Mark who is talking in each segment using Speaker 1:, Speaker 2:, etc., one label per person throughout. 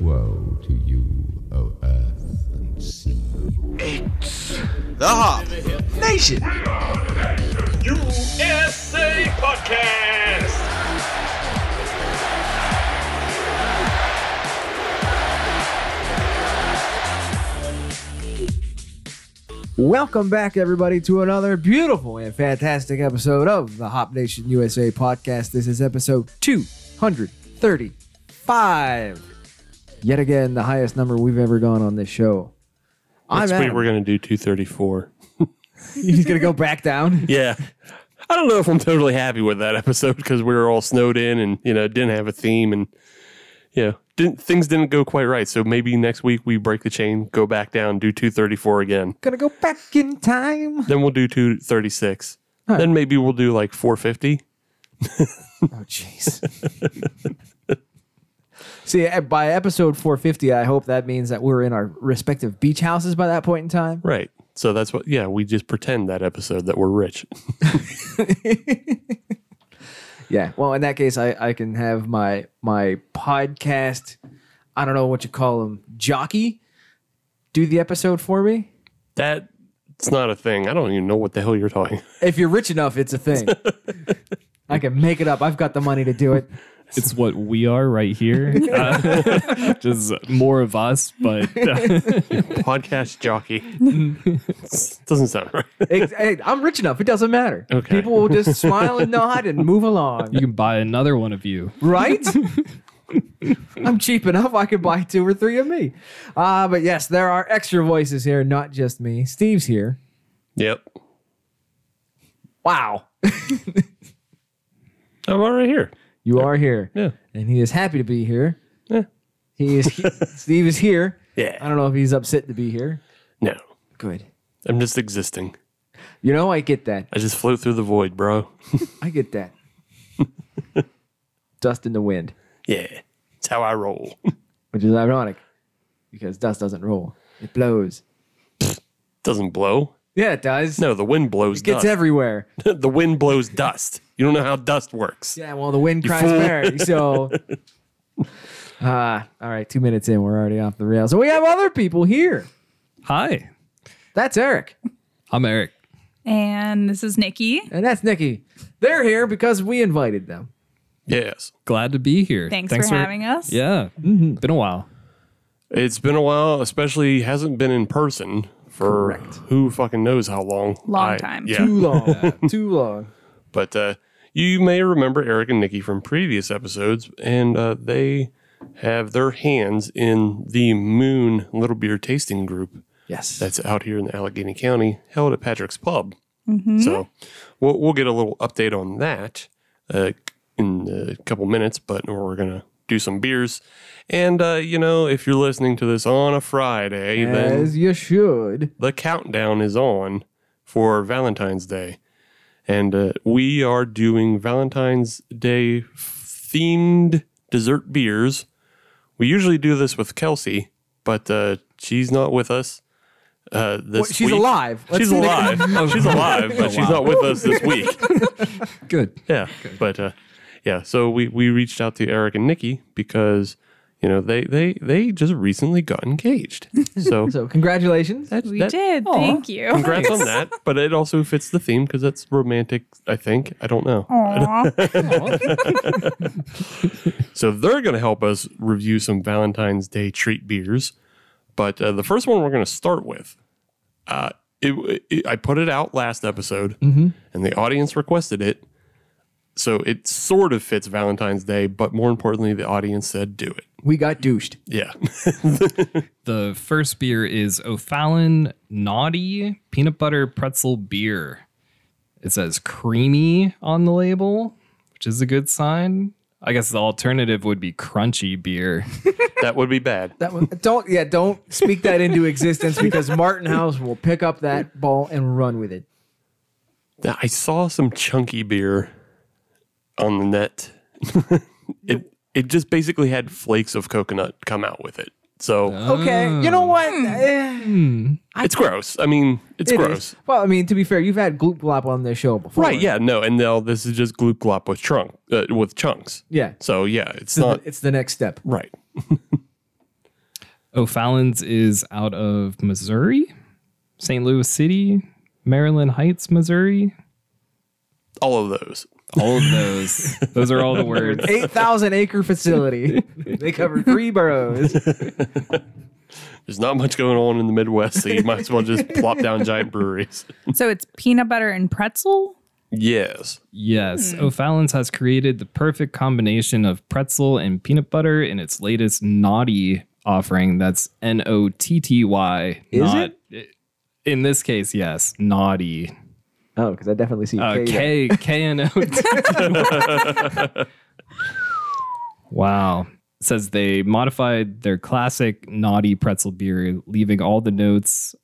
Speaker 1: Woe to you, O earth and sea.
Speaker 2: The Hop Nation.
Speaker 3: USA Podcast.
Speaker 4: Welcome back, everybody, to another beautiful and fantastic episode of the Hop Nation USA podcast. This is episode 235. Yet again, the highest number we've ever gone on this show.
Speaker 5: Next
Speaker 4: I'm
Speaker 5: week
Speaker 4: Adam.
Speaker 5: we're gonna do 234.
Speaker 4: He's going to go back down.
Speaker 5: Yeah, I don't know if I'm totally happy with that episode because we were all snowed in and you know didn't have a theme and you know didn't things didn't go quite right. So maybe next week we break the chain, go back down, do 234 again.
Speaker 4: Gonna go back in time.
Speaker 5: Then we'll do 236. Then maybe we'll do like 450.
Speaker 4: Oh, jeez. See, eh, by episode 450, I hope that means that we're in our respective beach houses by that point in time.
Speaker 5: Right. So that's what. Yeah, we just pretend that episode that we're rich.
Speaker 4: Yeah. Well, in that case, I, I can have my my podcast. I don't know what you call him, jockey. Do the episode for me.
Speaker 5: That's not a thing. I don't even know what the hell you're talking.
Speaker 4: If you're rich enough, it's a thing. I can make it up. I've got the money to do it.
Speaker 6: it's what we are right here. Uh, just more of us, but
Speaker 5: Podcast jockey. Doesn't sound right.
Speaker 4: It- hey, I'm rich enough. It doesn't matter.
Speaker 5: Okay.
Speaker 4: People will just smile and nod and move along.
Speaker 6: you can buy another one of you.
Speaker 4: right? I'm cheap enough. I could buy two or three of me. Uh, but yes, there are extra voices here, not just me. Steve's here.
Speaker 5: Yep.
Speaker 4: Wow.
Speaker 5: I'm all right here.
Speaker 4: You are here.
Speaker 5: Yeah.
Speaker 4: and he is happy to be here.
Speaker 5: Yeah.
Speaker 4: He is Steve is here.
Speaker 5: Yeah.
Speaker 4: I don't know if he's upset to be here.
Speaker 5: No,
Speaker 4: Good.
Speaker 5: I'm just existing.
Speaker 4: You know, I get that.
Speaker 5: I just float through the void, bro.
Speaker 4: I get that. dust in the wind,
Speaker 5: Yeah, it's how I roll.
Speaker 4: which is ironic because dust doesn't roll. It blows.
Speaker 5: Doesn't blow.
Speaker 4: Yeah, it does.
Speaker 5: No, the wind blows
Speaker 4: It gets
Speaker 5: dust.
Speaker 4: everywhere.
Speaker 5: the wind blows dust. You don't know how dust works.
Speaker 4: Yeah, well, the wind cries
Speaker 5: fool.
Speaker 4: Mary. So, Ah, all right, two minutes in, we're already off the rails. So we have other people here.
Speaker 6: Hi,
Speaker 4: That's Eric.
Speaker 6: I'm Eric.
Speaker 7: And this is Nikki.
Speaker 4: And that's Nikki. They're here because we invited them.
Speaker 5: Yes.
Speaker 6: Glad to be here.
Speaker 7: Thanks, for, having us.
Speaker 6: Yeah, been a while.
Speaker 5: It's been a while, especially hasn't been in person for
Speaker 4: Correct.
Speaker 5: who fucking knows how long.
Speaker 7: Long time.
Speaker 5: Yeah.
Speaker 4: Too long. Too long.
Speaker 5: But uh, you may remember Eric and Nikki from previous episodes, and uh, they have their hands in the Moon Little Beer Tasting Group.
Speaker 4: Yes.
Speaker 5: that's out here in Allegheny County, held at Patrick's Pub. So we'll, we'll get a little update on that uh, in a couple minutes, but we're going to do some beers. And, uh, you know, if you're listening to this on a Friday, then
Speaker 4: As you should.
Speaker 5: the countdown is on for Valentine's Day. And uh, we are doing Valentine's Day themed dessert beers. We usually do this with Kelsey, but uh, she's not with us. Uh, this
Speaker 4: Wait, she's
Speaker 5: week.
Speaker 4: alive. Let's
Speaker 5: she's
Speaker 4: see.
Speaker 5: alive. she's alive, but she's not with us this week.
Speaker 6: Good.
Speaker 5: Yeah, but uh, yeah. So we we reached out to Eric and Nikki because you know they they they just recently got engaged. So
Speaker 4: So congratulations.
Speaker 5: that,
Speaker 7: We
Speaker 5: that-
Speaker 7: did. Thank you.
Speaker 5: Congrats on that, but it also fits the theme because that's romantic. I think I don't know.
Speaker 7: Oh. Aw.
Speaker 5: So they're going to help us review some Valentine's Day treat beers. But uh, the first one we're going to start with, uh, it, it- I put it out last episode, and the audience requested it. So it sort of fits Valentine's Day, but more importantly, the audience said do it.
Speaker 4: We got douched.
Speaker 5: Yeah,
Speaker 6: The first beer is O'Fallon Naughty Peanut Butter Pretzel Beer. It says creamy on the label, which is a good sign. I guess the alternative would be crunchy beer.
Speaker 5: that would be bad.
Speaker 4: That was, don't yeah, don't speak that into existence because Martin House will pick up that ball and run with it.
Speaker 5: Now, I saw some chunky beer on the net. it it just basically had flakes of coconut come out with it. So
Speaker 4: Oh. Okay, you know what? Eh,
Speaker 5: it's gross. I mean, it's
Speaker 4: it
Speaker 5: gross.
Speaker 4: is. Well, I mean, to be fair, you've had gloop glop on this show before,
Speaker 5: Right, yeah, no, and now this is just gloop glop with trunk uh, with chunks.
Speaker 4: Yeah.
Speaker 5: So yeah, it's
Speaker 4: So
Speaker 5: not
Speaker 4: th- it's the next step.
Speaker 5: right.
Speaker 6: O'Fallon's is out of Missouri, St. Louis City, Maryland Heights, Missouri.
Speaker 5: All of those.
Speaker 6: All of those. those are all the words.
Speaker 4: Eight thousand acre facility. they cover three boroughs.
Speaker 5: There's not much going on in the Midwest, so you might as well just plop down giant breweries.
Speaker 7: So it's peanut butter and pretzel.
Speaker 5: yes.
Speaker 6: Yes, O'Fallon's has created the perfect combination of pretzel and peanut butter in its latest naughty offering. That's N O T T Y.
Speaker 4: Is
Speaker 6: not- In this case, yes, naughty.
Speaker 4: Oh, because I definitely see
Speaker 6: Uh, K K N O T T Y. Wow. It says they modified their classic naughty pretzel beer, leaving all the notes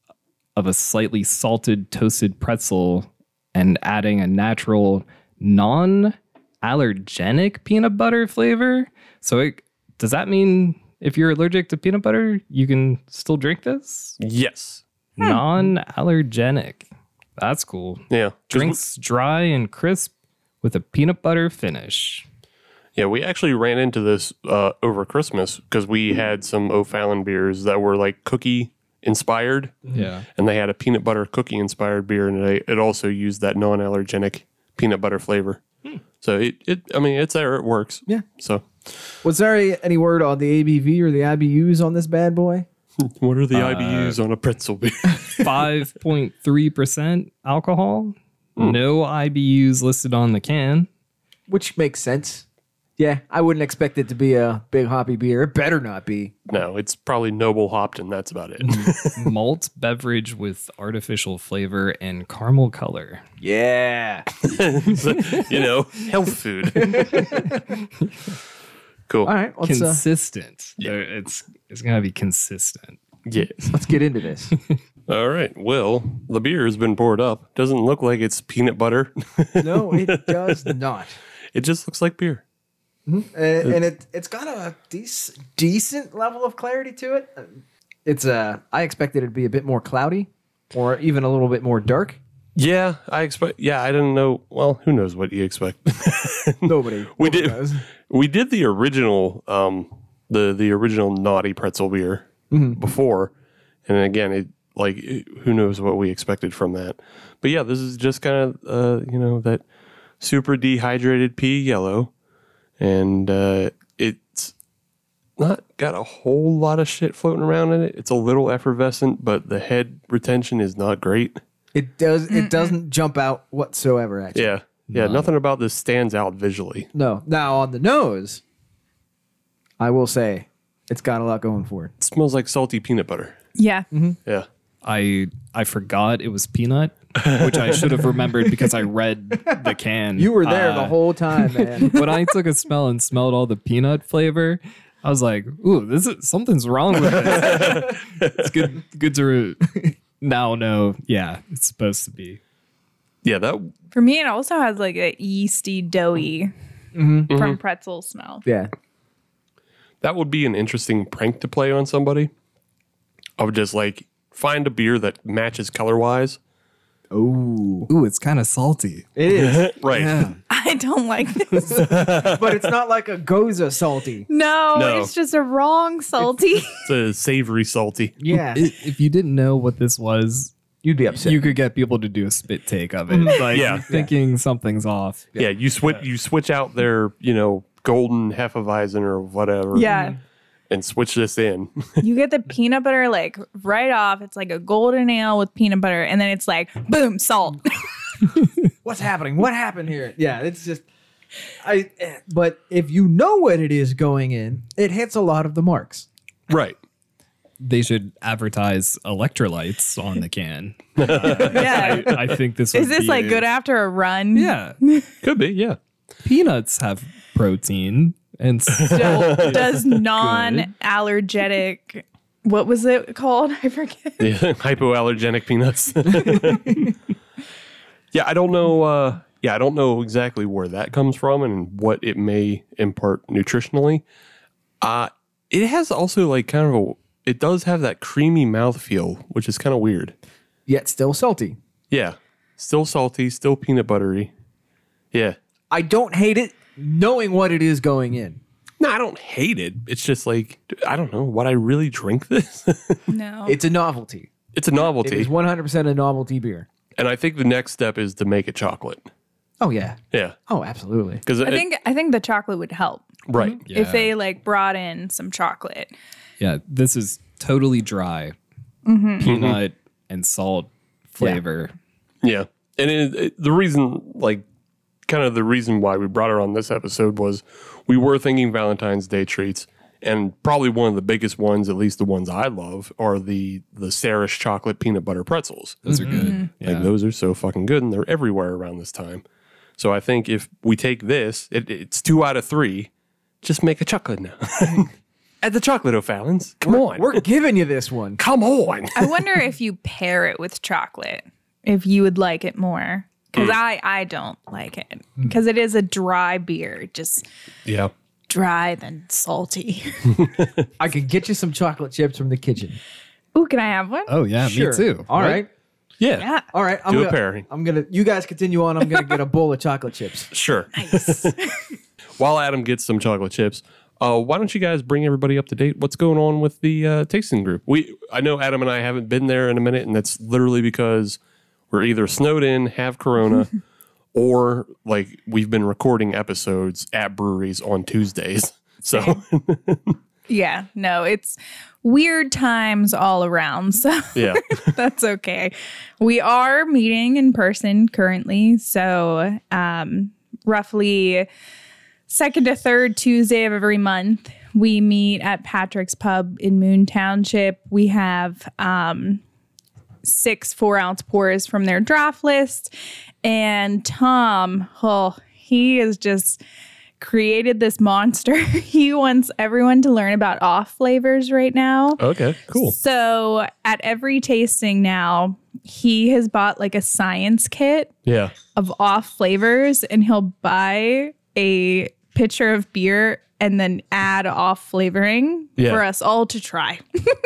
Speaker 6: of a slightly salted toasted pretzel and adding a natural non allergenic peanut butter flavor. So it does that mean if you're allergic to peanut butter, you can still drink this?
Speaker 5: Yes.
Speaker 6: Hmm. Non allergenic. That's cool.
Speaker 5: Yeah. 'Cause we-
Speaker 6: Drinks dry and crisp with a peanut butter finish.
Speaker 5: Yeah, we actually ran into this uh, over Christmas because we
Speaker 4: Hmm.
Speaker 5: had some O'Fallon beers that were like cookie inspired,
Speaker 6: Yeah.
Speaker 5: and they had a peanut butter cookie inspired beer, and it, it also used that non allergenic peanut butter flavor. So it, it, I mean, it's there, it works.
Speaker 4: Hmm. Yeah.
Speaker 5: So
Speaker 4: Was there any word on the ABV or the IBUs on this bad boy?
Speaker 5: what are the
Speaker 4: Uh,
Speaker 5: IBUs on a pretzel beer?
Speaker 6: 5.3% alcohol. No IBUs listed on the can.
Speaker 4: Which makes sense. Yeah, I wouldn't expect it to be a big hoppy beer. It better not be.
Speaker 5: no, it's probably Noble hopped, and that's about it.
Speaker 6: Malt beverage with artificial flavor and caramel color.
Speaker 4: Yeah. Hmm.
Speaker 5: you know, health food. cool.
Speaker 4: All right, let's uh,
Speaker 6: consistent. There- It's it's gonna be consistent.
Speaker 5: Yes.
Speaker 4: let's get into this.
Speaker 5: All right. Well, the beer has been poured up. Doesn't look like it's peanut butter.
Speaker 4: no, it does not.
Speaker 5: It just looks like beer.
Speaker 4: Uh, and it it's got a dec- decent level of clarity to it. It's uh I expected it to be a bit more cloudy or even a little bit more dark.
Speaker 5: Yeah, I expect. Yeah, I didn't know. Well, who knows what you expect?
Speaker 4: Nobody.
Speaker 5: we did.
Speaker 4: knows.
Speaker 5: We did the original, um, the the original naughty pretzel beer before, and again, it like it- who knows what we expected from that. But yeah, this is just kind of uh, you know that super dehydrated pea yellow, and uh, it's not got a whole lot of shit floating around in it. It's a little effervescent, but the head retention is not great.
Speaker 4: It does it doesn't jump out whatsoever actually.
Speaker 5: Yeah. Yeah, nothing about this stands out visually.
Speaker 4: No. Now on the nose, I will say it's got a lot going for
Speaker 5: It smells like salty peanut butter.
Speaker 7: Yeah.
Speaker 5: Yeah.
Speaker 6: I I forgot it was peanut, which I should have remembered because I read the can.
Speaker 4: it. You were there the
Speaker 6: Uh,
Speaker 4: whole time, man.
Speaker 6: when I took a smell and smelled all the peanut flavor, I was like, "Ooh, this is something's wrong with this." it's good, good to root. now know. Yeah, it's supposed to be.
Speaker 5: Yeah, that
Speaker 7: For me, it also has like a yeasty, doughy from pretzel smell.
Speaker 4: yeah.
Speaker 5: that would be an interesting prank to play on somebody. I would just like find a beer that matches color wise.
Speaker 4: Oh.
Speaker 6: Ooh, it's kind of salty.
Speaker 4: It is.
Speaker 5: Right.
Speaker 7: I don't like this.
Speaker 4: but it's not like a goza salty.
Speaker 7: No,
Speaker 5: No.
Speaker 7: it's just a wrong salty.
Speaker 5: It's a savory salty.
Speaker 4: Yeah.
Speaker 6: if you didn't know what this was,
Speaker 4: You'd be upset.
Speaker 6: you could get people to do a spit take of it, like
Speaker 5: Yeah.
Speaker 6: thinking something's off.
Speaker 5: Yeah, you switch you switch out their, you know, golden hefeweizen or whatever.
Speaker 7: yeah.
Speaker 5: And switch this in.
Speaker 7: You get the peanut butter like right off. It's like a golden ale with peanut butter, and then it's like boom, salt.
Speaker 4: What's happening? What happened here? Yeah, it's just I eh, but if you know what it is going in, it hits a lot of the marks.
Speaker 5: right.
Speaker 6: They should advertise electrolytes on the can.
Speaker 7: yeah.
Speaker 6: I think this
Speaker 7: Is
Speaker 6: would
Speaker 7: this
Speaker 6: be
Speaker 7: like
Speaker 6: a-
Speaker 7: good after a run?
Speaker 6: Yeah,
Speaker 5: Could be, yeah.
Speaker 6: peanuts have protein and s-
Speaker 7: Do- does non-allergenic what was it called? I forget.
Speaker 5: Yeah, hypoallergenic peanuts. yeah, I don't know. Uh, yeah, I don't know exactly where that comes from and what it may impart nutritionally. Uh, it has also like kind of a it does have that creamy mouthfeel, which is kind of weird.
Speaker 8: yet still salty.
Speaker 5: Yeah. Still salty, still peanut buttery. Yeah.
Speaker 8: I don't hate it knowing what it is going in.
Speaker 5: No, I don't hate it. It's just like I don't know. Would I really drink this?
Speaker 7: No.
Speaker 8: It's a novelty.
Speaker 5: it's a
Speaker 8: It
Speaker 5: novelty,
Speaker 8: is 100% a novelty beer.
Speaker 5: and I think the next step is to make it chocolate.
Speaker 8: Oh, yeah.
Speaker 5: Yeah,
Speaker 8: Oh, absolutely.
Speaker 5: because
Speaker 7: I think I think the chocolate would help
Speaker 5: right.
Speaker 7: if they like brought in some chocolate.
Speaker 6: Yeah, this is totally dry. Peanut and salt flavor.
Speaker 5: Yeah, and it, it- the reason, like, kind of the reason why we brought her on this episode was we were thinking Valentine's Day treats, and probably one of the biggest ones, at least the ones I love, are the the Sarish chocolate peanut butter pretzels.
Speaker 6: Those are good.
Speaker 5: Like those are so fucking good, and they're everywhere around this time. So I think if we take this, it, it's two out of three. Just make a chocolate now. At the chocolate O'Fallon's. Come on.
Speaker 8: We're giving you this one.
Speaker 5: Come on.
Speaker 7: I wonder if you pair it with chocolate, if you would like it more. Because I, I don't like it. Because it is a dry beer, just
Speaker 5: Yeah.
Speaker 7: dry then salty.
Speaker 8: I could get you some chocolate chips from the kitchen.
Speaker 7: Ooh, can I have one?
Speaker 6: Oh yeah, me too.
Speaker 8: All right.
Speaker 5: Yeah.
Speaker 7: Yeah.
Speaker 8: All right. I'm
Speaker 5: Do a
Speaker 8: gonna,
Speaker 5: pairing.
Speaker 8: I'm going to, you guys continue on. I'm going to get a bowl of chocolate chips.
Speaker 5: Sure.
Speaker 7: Nice.
Speaker 5: While Adam gets some chocolate chips, uh, why don't you guys bring everybody up to date? What's going on with the uh, tasting group? We I know Adam and I haven't been there in a minute, and that's literally because we're either snowed in, have corona, or like we've been recording episodes at breweries on Tuesdays. So
Speaker 7: yeah. No, it's weird times all around. So
Speaker 5: yeah.
Speaker 7: That's okay. We are meeting in person currently. So, um, roughly second to third Tuesday of every month, we meet at Patrick's Pub in Moon Township. We have um, six four ounce pours from their draft list. And Tom, oh, he is just created this monster. he wants everyone to learn about off flavors right now.
Speaker 5: Okay. Cool.
Speaker 7: So at every tasting now, he has bought like a science kit
Speaker 5: Yeah.
Speaker 7: of off flavors and he'll buy a pitcher of beer and then add off flavoring
Speaker 5: Yeah.
Speaker 7: for us all to try.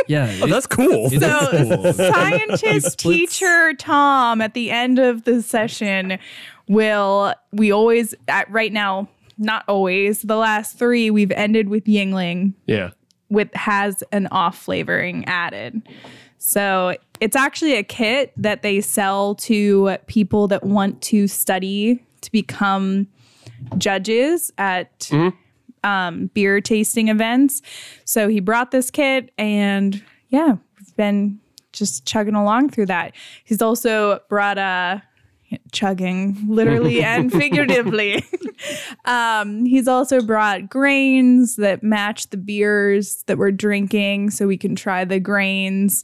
Speaker 6: Yeah.
Speaker 5: Oh, that's cool.
Speaker 6: it- it's cool.
Speaker 7: Scientist teacher Tom at the end of the session will we always at right now not always the last 3 we've ended with Yingling
Speaker 5: Yeah.
Speaker 7: with has an off flavoring added. So it's actually a kit that they sell to people that want to study to become judges at um, beer tasting events. So he brought this kit, and yeah, we've been just chugging along through that. He's also brought a chugging literally and figuratively. um, he's also brought grains that match the beers that we're drinking, so we can try the grains.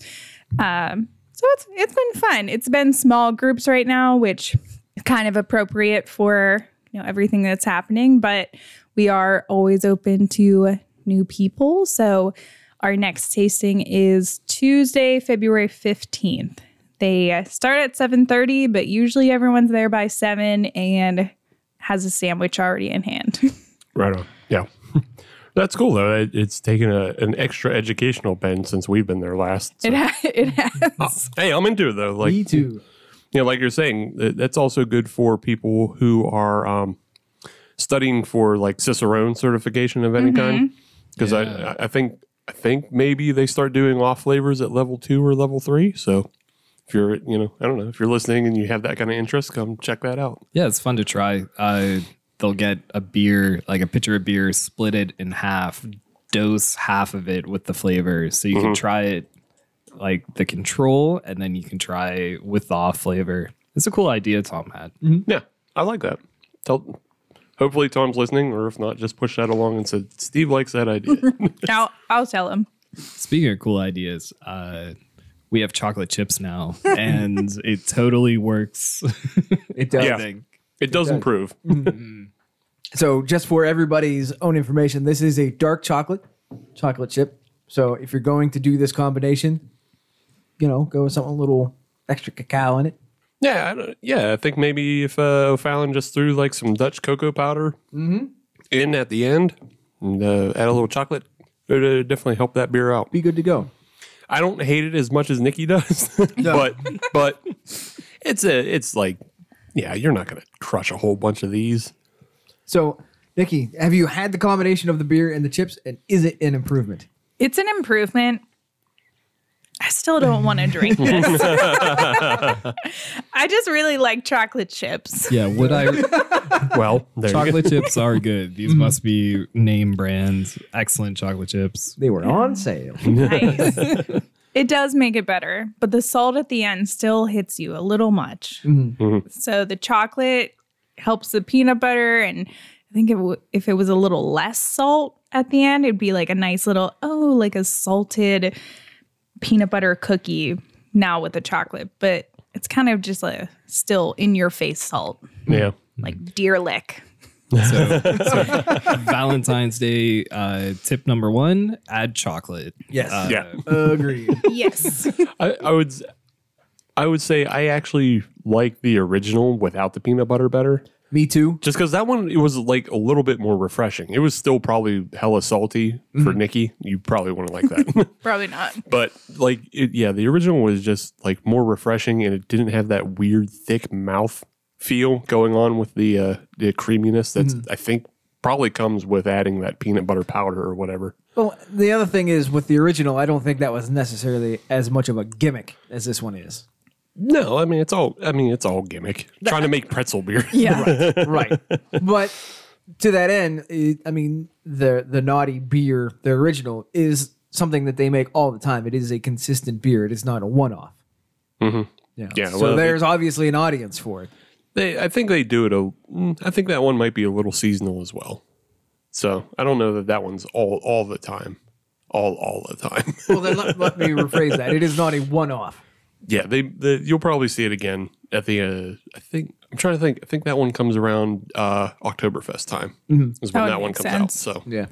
Speaker 7: Um, so it's it's been fun. It's been small groups right now, which is kind of appropriate for you know everything that's happening. But we are always open to new people. So our next tasting is Tuesday, February fifteenth. They uh, start at seven thirty, but usually everyone's there by seven and has a sandwich already in hand.
Speaker 5: Right on. Yeah. That's cool though. It- It's taken a, an extra educational bend since we've been there last. so-
Speaker 7: it ha- it has.
Speaker 5: Hey, I'm into it though. Like
Speaker 8: Me too.
Speaker 5: you know, like you're saying, th- that's also good for people who are um, studying for like Cicerone certification of any kind. 'Cause kind. Because I, I think I think maybe they start doing off flavors at level two or level three. So if you're you know I don't know if you're listening and you have that kind of interest, come check that out.
Speaker 6: Yeah, it's fun to try. Uh, they'll get a beer, like a pitcher of beer, split it in half, dose half of it with the flavor. So you can try it like the control, and then you can try with the off flavor. It's a cool idea Tom had.
Speaker 5: Yeah, I like that. Tell, hopefully Tom's listening, or if not, just push that along and said Steve likes that idea.
Speaker 7: I'll, I'll tell him.
Speaker 6: Speaking of cool ideas, uh, we have chocolate chips now, and it totally works.
Speaker 8: It does.
Speaker 5: Yeah. It does improve.
Speaker 8: So, just for everybody's own information, this is a dark chocolate, chocolate chip. So, if you're going to do this combination, you know, go with something a little extra cacao in it.
Speaker 5: Yeah, I don't, yeah. I think maybe if uh, O'Fallon just threw like some Dutch cocoa powder in at the end and uh, add a little chocolate, it would uh, definitely help that beer out.
Speaker 8: Be good to go.
Speaker 5: I don't hate it as much as Nikki does, but but it's a it's like yeah, you're not gonna crush a whole bunch of these.
Speaker 4: So, Nikki, have you had the combination of the beer and the chips, and is it an improvement?
Speaker 7: It's an improvement. I still don't want to drink this. I just really like chocolate chips.
Speaker 6: Yeah, would I?
Speaker 5: Well, there you go. Mm.
Speaker 6: chocolate chips are good. These must be name brands. Excellent chocolate chips.
Speaker 4: They were on sale.
Speaker 7: Nice. it does make it better, but the salt at the end still hits you a little much. So the chocolate helps the peanut butter, and I think it w- if it was a little less salt at the end, it'd be like a nice little oh, like a salted peanut butter cookie now with the chocolate, but. It's kind of just a still in your face salt,
Speaker 5: Yeah.
Speaker 7: like deer lick.
Speaker 6: So, so Valentine's Day uh, tip number one: add chocolate.
Speaker 4: Yes.
Speaker 5: Yeah.
Speaker 4: Agreed.
Speaker 7: Yes.
Speaker 5: I, I would s- I would say I actually like the original without the peanut butter better.
Speaker 4: Me too.
Speaker 5: Just because that one it was like a little bit more refreshing. It was still probably hella salty for Nikki. You probably wouldn't like that.
Speaker 7: Probably not.
Speaker 5: but like it, yeah, the original was just like more refreshing and it didn't have that weird thick mouth feel going on with the uh the creaminess that's I think probably comes with adding that peanut butter powder or whatever.
Speaker 4: Well, the other thing is with the original, I don't think that was necessarily as much of a gimmick as this one is.
Speaker 5: No, I mean it's all I mean it's all gimmick. Trying to make pretzel beer.
Speaker 7: Yeah.
Speaker 4: Right. but to that end, it, I mean, the the naughty beer, the original, is something that they make all the time. It is a consistent beer. It is not a one off. Mm-hmm. Yeah.
Speaker 5: Yeah,
Speaker 4: So
Speaker 5: well, it-
Speaker 4: there's obviously an audience for it.
Speaker 5: They, I think they do it. A, mm, I think that one might be a little seasonal as well. So I don't know that that one's all all the time, all all the time.
Speaker 4: Well, then let, let me rephrase that. It is not a one off.
Speaker 5: yeah, they, they you'll probably see it again at the. Uh, I think I'm trying to think. I think that one comes around uh Oktoberfest time is when
Speaker 7: That would
Speaker 5: that, one
Speaker 7: make
Speaker 5: comes out.
Speaker 7: sense.
Speaker 5: So
Speaker 4: Yeah.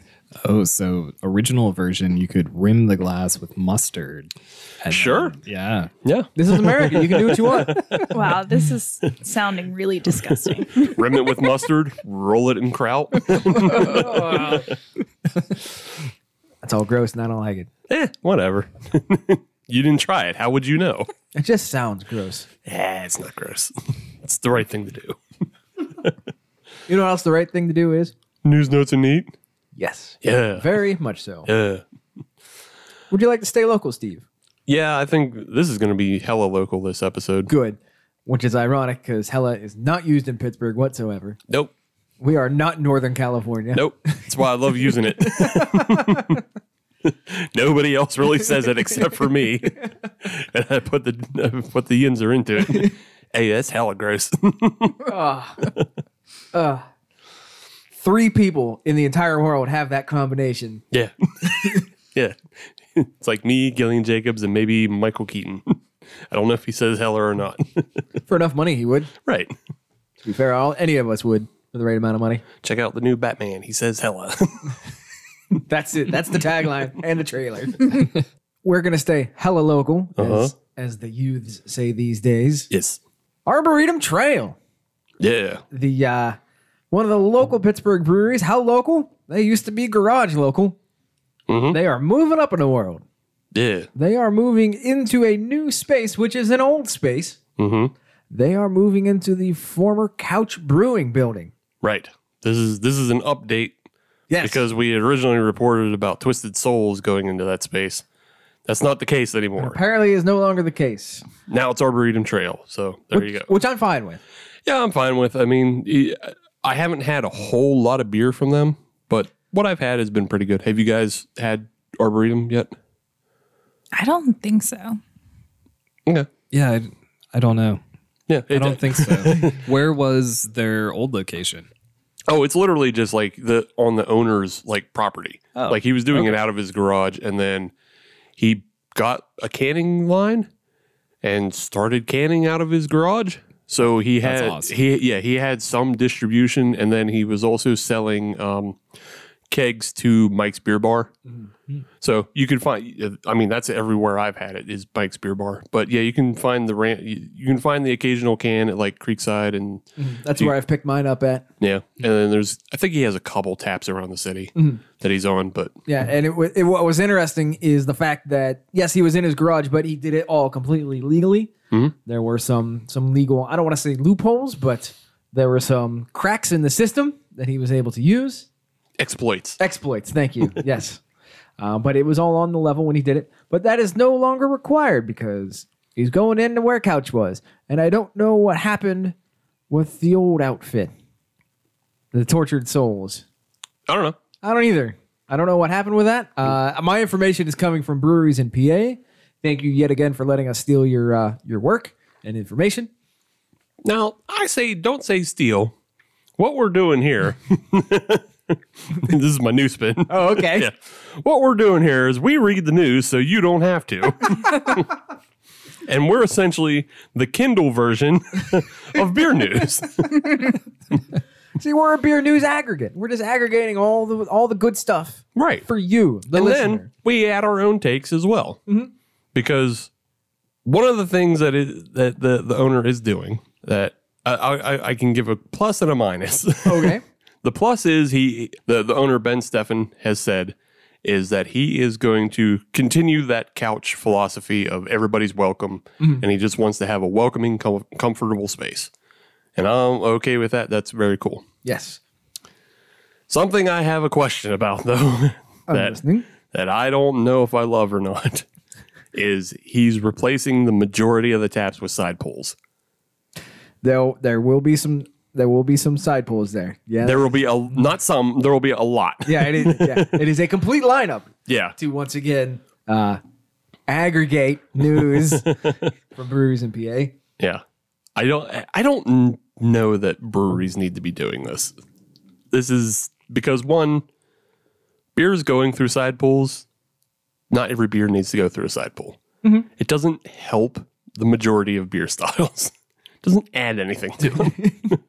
Speaker 6: Oh, so original version, you could rim the glass with mustard. and
Speaker 5: Sure.
Speaker 6: then- yeah.
Speaker 5: yeah,
Speaker 4: This is America. You can do what you want.
Speaker 7: Wow, this is sounding really disgusting.
Speaker 5: rim it with mustard, roll it in kraut.
Speaker 4: That's all gross, and I don't like it.
Speaker 5: eh, whatever. you didn't try it. How would you know?
Speaker 4: It just sounds gross.
Speaker 5: Eh, it's not gross. it's the right thing to do.
Speaker 4: You know what else the right thing to do is?
Speaker 5: News notes are neat.
Speaker 4: Yes.
Speaker 5: Yeah.
Speaker 4: Very much so.
Speaker 5: yeah.
Speaker 4: Would you like to stay local, Steve?
Speaker 5: Yeah, I think this is going to be hella local this episode.
Speaker 4: Good. Which is ironic because Hella is not used in Pittsburgh whatsoever.
Speaker 5: Nope.
Speaker 4: We are not Northern California.
Speaker 5: Nope. That's why I love using it. Nobody else really says it except for me. And I put the I put the yins are into it. hey, that's hella gross.
Speaker 4: Three people in the entire world have that combination.
Speaker 5: yeah. yeah. It's like me, Gillian Jacobs, and maybe Michael Keaton. I don't know if he says hella or not.
Speaker 4: For enough money, he would.
Speaker 5: right.
Speaker 4: To be fair, all, any of us would for the right amount of money.
Speaker 5: Check out the new Batman. He says hella.
Speaker 4: That's it. That's the tagline and the trailer. We're going to stay hella local, as, as the youths say these days.
Speaker 5: yes.
Speaker 4: Arboretum Trail.
Speaker 5: Yeah.
Speaker 4: the uh, one of the local Pittsburgh breweries. How local? They used to be garage local. They are moving up in the world.
Speaker 5: Yeah.
Speaker 4: They are moving into a new space, which is an old space.
Speaker 5: Mm-hmm.
Speaker 4: They are moving into the former Couch Brewing building.
Speaker 5: Right. This is this is an update
Speaker 4: Yes,
Speaker 5: because we had originally reported about Twisted Souls going into that space. That's not the case anymore.
Speaker 4: apparently is no longer the case,
Speaker 5: Now it's Arboretum Trail. So there you go.
Speaker 4: which I'm fine with.
Speaker 5: Yeah, I'm fine with. I mean, e- I haven't had a whole lot of beer from them, but what I've had has been pretty good. Have you guys had Arboretum yet?
Speaker 7: I don't think so.
Speaker 5: Okay.
Speaker 6: Yeah. I, I don't know.
Speaker 5: Yeah.
Speaker 6: I don't think so. Where was their old location?
Speaker 5: Oh, it's literally just like the on the owner's like property.
Speaker 6: Oh,
Speaker 5: like he was doing it out of his garage, and then he got a canning line and started canning out of his garage. So he
Speaker 6: That's
Speaker 5: had
Speaker 6: awesome.
Speaker 5: he yeah he had some distribution, and then he was also selling um, kegs to Mike's Beer Bar.
Speaker 6: Mm-hmm.
Speaker 5: So you can find. I mean, that's everywhere I've had it is Mike's Beer Bar. But yeah, you can find the ran- you, you can find the occasional can at like Creekside and
Speaker 6: Mm-hmm.
Speaker 4: That's where I've picked mine up at.
Speaker 5: yeah,
Speaker 4: Mm-hmm.
Speaker 5: and then there's I think he has a couple taps around the city that he's on. But
Speaker 4: Yeah, and it, wa- it what was interesting is the fact that yes, he was in his garage, but he did it all completely legally.
Speaker 5: Mm-hmm.
Speaker 4: There were some some legal I don't want to say loopholes, but there were some cracks in the system that he was able to use
Speaker 5: exploits.
Speaker 4: exploits. Thank you. yes, uh, but it was all on the level when he did it. But that is no longer required because he's going in to where Couch was, and I don't know what happened with the old outfit, the tortured souls.
Speaker 5: I don't know.
Speaker 4: I don't either. I don't know what happened with that. Uh, my information is coming from breweries in PA. Thank you yet again for letting us steal your uh, your work and information.
Speaker 5: Now, I say don't say steal. What we're doing here, this is my new spin.
Speaker 4: Oh, okay.
Speaker 5: Yeah. What we're doing here is we read the news so you don't have to. and we're essentially the Kindle version of beer news.
Speaker 4: See, we're a beer news aggregate. We're just aggregating all the all the good stuff
Speaker 5: right.
Speaker 4: for you, the
Speaker 5: and
Speaker 4: listener.
Speaker 5: then we add our own takes as well. Because one of the things that is, that the, the owner is doing that I, I, I can give a plus and a minus.
Speaker 4: okay.
Speaker 5: The plus is he the, the owner Ben Steffen has said is that he is going to continue that couch philosophy of everybody's welcome and he just wants to have a welcoming com- comfortable space. And I'm okay with that. That's very cool.
Speaker 4: Yes.
Speaker 5: Something I have a question about though
Speaker 4: I'm
Speaker 5: that
Speaker 4: listening.
Speaker 5: that I don't know if I love or not is he's replacing the majority of the taps with side pulls.
Speaker 4: There there will be some there will be some side pulls there. Yeah.
Speaker 5: There will be a not some, there will be a lot.
Speaker 4: yeah, it is, yeah. It is a complete lineup
Speaker 5: Yeah.
Speaker 4: to once again uh, aggregate news from breweries in PA.
Speaker 5: Yeah. I don't I don't n- know that breweries need to be doing this. This is because one beer is going through side pools. Not every beer needs to go through a side pool.
Speaker 4: Mm-hmm.
Speaker 5: It doesn't help the majority of beer styles. It doesn't add anything to it.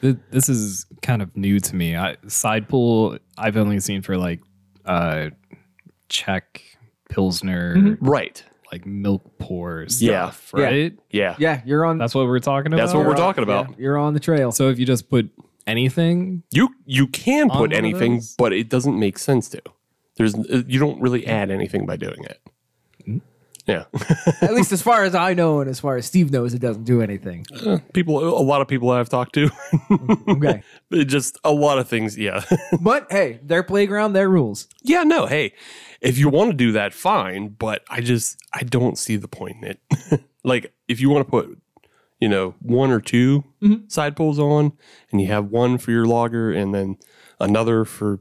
Speaker 6: Th- this is kind of new to me. I, side pool, I've only seen for like uh, Czech Pilsner,
Speaker 5: Mm-hmm. right.
Speaker 6: like milk pour
Speaker 5: Yeah.
Speaker 6: stuff, right?
Speaker 5: Yeah.
Speaker 4: Yeah, you're on.
Speaker 6: That's what we're talking about.
Speaker 5: That's what we're talking about.
Speaker 4: yeah, you're on the trail.
Speaker 6: So if you just put anything,
Speaker 5: You you can
Speaker 6: On
Speaker 5: put
Speaker 6: one of
Speaker 5: anything,
Speaker 6: those?
Speaker 5: but it doesn't make sense to. There's uh, you don't really add anything by doing it.
Speaker 6: Hmm?
Speaker 5: Yeah.
Speaker 4: At least as far as I know, and as far as Steve knows, it doesn't do anything.
Speaker 5: people a lot of people I've talked to
Speaker 4: Okay,
Speaker 5: It just a lot of things. Yeah.
Speaker 4: but hey, their playground, their rules.
Speaker 5: yeah. No. Hey, if you want to do that, fine. But I just, I don't see the point in it. like, if you want to put, you know, one or 2 side pulls on and you have one for your logger and then another for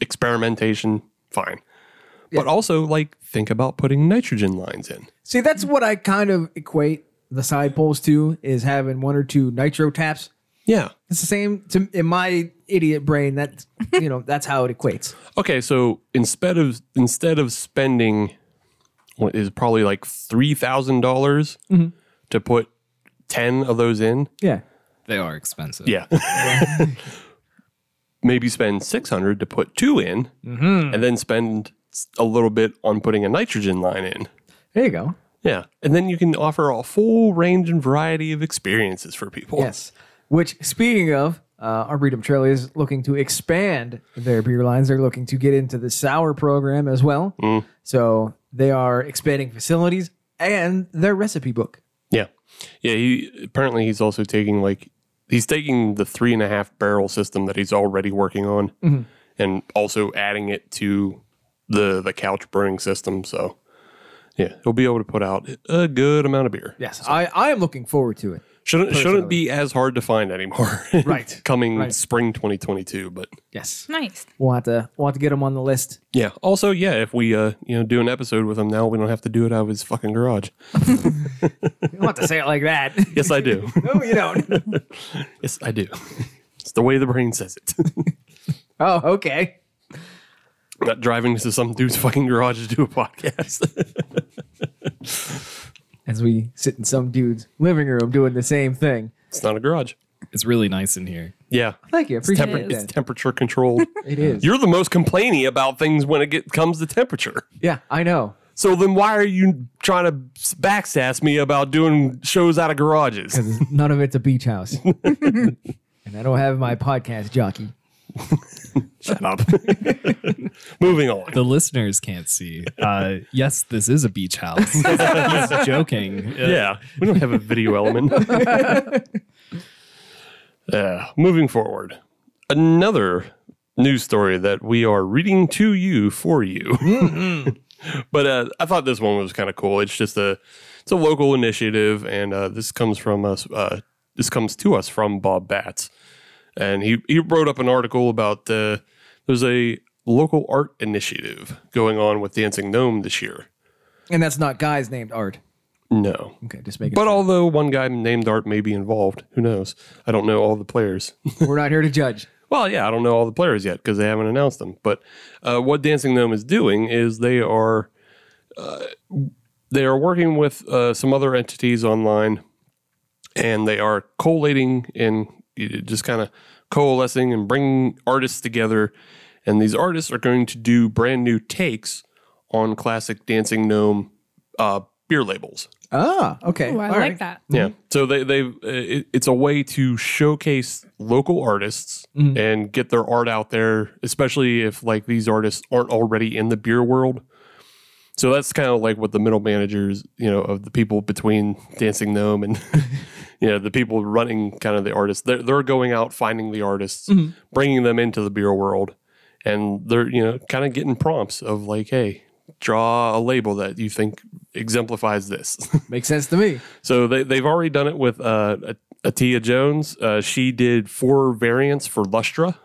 Speaker 5: experimentation, fine. But also, like, think about putting nitrogen lines in.
Speaker 4: See, that's what I kind of equate the side poles to is having one or two nitro taps.
Speaker 5: Yeah.
Speaker 4: It's the same to in my idiot brain. That you know, that's how it equates.
Speaker 5: Okay, so instead of instead of spending what is probably like three dollars to put ten of those in,
Speaker 4: Yeah,
Speaker 6: they are expensive.
Speaker 5: yeah, maybe spend six hundred to put two in, and then spend s- a little bit on putting a nitrogen line in.
Speaker 4: there you go.
Speaker 5: Yeah, and then you can offer a full range and variety of experiences for people.
Speaker 4: Yes. Which, speaking of, uh, Arboretum Trail is looking to expand their beer lines. They're looking to get into the sour program as well. So they are expanding facilities and their recipe book.
Speaker 5: Yeah. Yeah. He apparently he's also taking like he's taking the three and a half barrel system that he's already working on and also adding it to the the couch brewing system. So yeah, he'll be able to put out a good amount of beer.
Speaker 4: Yes, I, I am looking forward to it.
Speaker 5: Shouldn't shouldn't be as hard to find anymore.
Speaker 4: Right.
Speaker 5: Coming
Speaker 4: Right.
Speaker 5: spring twenty twenty two. But
Speaker 4: Yes,
Speaker 7: Nice.
Speaker 4: we'll have to we'll have to get them on the list.
Speaker 5: yeah. Also, yeah, if we uh you know do an episode with him now, we don't have to do it out of his fucking garage.
Speaker 4: You don't have to say it like that.
Speaker 5: Yes I do.
Speaker 4: no, you don't.
Speaker 5: yes, I do. It's the way the brain says it.
Speaker 4: Oh, okay.
Speaker 5: not driving to some dude's fucking garage to do a podcast.
Speaker 4: As we sit in some dude's living room doing the same thing.
Speaker 5: it's not a garage.
Speaker 6: It's really nice in here.
Speaker 5: Yeah.
Speaker 4: Thank you. I appreciate
Speaker 7: tempered-
Speaker 5: It's
Speaker 4: that.
Speaker 5: temperature controlled.
Speaker 4: It is.
Speaker 5: You're the most complainy about things when it get, comes to temperature.
Speaker 4: yeah, I know.
Speaker 5: So then why are you trying to backsass me about doing shows out of garages?
Speaker 4: None of it's a beach house. and I don't have my podcast jockey.
Speaker 5: Shut up. Moving on.
Speaker 6: The listeners can't see. Uh, yes, this is a beach house. He's joking. Uh,
Speaker 5: yeah, we don't have a video element. yeah, moving forward, another news story that we are reading to you for you. but uh, I thought this one was kind of cool. It's just a it's a local initiative, and uh, this comes from us. Uh, this comes to us from Bob Batts, and he he wrote up an article about uh, there's a local art initiative going on with Dancing Gnome this year.
Speaker 4: And that's not guys named Art.
Speaker 5: No,
Speaker 4: Okay, just make it.
Speaker 5: but although one guy named Art may be involved, who knows? I don't know all the players.
Speaker 4: We're not here to judge.
Speaker 5: well, yeah, I don't know all the players yet because they haven't announced them. But uh, what Dancing Gnome is doing is they are uh, they are working with uh, some other entities online, and they are collating and uh, just kind of coalescing and bringing artists together. And these artists are going to do brand new takes on classic Dancing Gnome uh, beer labels.
Speaker 4: Ah, okay.
Speaker 7: Ooh, I
Speaker 4: All
Speaker 7: like
Speaker 4: right.
Speaker 7: that.
Speaker 5: Yeah. So they they it, it's a way to showcase local artists and get their art out there, especially if like these artists aren't already in the beer world. So that's kind of like what the middle managers, you know, of the people between Dancing Gnome and you know the people running kind of the artists. They're they're going out finding the artists, bringing them into the beer world, and they're you know kind of getting prompts of like, hey, draw a label that you think exemplifies this.
Speaker 4: Makes sense to me.
Speaker 5: So they, they've already done it with uh, Atia Jones. Uh, she did four variants for Lustra.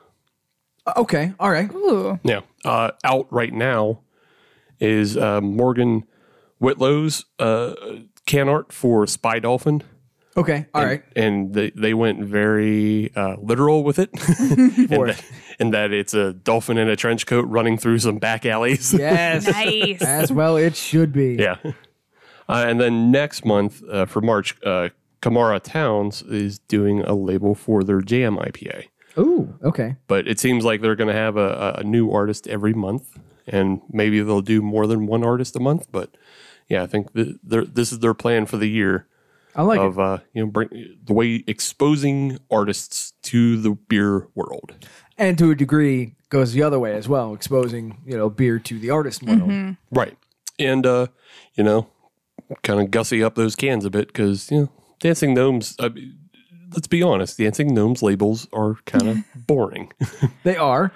Speaker 4: Uh, Okay, all right.
Speaker 7: Ooh,
Speaker 5: Yeah. Uh, out right now is uh, Morgan Whitlow's uh, can art for Spy Dolphin.
Speaker 4: Okay, all right.
Speaker 5: And they, they went very uh, literal with it. and, that, and that it's a dolphin in a trench coat running through some back alleys.
Speaker 4: Yes.
Speaker 7: nice.
Speaker 4: As well, it should be.
Speaker 5: Yeah. Uh, and then next month uh, for March, uh, Kamara Towns is doing a label for their Jam IPA.
Speaker 4: Ooh, okay.
Speaker 5: But it seems like they're going to have a, a- a new artist every month, and maybe they'll do more than one artist a month. But yeah, I think th- they're- this is their plan for the year
Speaker 4: I like it.
Speaker 5: of uh, you know bring the way exposing artists to the beer world.
Speaker 4: And to a degree, goes the other way as well, exposing, you know, beer to the artist world.
Speaker 7: Mm-hmm.
Speaker 5: Right. And, uh, you know, kind of gussy up those cans a bit because, you know, Dancing Gnomes, I mean, let's be honest, Dancing Gnomes labels are kind of boring.
Speaker 4: They are,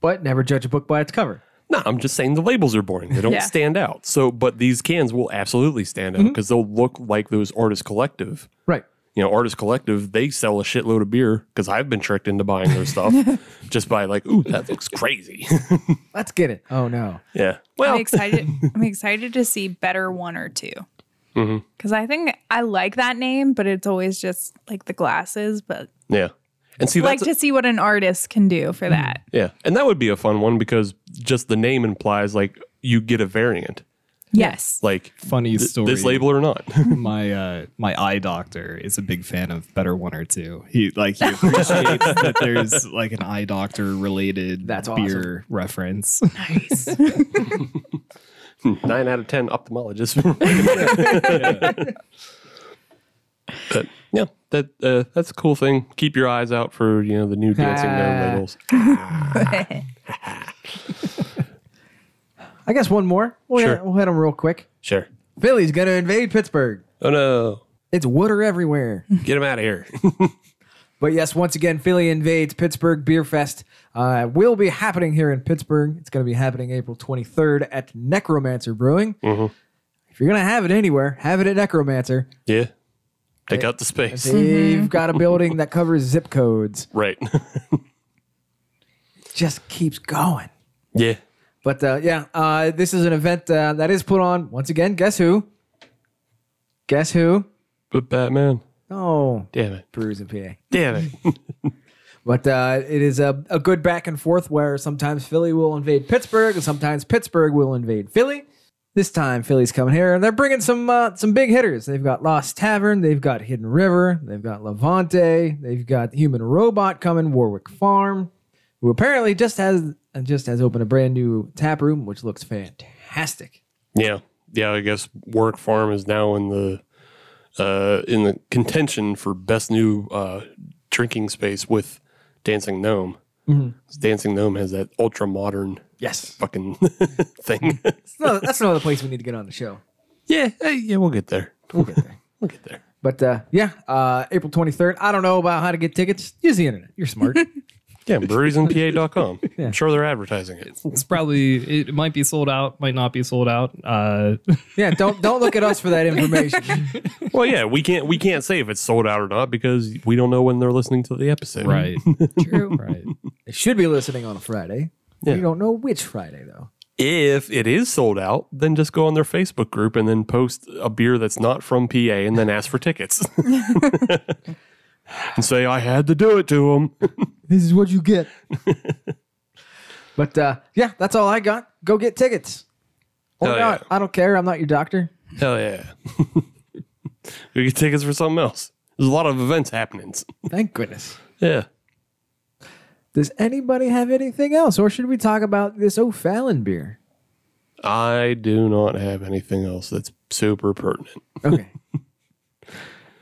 Speaker 4: but never judge a book by its cover.
Speaker 5: no, I'm just saying the labels are boring. They don't
Speaker 7: Yeah. Mm-hmm.
Speaker 5: stand out. So, but these cans will absolutely stand out because they'll look like those Artist Collective.
Speaker 4: Right.
Speaker 5: You know, Artist Collective, they sell a shitload of beer because I've been tricked into buying their stuff just by like, ooh, that looks crazy.
Speaker 4: Let's get it. Oh, no.
Speaker 5: yeah. Well,
Speaker 7: I'm excited. I'm excited to see better one or two.
Speaker 5: Mm-hmm.
Speaker 7: Because I think I like that name, but it's always just like the glasses. But
Speaker 5: yeah. And see,
Speaker 7: like
Speaker 5: that's Mm-hmm.
Speaker 7: to see what an artist can do for that.
Speaker 5: Yeah. And that would be a fun one because just the name implies like you get a variant,
Speaker 7: Yes.
Speaker 5: like
Speaker 6: Funny
Speaker 5: th-
Speaker 6: story.
Speaker 5: this label or not.
Speaker 6: my uh, my eye doctor is a big fan of Better One or Two. He like he appreciates that there's like an eye doctor related
Speaker 4: That's awesome.
Speaker 6: beer reference.
Speaker 7: Nice.
Speaker 5: Nine out of 10 ophthalmologists. but yeah, that uh, that's a cool thing. Keep your eyes out for, you know, the new dancing gnome labels.
Speaker 4: I guess one more. We'll,
Speaker 5: Sure.
Speaker 4: hit, we'll hit them real quick.
Speaker 5: Sure.
Speaker 4: Philly's going to invade Pittsburgh.
Speaker 5: Oh no.
Speaker 4: It's water everywhere.
Speaker 5: Get them out of here.
Speaker 4: But yes, once again, Philly invades Pittsburgh Beer Fest. Uh, will be happening here in Pittsburgh. It's going to be happening April 23rd at Necromancer Brewing. If you're going to have it anywhere, have it at Necromancer.
Speaker 5: yeah. Take out the space.
Speaker 4: They've got a building that covers zip codes.
Speaker 5: Right.
Speaker 4: Just keeps going.
Speaker 5: yeah.
Speaker 4: But uh, yeah, uh, this is an event uh, that is put on once again. Guess who? Guess who?
Speaker 5: But Batman.
Speaker 4: Oh,
Speaker 5: Damn it.
Speaker 4: Brewers and PA.
Speaker 5: Damn it.
Speaker 4: But uh, it is a, a good back and forth where sometimes Philly will invade Pittsburgh and sometimes Pittsburgh will invade Philly. This time Philly's coming here, and they're bringing some uh, some big hitters. They've got Lost Tavern, they've got Hidden River, they've got Levante, they've got Human Robot coming, Warwick Farm, who apparently just has uh, just has opened a brand new tap room, which looks fantastic.
Speaker 5: Yeah, yeah. I guess Warwick Farm is now in the uh, in the contention for best new uh, drinking space with Dancing Gnome. 'Cause Dancing Gnome has that ultra modern
Speaker 4: Yes,
Speaker 5: fucking thing.
Speaker 4: no, that's another place we need to get on the show.
Speaker 5: yeah, hey, yeah. We'll get there.
Speaker 4: We'll get there.
Speaker 5: We'll get there.
Speaker 4: But uh, yeah, uh, April 23rd. I don't know about how to get tickets. Use the internet. You're smart.
Speaker 5: Yeah, breweriesinpa.com. I'm sure they're advertising it.
Speaker 6: It's probably it might be sold out, might not be sold out. Uh,
Speaker 4: yeah, don't don't look at us for that information.
Speaker 5: Well, yeah, we can't we can't say if it's sold out or not because we don't know when they're listening to the episode.
Speaker 6: right,
Speaker 7: True.
Speaker 6: right.
Speaker 4: They should be listening on a Friday.
Speaker 5: Yeah.
Speaker 4: We don't know which Friday though.
Speaker 5: If it is sold out, then just go on their Facebook group and then post a beer that's not from PA and then ask for tickets. and say I had to do it to them.
Speaker 4: This is what you get. but uh, yeah, that's all I got. Go get tickets. Or
Speaker 5: Hell
Speaker 4: not.
Speaker 5: Oh, yeah.
Speaker 4: I don't care. I'm not your doctor.
Speaker 5: Hell yeah. we get tickets for something else. There's a lot of events happening.
Speaker 4: Thank goodness.
Speaker 5: Yeah.
Speaker 4: Does anybody have anything else, or should we talk about this O'Fallon beer?
Speaker 5: I do not have anything else that's super pertinent.
Speaker 4: Okay.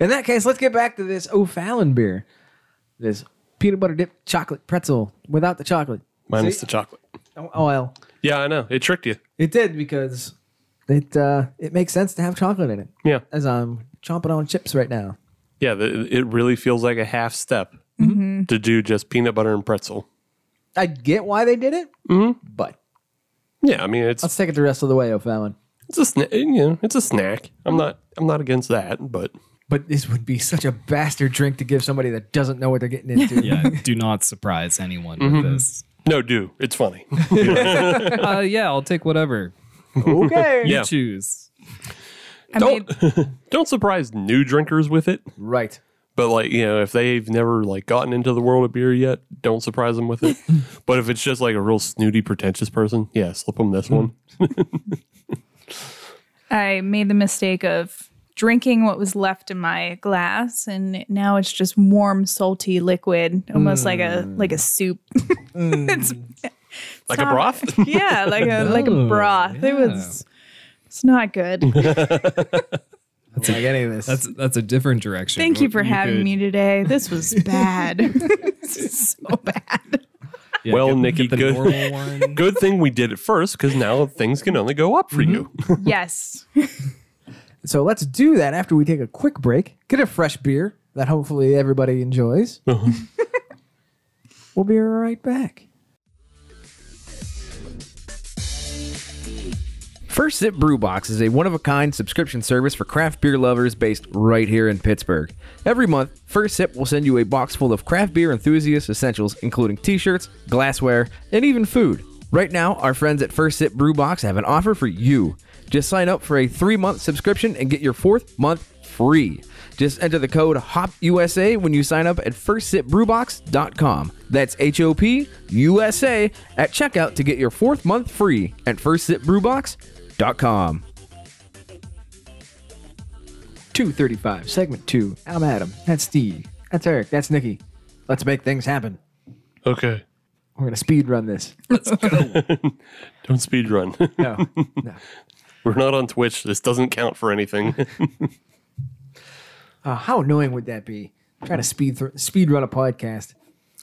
Speaker 4: In that case, let's get back to this O'Fallon beer. This peanut butter dip chocolate pretzel without the chocolate.
Speaker 5: Minus
Speaker 4: See?
Speaker 5: the chocolate.
Speaker 4: Oh, oh, well,
Speaker 5: Yeah, I know. It tricked you.
Speaker 4: it did because it uh, it makes sense to have chocolate in it.
Speaker 5: Yeah.
Speaker 4: As I'm chomping on chips right now.
Speaker 5: Yeah, the, it really feels like a half step
Speaker 4: Mm-hmm.
Speaker 5: to do just peanut butter and pretzel.
Speaker 4: I get why they did it, but
Speaker 5: Yeah, I mean it's
Speaker 4: let's take it the rest of the way, O'Fallon.
Speaker 5: it's a sna- you know it's a snack. I'm not I'm not against that, but
Speaker 4: But this would be such a bastard drink to give somebody that doesn't know what they're getting into.
Speaker 6: Yeah, do not surprise anyone with
Speaker 5: Mm-hmm.
Speaker 6: this.
Speaker 5: no, do it's funny.
Speaker 6: Uh, yeah, I'll take whatever
Speaker 4: Okay.
Speaker 5: Yeah.
Speaker 6: you choose.
Speaker 7: I
Speaker 5: Don't-
Speaker 7: mean,
Speaker 5: Don't surprise new drinkers with it,
Speaker 4: Right.
Speaker 5: but like you know if they've never like gotten into the world of beer yet, don't surprise them with it. but if it's just like a real snooty, pretentious person, yeah, slip them this one.
Speaker 7: I made the mistake of drinking what was left in my glass, and now it's just warm, salty liquid, almost like a like a soup. it's
Speaker 5: Like a broth.
Speaker 7: yeah, like a like a
Speaker 6: Oh,
Speaker 7: broth. It was. It's not good.
Speaker 4: I don't like any of this.
Speaker 6: That's that's a different direction.
Speaker 7: Thank you for having
Speaker 6: could-
Speaker 7: me today. This was bad. this is so bad.
Speaker 6: yeah,
Speaker 5: Well,
Speaker 6: get- get
Speaker 5: Nikki,
Speaker 6: the
Speaker 5: good-
Speaker 6: normal one.
Speaker 5: Good thing we did it first because now things can only go up for you.
Speaker 7: Yes.
Speaker 4: so let's do that after we take a quick break. Get a fresh beer that hopefully everybody enjoys. we'll be right back. First Sip Brew Box is a one of a kind subscription service for craft beer lovers based right here in Pittsburgh. Every month, First Sip will send you a box full of craft beer enthusiast essentials, including t shirts, glassware, and even food. Right now, our friends at First Sip Brew Box have an offer for you. Just sign up for a three month subscription and get your fourth month free. Just enter the code HOPUSA when you sign up at firstsipbrewbox.com. That's H O P U S A at checkout to get your fourth month free at firstsipbrewbox.com. 235, segment two. I'm Adam. That's Steve. That's Eric. That's Nikki. Let's make things happen.
Speaker 5: Okay,
Speaker 4: We're going to speed run this.
Speaker 5: don't speed run.
Speaker 4: No.
Speaker 5: We're not on Twitch. This doesn't count for anything.
Speaker 4: Uh, how annoying would that be? Trying to speed, thr speed run a podcast.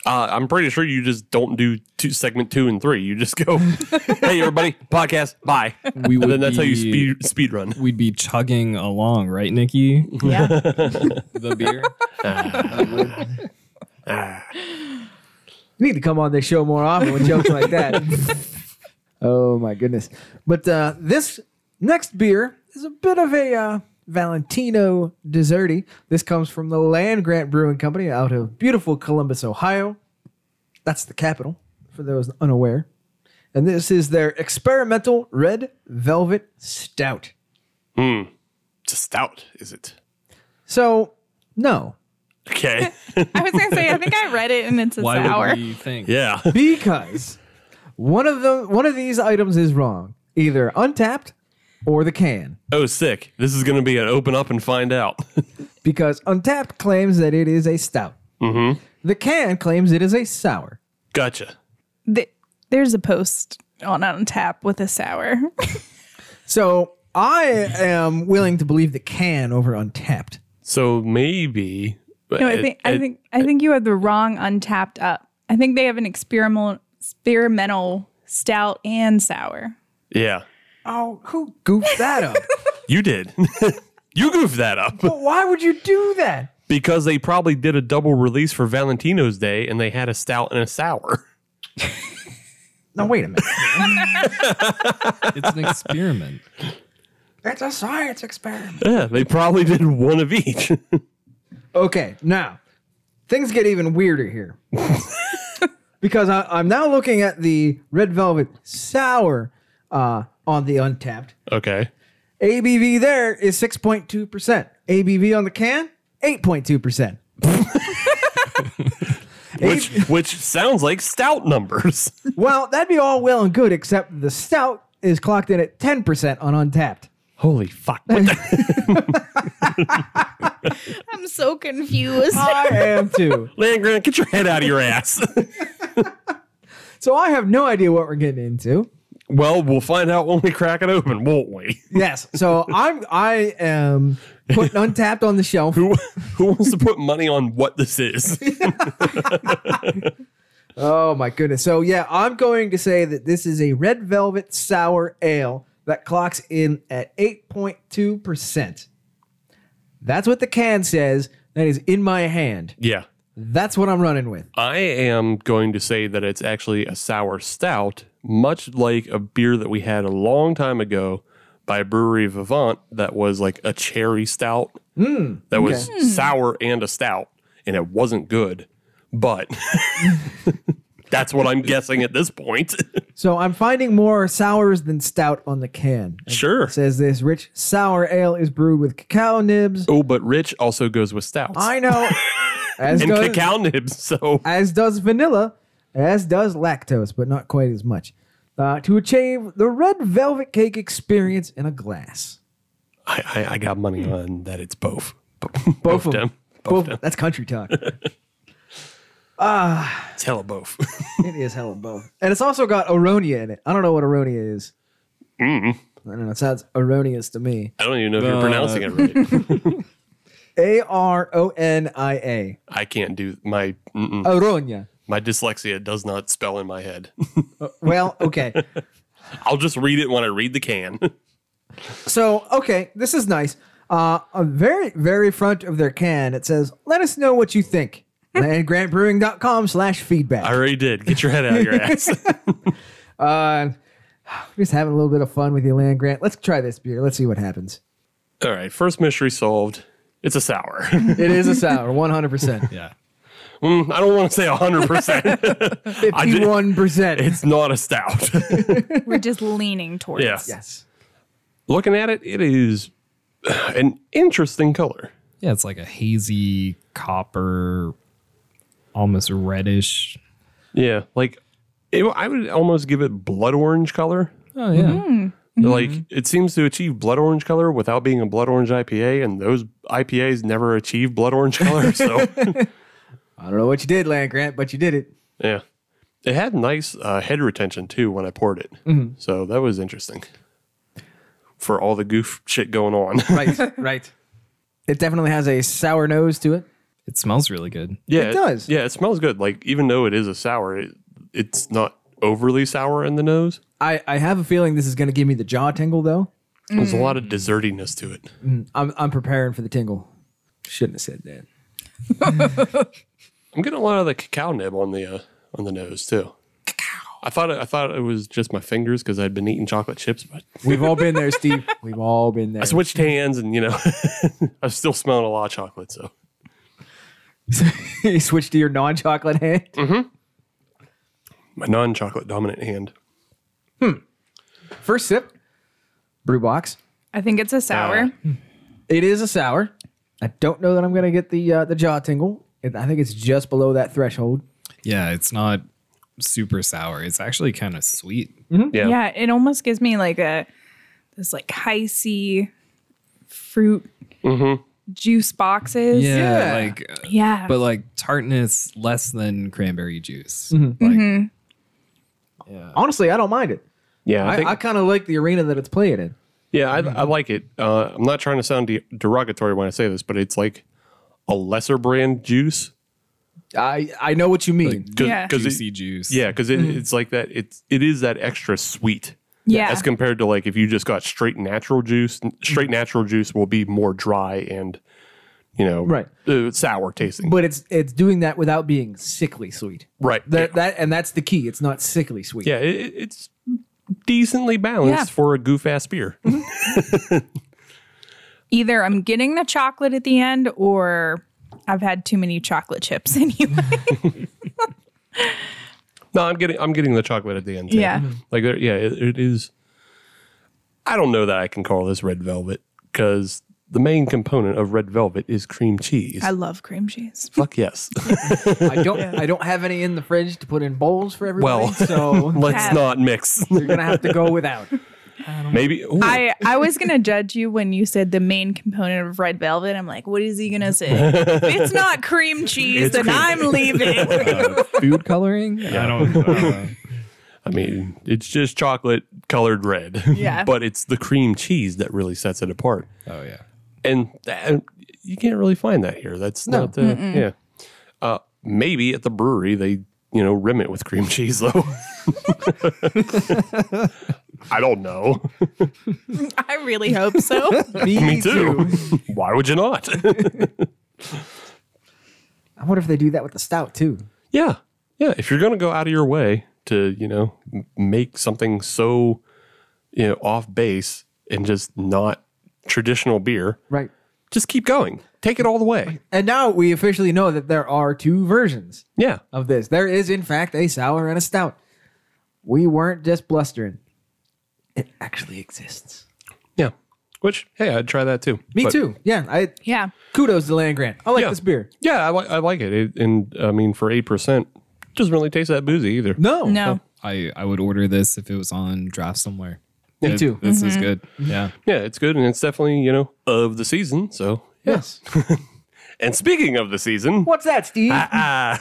Speaker 5: Uh, I'm pretty sure you just don't do two, segment two and three. You just go, hey everybody, podcast, bye.
Speaker 6: We
Speaker 5: and
Speaker 6: would
Speaker 5: then that's how you
Speaker 6: be-
Speaker 5: speed speed run.
Speaker 6: We'd be chugging along, right, Nikki?
Speaker 5: Mm-hmm.
Speaker 7: Yeah.
Speaker 6: The beer.
Speaker 4: You need to come on this show more often with jokes like that. Oh my goodness! But uh, this next beer is a bit of a uh, Valentino Deserti. This comes from the Land Grant Brewing Company out of beautiful Columbus, Ohio. That's the capital, for those unaware. And this is their experimental red velvet stout.
Speaker 5: It's a stout, is it?
Speaker 4: So, no,
Speaker 5: Okay.
Speaker 7: I was gonna say I think I read it and it's a
Speaker 6: Why
Speaker 7: sour.
Speaker 6: would we think?
Speaker 5: yeah.
Speaker 4: because one of them, one of these items is wrong. Either untapped
Speaker 8: or the can.
Speaker 5: Oh, sick. This is going to be an open up and find out.
Speaker 8: Because Untapped claims that it is a stout. The can claims it is a sour.
Speaker 5: gotcha.
Speaker 7: Th- there's a post on on tap with a sour.
Speaker 8: So I am willing to believe the can over Untapped.
Speaker 5: So maybe. uh,
Speaker 7: no, I think I think I think you have the wrong untapped up. I think they have an experimental experimental stout and sour.
Speaker 5: Yeah.
Speaker 8: Oh, who goofed that up?
Speaker 5: You did. you goofed that up
Speaker 8: but why would you do that?
Speaker 5: because they probably did a double release for Valentino's Day and they had a stout and a sour.
Speaker 8: Now wait a minute.
Speaker 6: It's an experiment.
Speaker 8: That's a science experiment.
Speaker 5: Yeah, they probably did one of each.
Speaker 8: Okay, now things get even weirder here because I, I'm now looking at the red velvet sour uh, on the untapped.
Speaker 5: okay.
Speaker 8: ABV there is 6.2%. ABV on the can, 8.2%.
Speaker 5: Which which sounds like stout numbers.
Speaker 8: Well, that'd be all well and good, except the stout is clocked in at 10% on untapped.
Speaker 5: Holy fuck. What the-
Speaker 7: I'm so confused.
Speaker 8: I am too.
Speaker 5: Landgren, get your head out of your ass.
Speaker 8: So I have no idea what we're getting into.
Speaker 5: well, we'll find out when we crack it open, won't we?
Speaker 8: Yes. So I'm I am putting untapped on the shelf.
Speaker 5: Who who wants to put money on what this is?
Speaker 8: Oh my goodness. So yeah, I'm going to say that this is a red velvet sour ale that clocks in at 8.2%. That's what the can says. That is in my hand.
Speaker 5: yeah.
Speaker 8: That's what I'm running with.
Speaker 5: I am going to say that it's actually a sour stout, much like a beer that we had a long time ago by Brewery Vivant that was like a cherry stout that was sour and a stout, and it wasn't good. But that's what I'm guessing at this point.
Speaker 8: So I'm finding more sours than stout on the can. It
Speaker 5: sure.
Speaker 8: says this rich sour ale is brewed with cacao nibs.
Speaker 5: Oh, but rich also goes with stouts
Speaker 8: I know. As
Speaker 5: and
Speaker 8: does,
Speaker 5: cacao nibs. So
Speaker 8: as does vanilla, as does lactose, but not quite as much. Uh, to achieve the red velvet cake experience in a glass.
Speaker 5: I, I, I got money on that it's both.
Speaker 8: Both, of
Speaker 5: them.
Speaker 8: Both, that's country talk.
Speaker 5: It's hella both.
Speaker 8: it is hella both. And it's also got aronia in it. I don't know what aronia is. I don't know. It sounds erroneous to me.
Speaker 5: I don't even know if you're pronouncing it right.
Speaker 8: A R O N I A.
Speaker 5: I can't do my
Speaker 8: Mm.
Speaker 5: mm-mm.
Speaker 8: Aronia.
Speaker 5: my dyslexia does not spell in my head.
Speaker 8: Well, okay.
Speaker 5: I'll just read it when I read the can.
Speaker 8: So, okay, this is nice. Uh, on the very, very front of their can, it says, let us know what you think. And grantbrewing.com slash feedback.
Speaker 5: I already did. Get your head out of your ass.
Speaker 8: Uh, just having a little bit of fun with you, Land Grant. Let's try this beer. Let's see what happens.
Speaker 5: All right, first mystery solved. It's a sour. Mm,
Speaker 8: It is a sour, 100%.
Speaker 6: Yeah.
Speaker 5: I don't want to say 100%.
Speaker 8: 51%.
Speaker 5: it's not a stout.
Speaker 7: We're just leaning towards.
Speaker 5: yes.
Speaker 8: yes.
Speaker 5: Looking at it, it is an interesting color.
Speaker 6: Yeah, it's like a hazy copper, almost reddish.
Speaker 5: Yeah, like it, I would almost give it blood orange color.
Speaker 6: Oh yeah.
Speaker 7: Mm-hmm.
Speaker 5: Like it seems to achieve blood orange color without being a blood orange IPA, and those IPAs never achieve blood orange color. So
Speaker 8: I don't know what you did, Land Grant, but you did it.
Speaker 5: Yeah. It had nice uh, head retention too when I poured it.
Speaker 8: Mm-hmm.
Speaker 5: So that was interesting for all the goof shit going on.
Speaker 8: Right, right. It definitely has a sour nose to it.
Speaker 6: It smells really good.
Speaker 5: yeah.
Speaker 8: It does.
Speaker 5: Yeah, it smells good. Like, even though it is a sour, it, it's not overly sour in the nose.
Speaker 8: I, I have a feeling this is going to give me the jaw tingle, though.
Speaker 5: There's a
Speaker 8: Mm.
Speaker 5: lot of desertiness to it.
Speaker 8: I'm, I'm preparing for the tingle. Shouldn't have said that.
Speaker 5: I'm getting a lot of the cacao nib on the uh, on the nose too. I thought it, I thought it was just my fingers because I'd been eating chocolate chips, but
Speaker 8: We've all been there, Steve. We've all been there.
Speaker 5: I switched hands and you know I'm still smelling a lot of chocolate. So
Speaker 8: you switched to your non-chocolate hand.
Speaker 5: my non-chocolate dominant hand.
Speaker 8: First sip, brew box.
Speaker 7: I think it's a
Speaker 6: Uh,
Speaker 7: sour.
Speaker 8: It is a sour. I don't know that I'm going to get the uh, the jaw tingle. It- I think it's just below that threshold.
Speaker 6: Yeah, it's not
Speaker 8: Mm-hmm.
Speaker 6: super sour. It's actually kind of sweet.
Speaker 7: yeah, it almost gives me like a this like heisey fruit juice boxes.
Speaker 6: Mm-hmm. Yeah,
Speaker 8: Yeah.
Speaker 6: like uh,
Speaker 7: Yeah.
Speaker 6: but like tartness less than cranberry juice. Like,
Speaker 8: Honestly, I don't mind it.
Speaker 5: Yeah,
Speaker 8: I,
Speaker 5: I
Speaker 8: I,
Speaker 5: think,
Speaker 8: kind of like the arena that it's playing in.
Speaker 5: yeah, I,
Speaker 7: Mm-hmm.
Speaker 5: I like it. Uh, I'm not trying to sound de- derogatory when I say this, but it's like a lesser brand juice.
Speaker 8: I I know what you mean.
Speaker 5: Cause,
Speaker 7: Yeah. Mm-hmm.
Speaker 5: 'cause
Speaker 6: juicy
Speaker 5: it,
Speaker 6: juice.
Speaker 5: yeah, because it, it's like that. It's it is that extra sweet.
Speaker 7: Yeah.
Speaker 5: as compared to like if you just got straight natural juice. n-
Speaker 7: Mm-hmm.
Speaker 5: Straight natural juice will be more dry and you know
Speaker 8: Right.
Speaker 5: uh, sour tasting.
Speaker 8: but it's it's doing that without being sickly sweet.
Speaker 5: right.
Speaker 8: That that and that's the key. It's not sickly sweet.
Speaker 5: yeah, it, it- it's decently balanced
Speaker 7: Yeah.
Speaker 5: for a goof ass beer.
Speaker 7: Either I'm getting the chocolate at the end or I've had too many chocolate chips anyway.
Speaker 5: No, I'm getting I'm getting the chocolate at the end. too.
Speaker 7: Yeah.
Speaker 8: Mm-hmm.
Speaker 7: Mhm.
Speaker 5: like there- yeah, it, it is. I don't know that I can call this red velvet because the main component of red velvet is cream cheese.
Speaker 7: I love cream cheese.
Speaker 5: Fuck yes.
Speaker 8: I don't I don't have any in the fridge to put in bowls for everybody.
Speaker 5: Well.
Speaker 8: so
Speaker 5: Let's
Speaker 7: Have-
Speaker 5: not mix.
Speaker 8: you're gonna have to go without.
Speaker 5: Maybe ooh,
Speaker 7: I, I was gonna judge you when you said the main component of red velvet. I'm like, what is he gonna say? If it's not cream cheese,
Speaker 5: It's
Speaker 7: then
Speaker 5: cream-
Speaker 7: I'm leaving.
Speaker 6: food coloring. I don't. I don't know.
Speaker 5: I mean, it's just chocolate colored red.
Speaker 7: Yeah.
Speaker 5: but it's the cream cheese that really sets it apart.
Speaker 6: oh yeah.
Speaker 5: And that, you can't really find that here. That's
Speaker 8: No.
Speaker 5: not the, yeah. Uh, maybe at the brewery they, you know, rim it with cream cheese though. I don't know.
Speaker 7: I really hope so.
Speaker 5: Me too. Why would you not?
Speaker 8: I wonder if they do that with the stout too.
Speaker 5: yeah. Yeah. If you're going to go out of your way to, you know, m- make something so, you know, off base and just not traditional beer,
Speaker 8: Right.
Speaker 5: just keep going. Take it all the way.
Speaker 8: And now we officially know that there are two versions
Speaker 5: Yeah.
Speaker 8: of this. There is in fact a sour and a stout. We weren't just blustering. It actually exists.
Speaker 5: Yeah. Which, hey, I'd try that too.
Speaker 8: Me
Speaker 5: But-
Speaker 8: too. Yeah. I
Speaker 7: Yeah.
Speaker 8: kudos to Land Grant. I like
Speaker 5: Yeah.
Speaker 8: this beer.
Speaker 5: Yeah, I, li- I like it. it. And I mean, for 8%, doesn't really taste that boozy either.
Speaker 8: No.
Speaker 7: No.
Speaker 6: I I would order this if it was on draft somewhere.
Speaker 8: Me
Speaker 6: It-
Speaker 8: too.
Speaker 6: This is good. Yeah.
Speaker 5: Yeah, it's good. And it's definitely, you know, of the season. So,
Speaker 8: Yes.
Speaker 5: and speaking of the season,
Speaker 8: What's that, Steve?
Speaker 5: ah,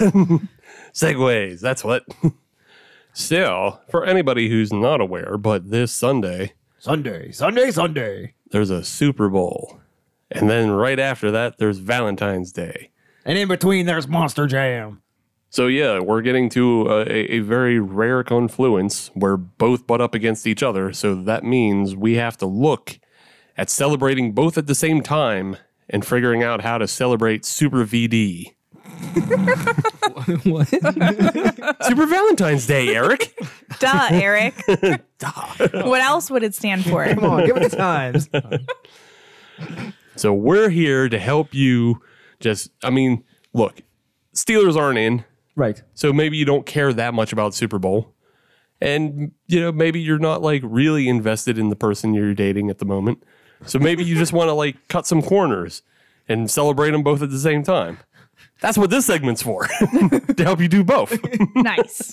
Speaker 5: segues. That's what. Still, for anybody who's not aware, but this Sunday,
Speaker 8: Sunday, Sunday, Sunday.
Speaker 5: there's a Super Bowl. And then right after that, there's Valentine's Day.
Speaker 8: And in between, there's Monster Jam.
Speaker 5: So yeah, we're getting to a, a a very rare confluence where both butt up against each other. So that means we have to look at celebrating both at the same time and figuring out how to celebrate Super VD.
Speaker 6: what?
Speaker 5: Super Valentine's Day, Eric.
Speaker 7: Duh, Eric. What else would it stand for?
Speaker 8: Come on, give it the times.
Speaker 5: so we're here to help you. Just, I mean, look, Steelers aren't in.
Speaker 8: right.
Speaker 5: So maybe you don't care that much about Super Bowl. And you know, maybe you're not like really invested in the person you're dating at the moment. So maybe you just want to like cut some corners and celebrate them both at the same time. That's what this segment's for. to help you do both.
Speaker 7: Nice.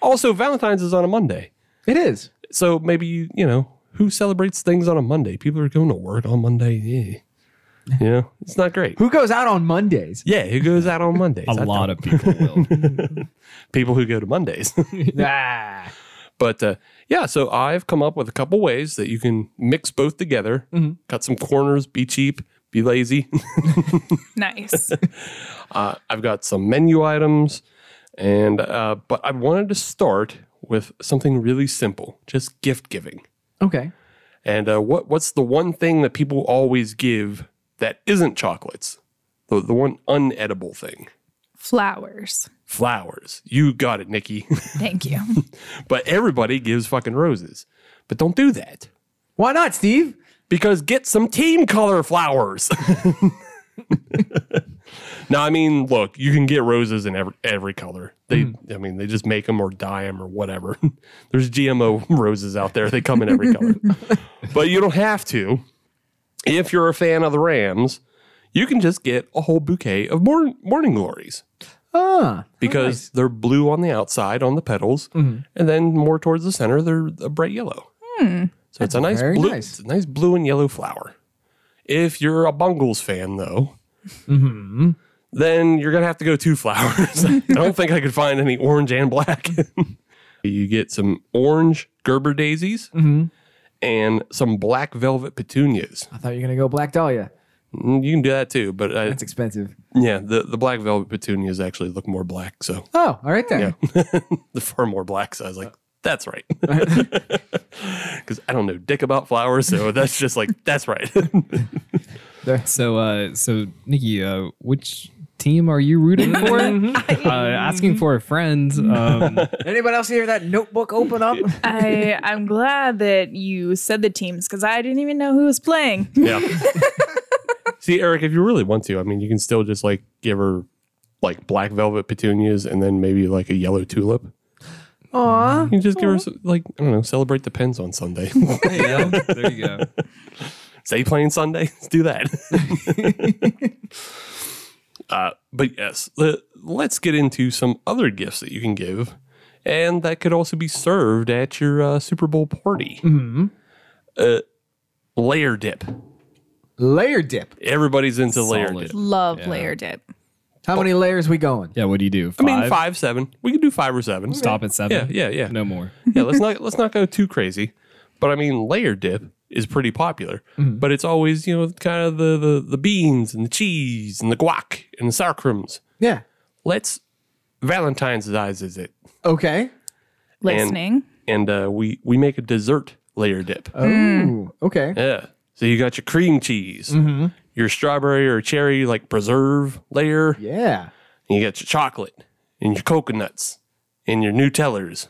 Speaker 5: also, Valentine's is on a Monday.
Speaker 8: It is.
Speaker 5: So maybe you, you know, who celebrates things on a Monday? People are going to work on Monday. Yeah. You know, it's not great.
Speaker 8: Who goes out on Mondays?
Speaker 5: Yeah, who goes out on Mondays?
Speaker 6: A lot of people will.
Speaker 5: people who go to Mondays.
Speaker 8: Nah.
Speaker 5: But uh, yeah, so I've come up with a couple ways that you can mix both together, cut some corners, be cheap, be lazy.
Speaker 7: Nice.
Speaker 5: uh, I've got some menu items, and uh, but I wanted to start with something really simple, just gift giving.
Speaker 8: Okay.
Speaker 5: And uh, what what's the one thing that people always give that isn't chocolates? The the one unedible thing.
Speaker 7: Flowers.
Speaker 5: Flowers. You got it, Nikki.
Speaker 7: Thank you.
Speaker 5: but everybody gives fucking roses. But don't do that.
Speaker 8: Why not, Steve?
Speaker 5: because get some team color flowers. no, I mean, look, you can get roses in every every color. They, I mean, they just make them or dye them or whatever. There's GMO roses out there; they come in every color. but you don't have to. If you're a fan of the Rams, you can just get a whole bouquet of morn- morning glories
Speaker 8: Ah.
Speaker 5: because they're blue on the outside on the petals, and then more towards the center, they're a bright yellow. So it's a nice
Speaker 8: very
Speaker 5: blue,
Speaker 8: nice.
Speaker 5: it's a nice blue and yellow flower. If you're a Bungles fan, though,
Speaker 8: Mm-hmm.
Speaker 5: then you're gonna have to go two flowers. I don't think I could find any orange and black. you get some orange Gerber daisies
Speaker 8: Mm-hmm.
Speaker 5: and some black velvet petunias.
Speaker 8: I thought you were gonna go Black Dahlia.
Speaker 5: Mm, You can do that too, but I,
Speaker 8: That's expensive.
Speaker 5: yeah, the, the black velvet petunias actually look more black, so
Speaker 8: Oh, all right then.
Speaker 5: the far more black. So I was like, that's right. Because I don't know dick about flowers. So that's just like, that's right.
Speaker 6: So, uh, so Nikki, uh, which team are you rooting for? uh, asking for a friend. Um,
Speaker 8: Anybody else hear that notebook open up?
Speaker 7: I I'm glad that you said the teams because I didn't even know who was playing.
Speaker 5: yeah. See, Eric, if you really want to, I mean, you can still just like give her like black velvet petunias and then maybe like a yellow tulip. Aww. You can just give her some, like, I don't know, celebrate the pens on Sunday.
Speaker 6: there you go. There you go.
Speaker 5: Stay playing Sunday. Let's do that. uh, but yes, le- let's get into some other gifts that you can give, and that could also be served at your uh, Super Bowl party. Mm-hmm. Uh, layer dip.
Speaker 8: Layer dip.
Speaker 5: Everybody's into layer
Speaker 6: Solid.
Speaker 5: dip.
Speaker 7: Love layer dip.
Speaker 8: How many layers we going?
Speaker 6: Yeah. What do you do?
Speaker 5: I mean, five, seven. We can do five or seven.
Speaker 6: Stop at seven.
Speaker 5: Yeah, yeah, yeah.
Speaker 6: No more.
Speaker 5: yeah, let's not let's not go too crazy. But I mean, layer dip is pretty popular, but it's always you know kind of the, the the beans and the cheese and the guac and the sour creams.
Speaker 8: Yeah.
Speaker 5: Let's Valentine's is it,
Speaker 8: Okay.
Speaker 7: Listening.
Speaker 5: and uh, we we make a dessert layer dip.
Speaker 8: Oh, okay.
Speaker 5: Yeah, so you got your cream cheese,
Speaker 8: Mm-hmm.
Speaker 5: your strawberry or cherry like preserve layer,
Speaker 8: Yeah.
Speaker 5: and you got your chocolate and your coconuts and your Nutellers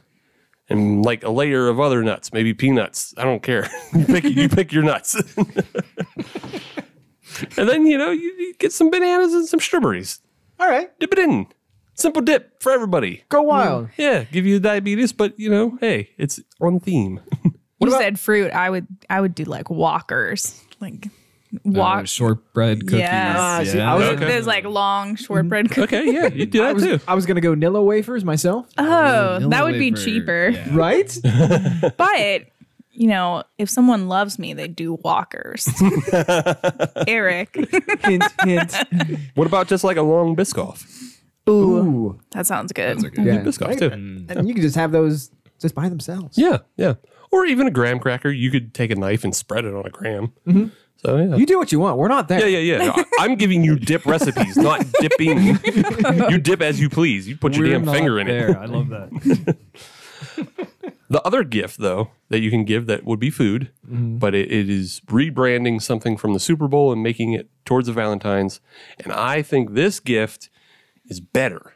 Speaker 5: and like a layer of other nuts, maybe peanuts. I don't care. you pick you pick your nuts. and then you know you, you get some bananas and some strawberries.
Speaker 8: All right.
Speaker 5: Dip it in. Simple dip for everybody.
Speaker 8: Go wild.
Speaker 5: Yeah, give you diabetes, but you know, hey, it's on theme.
Speaker 7: you said fruit. I would I would do like walkers, like
Speaker 6: Uh,
Speaker 7: walk.
Speaker 6: shortbread cookies.
Speaker 7: Yeah. Ah,
Speaker 8: see, I was-
Speaker 5: Oh, Okay.
Speaker 7: There's like long shortbread cookies.
Speaker 5: Okay, yeah, you do
Speaker 8: I
Speaker 5: that
Speaker 8: was,
Speaker 5: too.
Speaker 8: I was gonna go Nilla wafers myself.
Speaker 7: Oh, that would
Speaker 6: Vanilla
Speaker 7: be
Speaker 6: wafer.
Speaker 7: cheaper.
Speaker 6: Yeah.
Speaker 8: Right?
Speaker 7: But you know, if someone loves me, they do walkers. Eric.
Speaker 8: hint, hint.
Speaker 5: What about just like a long Biscoff?
Speaker 7: Ooh,
Speaker 8: Ooh.
Speaker 7: that sounds good.
Speaker 8: Yeah.
Speaker 5: Biscoff too.
Speaker 8: And you can just have those just by themselves.
Speaker 5: Yeah, yeah. Or even a graham cracker. You could take a knife and spread it on a graham. So yeah.
Speaker 8: You do what you want. We're not there.
Speaker 5: Yeah, yeah, yeah. No, I- I'm giving you dip recipes, not dipping. you dip as you please. You put your
Speaker 6: We're
Speaker 5: damn
Speaker 6: not
Speaker 5: finger in it.
Speaker 6: there. I love that.
Speaker 5: The other gift, though, that you can give that would be food, but it, it is rebranding something from the Super Bowl and making it towards the Valentine's. And I think this gift is better.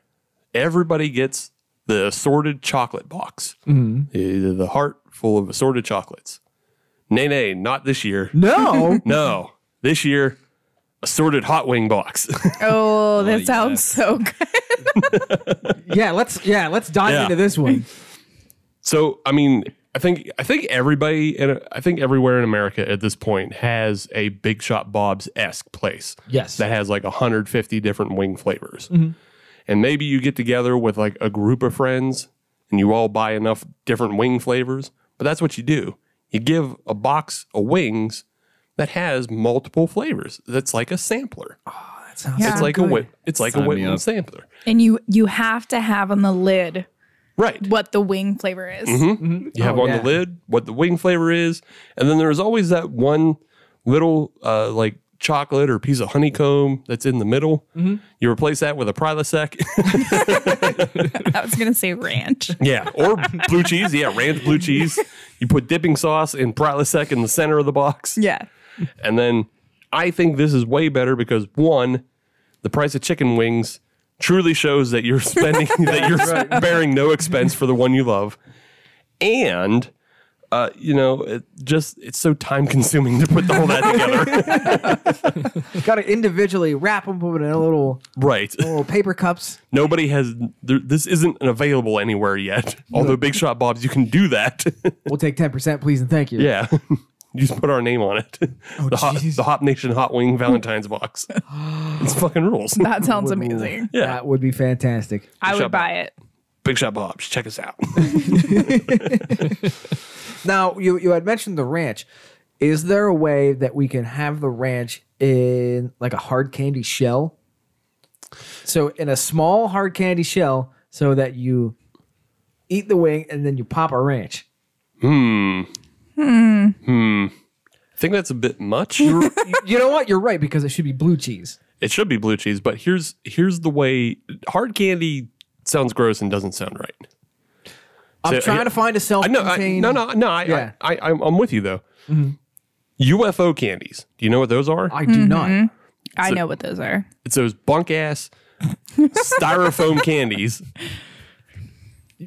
Speaker 5: Everybody gets the assorted chocolate box, Eh, the heart full of assorted chocolates. Nay, nay, not this year.
Speaker 8: No.
Speaker 5: No, this year, assorted hot wing box.
Speaker 7: Oh, that
Speaker 6: Oh,
Speaker 7: sounds
Speaker 6: yes.
Speaker 7: so good.
Speaker 8: yeah, let's yeah, let's dive
Speaker 5: Yeah.
Speaker 8: into this one.
Speaker 5: So I mean, I think I think everybody and I think everywhere in America at this point has a Big Shot Bob's esque place.
Speaker 8: Yes.
Speaker 5: that has like 150 different wing flavors, and maybe you get together with like a group of friends and you all buy enough different wing flavors. But that's what you do. You give a box of wings that has multiple flavors. That's like a sampler.
Speaker 8: That sounds
Speaker 7: Ah,
Speaker 5: it's like a whip. It's like a
Speaker 6: Sign me
Speaker 5: Whitman
Speaker 6: up.
Speaker 5: sampler.
Speaker 7: And you you have to have on the lid
Speaker 5: Right.
Speaker 7: what the wing flavor is.
Speaker 5: You have
Speaker 8: Oh,
Speaker 5: on
Speaker 8: yeah.
Speaker 5: the lid what the wing flavor is, and then there's always that one little uh, like chocolate or piece of honeycomb that's in the middle.
Speaker 8: Mm-hmm.
Speaker 5: You replace that with a Prilosec,
Speaker 7: I was gonna say ranch.
Speaker 5: yeah, or blue cheese, yeah, ranch blue cheese. You put dipping sauce and Prilosec in the center of the box,
Speaker 7: Yeah.
Speaker 5: and then I think this is way better because one, the price of chicken wings truly shows that you're spending that you're bearing no expense for the one you love, and uh, you know, it just it's so time consuming to put the whole that together,
Speaker 8: Gotta individually wrap them, put it in a little
Speaker 5: right?
Speaker 8: little paper cups.
Speaker 5: Nobody has there, this isn't available anywhere yet. Although Big Shot Bob's, you can do that.
Speaker 8: We'll take ten percent, please and thank you.
Speaker 5: yeah. You just put our name on it. the, hot,
Speaker 8: jeez.
Speaker 5: the Hop Nation Hot Wing Valentine's box. it's fucking rules.
Speaker 7: That sounds
Speaker 8: Would-
Speaker 7: amazing.
Speaker 5: Yeah.
Speaker 8: That would be fantastic.
Speaker 7: I
Speaker 5: Shop
Speaker 7: would buy it.
Speaker 5: Big Shot Bob's. Check us out.
Speaker 8: Now, you you had mentioned the ranch. Is there a way that we can have the ranch in like a hard candy shell? So in a small hard candy shell, so that you eat the wing and then you pop a ranch.
Speaker 5: I think that's a bit much.
Speaker 8: You- you know what? You're right because it should be blue cheese.
Speaker 5: it should be blue cheese, but here's here's the way hard candy sounds gross and doesn't sound right.
Speaker 8: I'm
Speaker 5: So,
Speaker 8: trying
Speaker 5: yeah.
Speaker 8: to find a
Speaker 5: I know.
Speaker 8: self-contained.
Speaker 5: I, no, no, no. I,
Speaker 8: Yeah. Mm-hmm.
Speaker 5: I, I, I'm I'm with you though. UFO candies. Do you know what those are?
Speaker 8: I do not.
Speaker 7: I know what those are.
Speaker 5: It's those bunk ass styrofoam candies.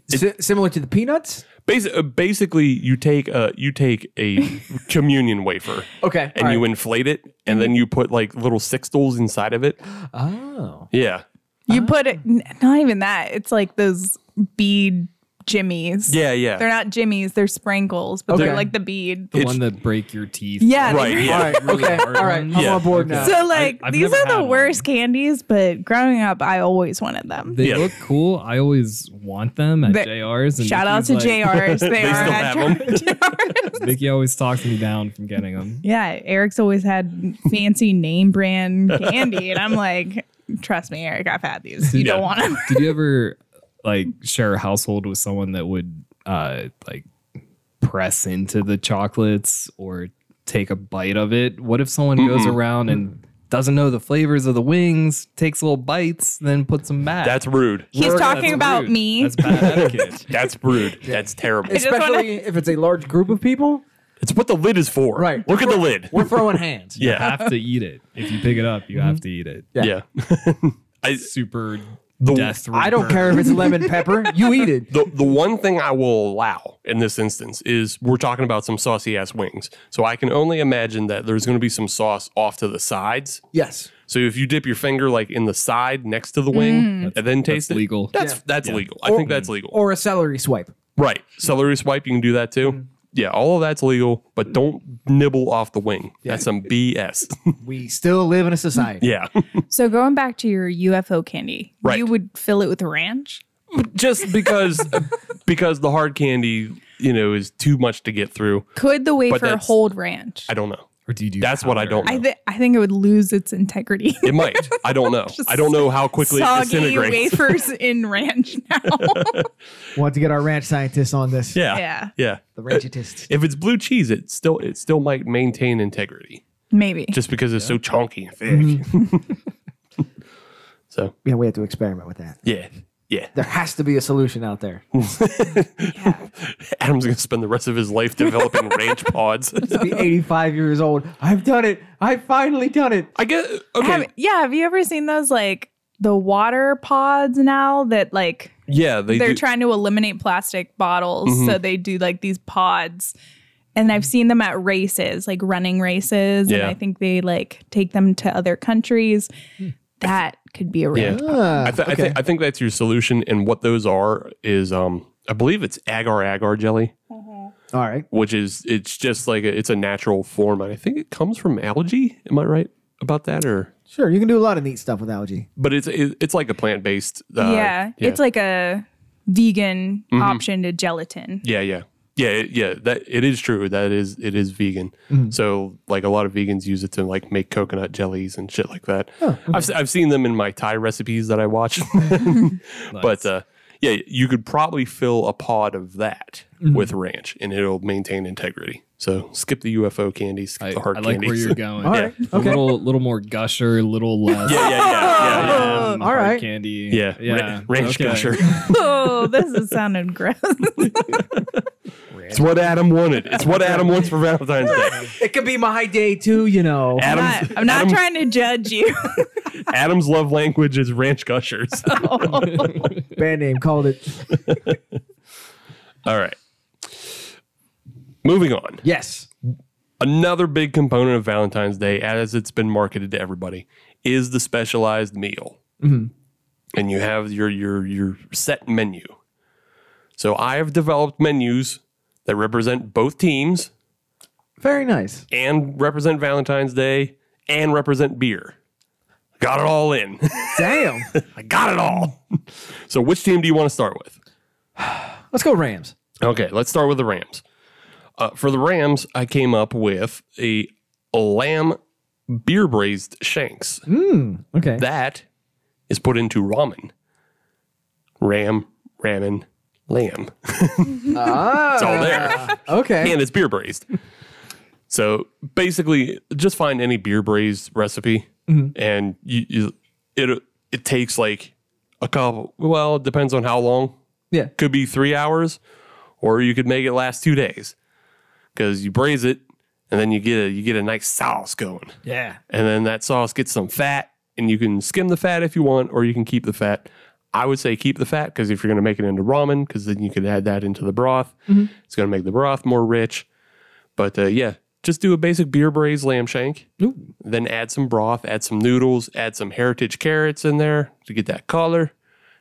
Speaker 8: Si- similar to the peanuts.
Speaker 5: Basi- uh, basically, you take a you take a communion wafer.
Speaker 8: Okay, Mm-hmm.
Speaker 5: And
Speaker 8: all
Speaker 5: you
Speaker 8: right.
Speaker 5: inflate it, and then you put like little sixtels inside of it.
Speaker 8: Oh,
Speaker 5: Yeah.
Speaker 7: You put it, n- not even that. It's like those bead jimmies.
Speaker 5: Yeah, yeah.
Speaker 7: They're not jimmies, they're sprinkles, but they're
Speaker 8: Okay.
Speaker 7: like the bead.
Speaker 6: The
Speaker 5: It's-
Speaker 6: one that break your teeth.
Speaker 7: Yeah.
Speaker 5: Right,
Speaker 7: they're-
Speaker 5: yeah.
Speaker 8: all right,
Speaker 6: Really
Speaker 8: okay, all
Speaker 6: hard
Speaker 8: right.
Speaker 6: ones?
Speaker 8: I'm
Speaker 5: Yeah.
Speaker 8: on board now.
Speaker 7: So like
Speaker 6: I- I've
Speaker 7: these
Speaker 6: never
Speaker 7: are the
Speaker 6: had one.
Speaker 7: worst candies, but growing up I always wanted them.
Speaker 6: They
Speaker 5: Yeah.
Speaker 6: look cool. I always want them at
Speaker 7: They-
Speaker 6: JR's. And
Speaker 7: Shout out to
Speaker 6: Nikki's like-
Speaker 7: JRs. They, are
Speaker 5: still
Speaker 7: at
Speaker 5: have 'em.
Speaker 7: JRs.
Speaker 6: Nikki always talks me down from getting them.
Speaker 7: yeah, Eric's always had fancy name brand candy, and I'm like, trust me, Eric, I've had these. You don't
Speaker 5: Yeah.
Speaker 7: want them.
Speaker 6: Did you ever like share a household with someone that would uh like press into the chocolates or take a bite of it? What if someone goes around and doesn't know the flavors of the wings, takes little bites, then puts them back?
Speaker 5: That's rude.
Speaker 7: He's talking about
Speaker 6: rude.
Speaker 7: me.
Speaker 6: That's bad etiquette.
Speaker 5: That's rude. That's terrible.
Speaker 7: just wanna-
Speaker 8: especially if it's a large group of people,
Speaker 5: It's what the lid is for.
Speaker 8: Right.
Speaker 5: Look at the lid.
Speaker 8: we're throwing hands.
Speaker 6: You
Speaker 5: Yeah.
Speaker 6: have to eat it. If you pick it up, you have to eat it.
Speaker 5: Yeah. I,
Speaker 6: Super
Speaker 5: The-
Speaker 6: death.
Speaker 8: I don't
Speaker 6: ripper.
Speaker 8: care if it's lemon pepper. You eat it.
Speaker 5: the the one thing I will allow in this instance is we're talking about some saucy ass wings. So I can only imagine that there's going to be some sauce off to the sides.
Speaker 8: Yes.
Speaker 5: So if you dip your finger like in the side next to the wing and then taste it,
Speaker 6: that's legal.
Speaker 5: That's that's legal. I think that's legal.
Speaker 8: Mm. Or a celery swipe.
Speaker 5: right. Celery swipe, you can do that too. Yeah, all of that's legal, but don't nibble off the wing. That's some BS.
Speaker 8: We still live in a society.
Speaker 5: yeah.
Speaker 7: So going back to your UFO candy,
Speaker 5: Right.
Speaker 7: you would fill it with ranch.
Speaker 5: Just because because the hard candy, you know, is too much to get through.
Speaker 7: Could the wafer
Speaker 5: that's-
Speaker 7: hold ranch?
Speaker 5: I don't know.
Speaker 6: Or do you do
Speaker 5: That's what I
Speaker 6: powder?
Speaker 5: don't know.
Speaker 7: I, thi- I think it would lose its integrity.
Speaker 5: It might. I don't know. I don't know how quickly it
Speaker 7: Soggy
Speaker 5: disintegrates.
Speaker 7: wafers in ranch now.
Speaker 8: We'll have to get our ranch scientists on this.
Speaker 5: Yeah.
Speaker 7: Yeah.
Speaker 5: Yeah.
Speaker 8: The ranchitists.
Speaker 5: If it's blue cheese, it still it still might maintain integrity
Speaker 7: Maybe.
Speaker 5: just because it's so chunky and thick. so
Speaker 8: Yeah, we have to experiment with that.
Speaker 5: yeah. Yeah.
Speaker 8: There has to be a solution out there.
Speaker 5: Adam's gonna spend the rest of his life developing ranch pods.
Speaker 8: To be 85 years old. I've done it. I've finally done it.
Speaker 5: I guess okay.
Speaker 7: Have, yeah. Have you ever seen those like the water pods now that like
Speaker 5: yeah, they
Speaker 7: they are
Speaker 5: do- Mm-hmm.
Speaker 7: trying to eliminate plastic bottles? So they do like these pods. And I've seen them at races, like running races. And
Speaker 5: Yeah. Hmm.
Speaker 7: I think they like take them to other countries. That could be a
Speaker 5: yeah.
Speaker 7: ranch.
Speaker 5: I, th- I, think I think that's your solution. And what those are is um I believe it's agar agar jelly,
Speaker 8: All right.
Speaker 5: which is it's just like a, it's a natural form. And I think it comes from algae. Am I right about that? Or
Speaker 8: Sure. You can do a lot of neat stuff with algae.
Speaker 5: but it's it, it's like a plant based. Uh,
Speaker 7: yeah, It's like a vegan
Speaker 5: Mm-hmm.
Speaker 7: option to gelatin.
Speaker 5: yeah, yeah, yeah, it- yeah. That it is true. That is it is vegan. So like a lot of vegans use it to like make coconut jellies and shit like that. I've se- I've seen them in my Thai recipes that I watch. But uh, yeah, you could probably fill a pod of that with ranch, and it'll maintain integrity. So skip the UFO candies, skip
Speaker 6: I,
Speaker 5: the hard
Speaker 6: I like where
Speaker 5: candies.
Speaker 6: you're going.
Speaker 8: All right.
Speaker 6: A
Speaker 8: Okay.
Speaker 6: little, little more gusher, little less.
Speaker 5: yeah, yeah, yeah, yeah, yeah.
Speaker 6: um,
Speaker 8: Oh, All
Speaker 6: hard
Speaker 8: right.
Speaker 6: Candy.
Speaker 5: Yeah,
Speaker 6: Yeah.
Speaker 5: Ra- ranch
Speaker 6: Okay.
Speaker 5: kosher.
Speaker 7: oh, this is sounding gross.
Speaker 5: It's what Adam wanted. It's what Adam wants for Valentine's Day.
Speaker 8: It could be my day too, you know.
Speaker 7: I'm
Speaker 5: Adam's,
Speaker 7: not, I'm not
Speaker 5: Adam-
Speaker 7: trying to judge you.
Speaker 5: Adam's love language is ranch gushers.
Speaker 8: Band name called it.
Speaker 5: All right. Moving on.
Speaker 8: Yes.
Speaker 5: Another big component of Valentine's Day, as it's been marketed to everybody, is the specialized meal. And you have your your your set menu. So I have developed menus that represent both teams
Speaker 8: Very nice.
Speaker 5: and represent Valentine's Day and represent beer. Got it all in.
Speaker 8: Damn.
Speaker 5: I got it all. So which team do you want to start with?
Speaker 8: Let's go Rams.
Speaker 5: Okay, let's start with the Rams. Uh, for the Rams, I came up with a lamb beer braised shanks.
Speaker 8: Okay.
Speaker 5: That is put into ramen. Ram, ramen, lamb. it's all there.
Speaker 8: okay.
Speaker 5: And it's beer braised. So basically, just find any beer braised recipe
Speaker 8: Mm-hmm.
Speaker 5: and you, you, it, it takes like a couple, well, it depends on how long
Speaker 8: Yeah.
Speaker 5: could be three hours, or you could make it last two days because you braise it and then you get a you get a nice sauce going,
Speaker 8: Yeah.
Speaker 5: and then that sauce gets some fat, and you can skim the fat if you want, or you can keep the fat. I would say keep the fat because if you're going to make it into ramen, because then you could add that into the broth, it's going to make the broth more rich. But uh, yeah, just do a basic beer braised lamb shank, then add some broth, add some noodles, add some heritage carrots in there to get that color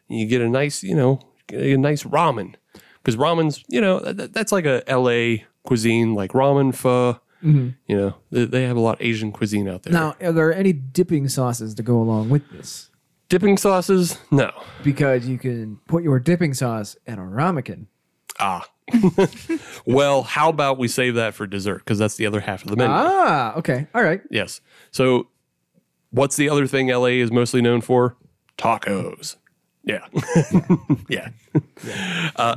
Speaker 5: you get a nice, you know, get a nice ramen because ramen's, you know, that, that's like a LA cuisine, like ramen pho. You know, they, they have a lot of Asian cuisine out there.
Speaker 8: Now, are there any dipping sauces to go along with this?
Speaker 5: Dipping sauces? No.
Speaker 8: Because you can put your dipping sauce in a ramekin.
Speaker 5: Well, how about we save that for dessert because that's the other half of the menu.
Speaker 8: Ah, okay. All right.
Speaker 5: Yes. So, what's the other thing LA is mostly known for? Tacos. Yeah. yeah. Uh,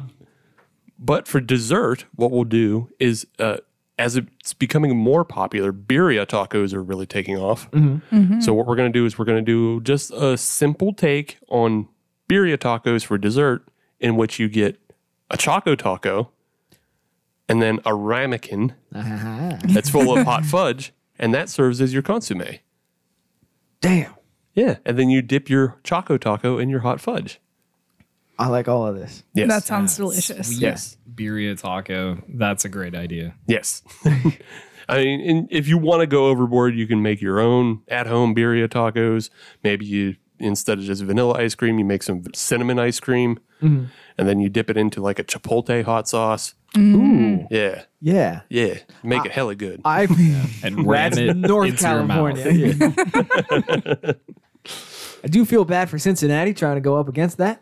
Speaker 5: but for dessert, what we'll do is, uh, as it's becoming more popular, birria tacos are really taking off. So, what we're going to do is we're going to do just a simple take on birria tacos for dessert, in which you get a choco taco and then a ramekin that's full of hot fudge, and that serves as your consomme.
Speaker 8: Damn.
Speaker 5: Yeah, and then you dip your choco taco in your hot fudge.
Speaker 8: I like all of this.
Speaker 5: Yes,
Speaker 7: That sounds delicious.
Speaker 5: yes,
Speaker 6: Birria taco. That's a great idea.
Speaker 5: yes. I mean, and if you want to go overboard, you can make your own at-home birria tacos. Maybe you instead of just vanilla ice cream, you make some cinnamon ice cream, and then you dip it into like a chipotle hot sauce.
Speaker 7: Mm.
Speaker 5: Ooh, yeah,
Speaker 8: Yeah.
Speaker 5: yeah. Make it hella good.
Speaker 8: I've
Speaker 6: And ram
Speaker 8: That's
Speaker 6: it
Speaker 8: North
Speaker 6: into your mouth.
Speaker 8: California. I do feel bad for Cincinnati trying to go up against that.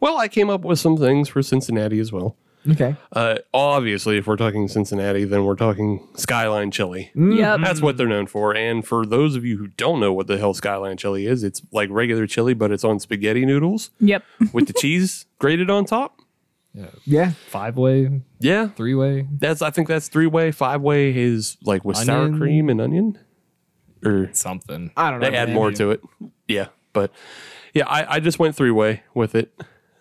Speaker 5: well, I came up with some things for Cincinnati as well.
Speaker 8: Okay.
Speaker 5: Uh, obviously, if we're talking Cincinnati, then we're talking Skyline Chili.
Speaker 7: Yep.
Speaker 5: That's what they're known for. And for those of you who don't know what the hell Skyline Chili is, it's like regular chili, but it's on spaghetti noodles
Speaker 7: Yep.
Speaker 5: with the cheese grated on top.
Speaker 8: Yeah.
Speaker 6: Five way,
Speaker 5: Yeah,
Speaker 6: three way.
Speaker 5: that's. I think that's three way, five way is like with sour
Speaker 6: Onion.
Speaker 5: cream and onion, or
Speaker 6: Something.
Speaker 8: I don't know.
Speaker 5: they add
Speaker 8: man.
Speaker 5: more to it. Yeah, but yeah, I, I just went three way with it.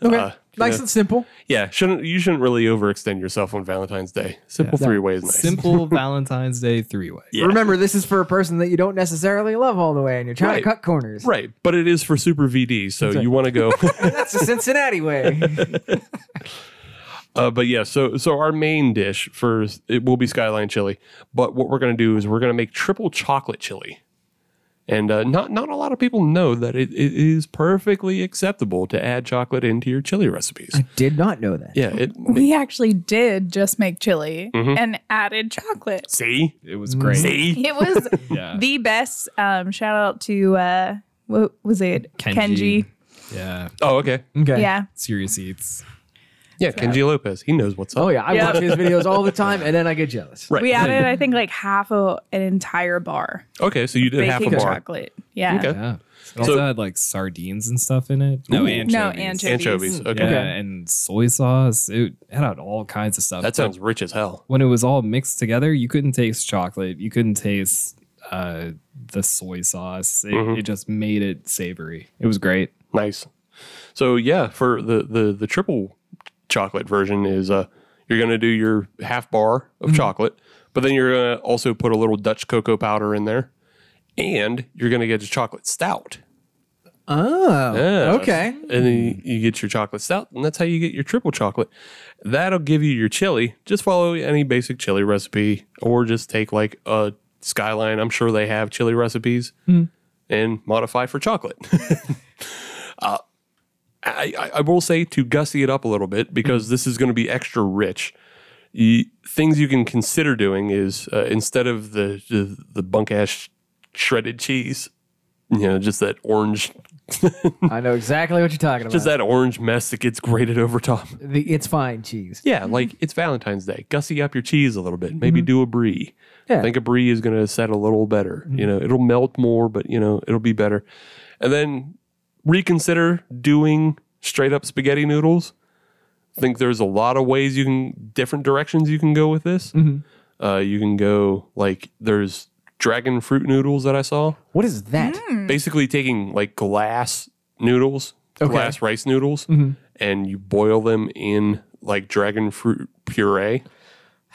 Speaker 8: Okay.
Speaker 5: Uh,
Speaker 8: nice
Speaker 5: yeah.
Speaker 8: and simple.
Speaker 5: yeah, shouldn't you shouldn't really overextend yourself on Valentine's Day. Simple three way is nice.
Speaker 6: Simple Valentine's Day three way.
Speaker 5: Yeah.
Speaker 8: Remember, this is for a person that you don't necessarily love all the way, and you're trying
Speaker 5: Right.
Speaker 8: to cut corners.
Speaker 5: Right, but it is for Super VD, so you want to go.
Speaker 8: That's the Cincinnati way.
Speaker 5: uh, but yeah, so so our main dish for it will be Skyline Chili. But what we're gonna do is we're gonna make triple chocolate chili, and uh, not not a lot of people know that it, it is perfectly acceptable to add chocolate into your chili recipes.
Speaker 8: Did not know that.
Speaker 5: Yeah, it,
Speaker 7: We actually did just make chili
Speaker 5: Mm-hmm.
Speaker 7: and added chocolate.
Speaker 5: see
Speaker 6: It was great.
Speaker 5: see
Speaker 7: It was
Speaker 6: Yeah.
Speaker 7: the best. Um, shout out to uh, what was it?
Speaker 6: Kenji. Yeah.
Speaker 5: oh okay
Speaker 8: Okay.
Speaker 7: Yeah.
Speaker 6: Serious eats.
Speaker 5: yeah Kenji Lopez he knows what's up
Speaker 8: Oh yeah, I
Speaker 7: Yep.
Speaker 8: watch his videos all the time, and then I get jealous.
Speaker 5: right
Speaker 7: We added, I think, like half a, an entire bar
Speaker 5: okay so you did half a
Speaker 7: baking
Speaker 5: bar
Speaker 7: chocolate. Yeah.
Speaker 5: Okay.
Speaker 6: Yeah. It also had like sardines and stuff in it. No,
Speaker 5: Ooh.
Speaker 6: anchovies.
Speaker 7: No, anchovies.
Speaker 5: anchovies okay
Speaker 6: Yeah, and soy sauce. It had all kinds of stuff.
Speaker 5: that sounds rich as hell
Speaker 6: when it was all mixed together, you couldn't taste chocolate. You couldn't taste uh, the soy sauce. It, it just made it savory. It was great.
Speaker 5: Nice. So yeah, for the the the triple chocolate version is uh you're gonna do your half bar
Speaker 8: Mm-hmm.
Speaker 5: of chocolate, but then you're gonna also put a little Dutch cocoa powder in there, and you're gonna get a chocolate stout.
Speaker 8: Oh,
Speaker 5: Yeah.
Speaker 8: okay.
Speaker 5: And then you, you get your chocolate stout, and that's how you get your triple chocolate. That'll give you your chili. Just follow any basic chili recipe, or just take like a skyline. I'm sure they have chili recipes
Speaker 8: Hmm.
Speaker 5: and modify for chocolate. uh, I, I- I will say to gussy it up a little bit because this is going to be extra rich. You, things you can consider doing is uh, instead of the the, the bunk ass shredded cheese, you know, just that orange
Speaker 8: I know exactly what you're talking about.
Speaker 5: Just that orange mess that gets grated over top.
Speaker 8: the it's fine cheese.
Speaker 5: Yeah, like it's Valentine's Day. Gussy up your cheese a little bit. Maybe do a brie.
Speaker 8: Yeah.
Speaker 5: I think a brie is going to set a little better. You know, it'll melt more, but you know, it'll be better. And then reconsider doing straight up spaghetti noodles. think there's a lot of ways you can different directions you can go with this. Uh, you can go like there's dragon fruit noodles that I saw.
Speaker 8: What is that?
Speaker 5: Mm. Basically, taking like glass noodles, glass rice noodles, and you boil them in like dragon fruit puree.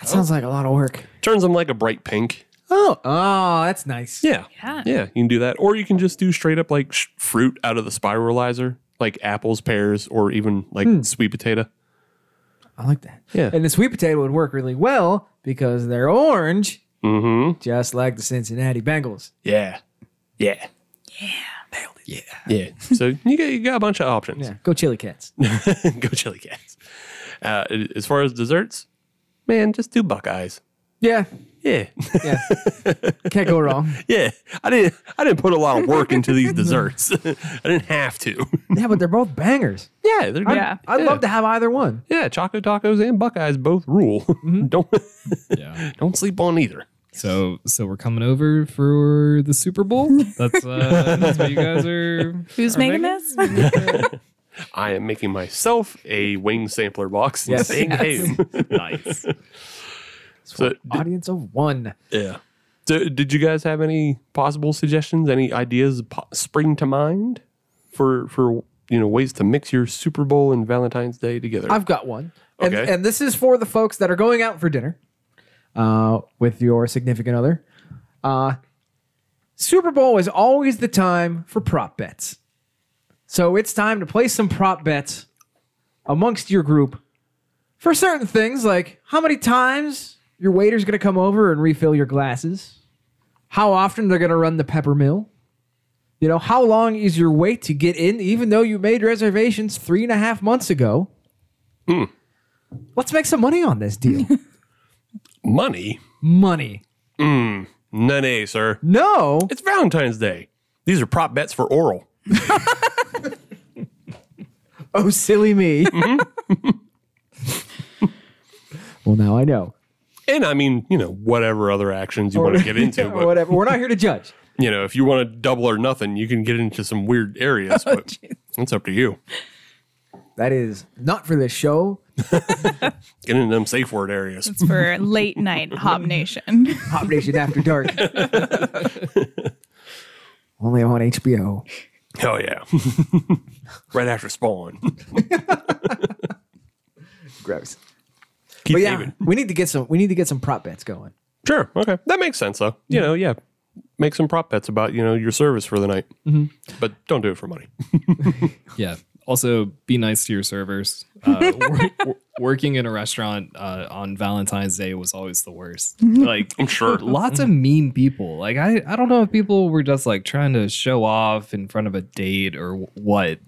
Speaker 8: That sounds like a lot of work.
Speaker 5: Turns them like a bright pink.
Speaker 8: Oh, oh, that's nice.
Speaker 5: Yeah.
Speaker 7: Yeah.
Speaker 5: You can do that. Or you can just do straight up like sh- fruit out of the spiralizer, like apples, pears, or even like sweet potato.
Speaker 8: I like that.
Speaker 5: Hmm. Yeah.
Speaker 8: And the sweet potato would work really well because they're orange,
Speaker 5: Mm hmm.
Speaker 8: just like the Cincinnati Bengals.
Speaker 5: Yeah. Yeah. Yeah. Yeah. Yeah. so you got, you got a bunch of options.
Speaker 8: Yeah, go Chili Cats.
Speaker 5: Go chili cats. Uh, as far as desserts, man, just do Buckeyes.
Speaker 8: yeah,
Speaker 5: Yeah.
Speaker 8: yeah. Can't go wrong.
Speaker 5: yeah. I didn't I didn't put a lot of work into these desserts. I didn't have to.
Speaker 8: Yeah, but they're both bangers.
Speaker 5: Yeah, they're
Speaker 7: Yeah.
Speaker 8: I'd love to have either one.
Speaker 5: Yeah, Choco Tacos and Buckeyes both rule.
Speaker 8: Mm-hmm.
Speaker 5: don't
Speaker 6: Yeah.
Speaker 5: don't sleep on either.
Speaker 6: So so we're coming over for the Super Bowl. That's uh, that's what you guys are.
Speaker 7: Who's
Speaker 6: are
Speaker 7: making this?
Speaker 5: I am making myself a wing sampler box. Yes.
Speaker 8: Yes.
Speaker 5: Saying, hey.
Speaker 6: nice.
Speaker 5: so,
Speaker 8: Audience of one.
Speaker 5: yeah. So, did you guys have any possible suggestions? Any ideas po- spring to mind for for you know ways to mix your Super Bowl and Valentine's Day together?
Speaker 8: I've got one. And,
Speaker 5: Okay.
Speaker 8: and this is for the folks that are going out for dinner uh, with your significant other. Uh, Super Bowl is always the time for prop bets. So it's time to play some prop bets amongst your group for certain things like how many times your waiter's going to come over and refill your glasses, how often they're going to run the pepper mill. You know, how long is your wait to get in, even though you made reservations three and a half months ago? Hmm. Let's make some money on this deal.
Speaker 5: Money,
Speaker 8: money.
Speaker 5: none, a sir.
Speaker 8: No.
Speaker 5: It's Valentine's Day. These are prop bets for oral.
Speaker 8: Oh, silly me.
Speaker 5: Mm-hmm.
Speaker 8: well, now I know.
Speaker 5: And I mean, you know, whatever other actions you want to get into.
Speaker 8: Or
Speaker 5: But,
Speaker 8: whatever. We're not here to judge.
Speaker 5: you know, if you want to double or nothing, you can get into some weird areas. But it's up to you.
Speaker 8: That is not for this show.
Speaker 5: Get into them safe word areas.
Speaker 7: It's for late night Hob Nation.
Speaker 8: Hot Nation After Dark. Only on HBO.
Speaker 5: Hell yeah. right after Spawn.
Speaker 8: Gross.
Speaker 5: Keep
Speaker 8: But yeah,
Speaker 5: moving.
Speaker 8: we need to get some. We need to get some prop bets going.
Speaker 5: Sure. Okay. That makes sense, though. You know, yeah. Make some prop bets about, you know, your service for the night. But don't do it for money.
Speaker 6: Yeah. Also, be nice to your servers. Uh, wor- wor- working in a restaurant uh, on Valentine's Day was always the worst. Like,
Speaker 5: I'm sure.
Speaker 6: lots
Speaker 8: Mm-hmm.
Speaker 6: of mean people. Like, I, I don't know if people were just like trying to show off in front of a date or what.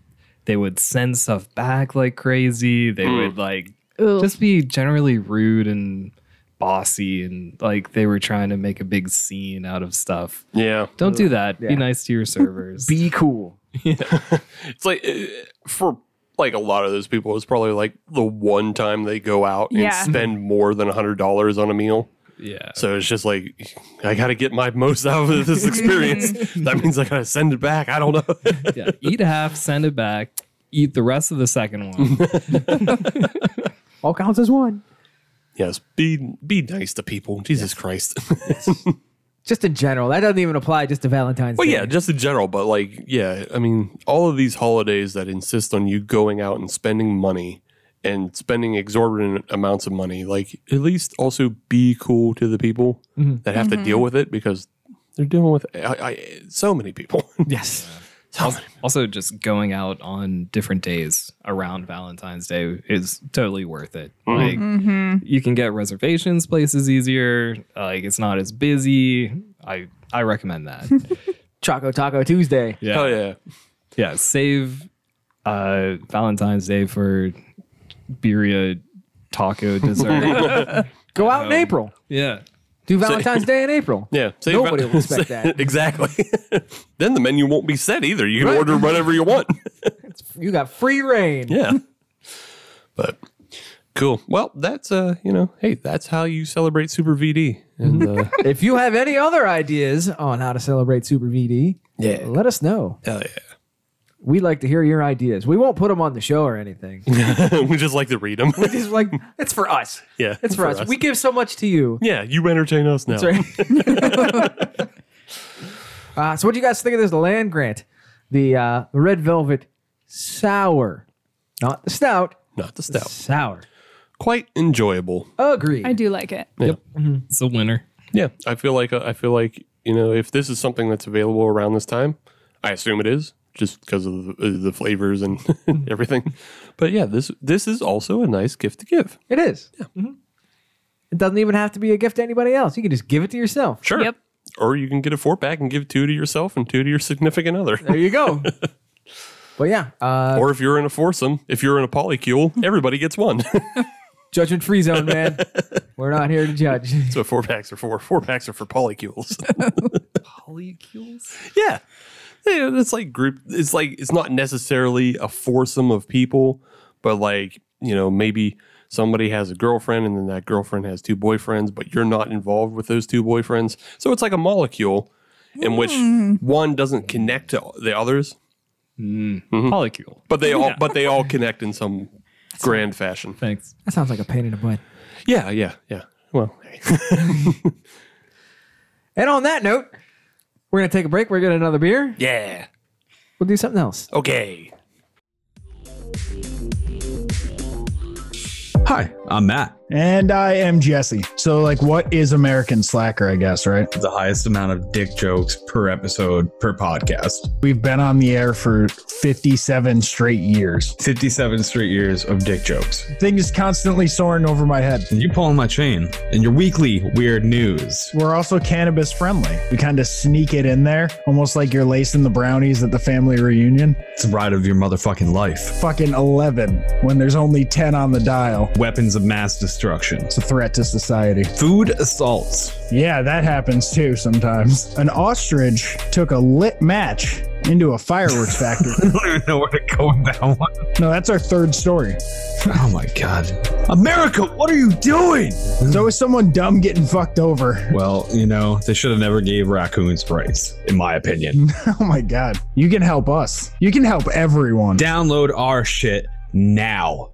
Speaker 6: They would send stuff back like crazy. They
Speaker 8: Mm.
Speaker 6: would like
Speaker 7: Ooh.
Speaker 6: just be generally rude and bossy and like they were trying to make a big scene out of stuff.
Speaker 5: Yeah.
Speaker 6: Don't do that.
Speaker 8: Yeah.
Speaker 6: Be nice to your servers.
Speaker 8: Be cool.
Speaker 5: It's like uh, for like a lot of those people, it's probably like the one time they go out and
Speaker 7: Yeah.
Speaker 5: spend more than $100 on a meal.
Speaker 6: yeah.
Speaker 5: So it's just like, I got to get my most out of this experience. that means I got to send it back. I don't know.
Speaker 6: yeah, eat half, send it back, eat the rest of the second one.
Speaker 8: All counts as one.
Speaker 5: yes. Be be nice to people. Jesus Christ.
Speaker 8: Just in general. That doesn't even apply just to Valentine's
Speaker 5: Well,
Speaker 8: Day.
Speaker 5: yeah, just in general, but like, yeah, I mean, all of these holidays that insist on you going out and spending money and spending exorbitant amounts of money, like, at least also be cool to the people
Speaker 8: Mm-hmm.
Speaker 5: that have to deal with it because they're dealing with I, I, so many people.
Speaker 8: Yes.
Speaker 5: so many.
Speaker 6: also, just going out on different days around Valentine's Day is totally worth it. Like you can get reservations places easier. Like it's not as busy. I I recommend that.
Speaker 8: Choco Taco Tuesday.
Speaker 6: yeah.
Speaker 5: Hell Oh, yeah.
Speaker 6: yeah, save uh, Valentine's Day for birria taco dessert.
Speaker 8: Go out in April.
Speaker 6: yeah.
Speaker 8: Do Valentine's Day in April.
Speaker 5: Yeah. say
Speaker 8: Nobody
Speaker 5: about-
Speaker 8: will expect that.
Speaker 5: exactly. then the menu won't be set either. You can
Speaker 8: Right.
Speaker 5: order whatever you want.
Speaker 8: You got free reign.
Speaker 5: yeah. But cool. Well, that's uh, you know, hey, that's how you celebrate Super VD. And uh,
Speaker 8: If you have any other ideas on how to celebrate Super VD,
Speaker 5: Yeah.
Speaker 8: let us know.
Speaker 5: hell
Speaker 8: We'd like to hear your ideas. We won't put them on the show or anything.
Speaker 5: yeah, we just like to read them.
Speaker 8: It's like it's for us.
Speaker 5: yeah,
Speaker 8: It's for, us. We give so much to you.
Speaker 5: yeah, you entertain us now.
Speaker 8: Sorry. uh, so, what do you guys think of this land grant? The uh, red velvet sour, not the stout.
Speaker 5: Not the stout.
Speaker 8: Sour.
Speaker 5: Quite enjoyable.
Speaker 8: Agreed.
Speaker 7: I do like it.
Speaker 6: It's a winner.
Speaker 5: Yeah, I feel like uh, I feel like you know if this is something that's available around this time, I assume it is just because of the, uh, the flavors and everything. But yeah, this this is also a nice gift to give.
Speaker 8: It is. Mhm. It doesn't even have to be a gift to anybody else. You can just give it to yourself.
Speaker 5: Sure.
Speaker 7: Yep.
Speaker 5: Or you can get a four pack and give two to yourself and two to your significant other.
Speaker 8: There you go. but yeah, uh,
Speaker 5: Or if you're in a foursome, if you're in a polycule, everybody gets one.
Speaker 8: judgment free zone, man. We're not here to judge.
Speaker 5: so four packs are for four packs are for polycules.
Speaker 6: Polycules?
Speaker 5: Yeah. Yeah, it's like group it's like it's not necessarily a foursome of people, but like, you know, maybe somebody has a girlfriend and then that girlfriend has two boyfriends, but you're not involved with those two boyfriends. So it's like a molecule in which one doesn't connect to the others,
Speaker 6: Polycule.
Speaker 5: but they all but they all connect in some grand fashion.
Speaker 6: Thanks.
Speaker 8: That sounds like a pain in the butt.
Speaker 5: Yeah, yeah, yeah. Well, hey.
Speaker 8: And on that note, we're gonna take a break. We're gonna get another beer.
Speaker 5: yeah.
Speaker 8: We'll do something else.
Speaker 5: Okay.
Speaker 9: Hi, I'm Matt.
Speaker 10: And I am Jesse. So, like, what is American Slacker, I guess, right?
Speaker 9: The highest amount of dick jokes per episode per podcast.
Speaker 10: We've been on the air for 57 straight years.
Speaker 9: 57 straight years of dick jokes.
Speaker 10: Thing is constantly soaring over my head.
Speaker 9: And you pulling my chain and your weekly weird news.
Speaker 10: We're also cannabis friendly. We kind of sneak it in there, almost like you're lacing the brownies at the family reunion.
Speaker 9: It's the ride of your motherfucking life.
Speaker 10: Fucking 11 when there's only 10 on the dial.
Speaker 9: Weapons of mass destruction.
Speaker 10: It's a threat to society.
Speaker 9: Food assaults.
Speaker 10: Yeah, that happens too sometimes. An ostrich took a lit match into a fireworks factory.
Speaker 9: I don't even know where to go with that one.
Speaker 10: no, that's our third story.
Speaker 9: Oh my god. America, what are you doing?
Speaker 10: It's always someone dumb getting fucked over.
Speaker 9: Well, you know, they should have never gave raccoons rights, in my opinion.
Speaker 10: Oh my god. You can help us. You can help everyone.
Speaker 9: Download our shit now.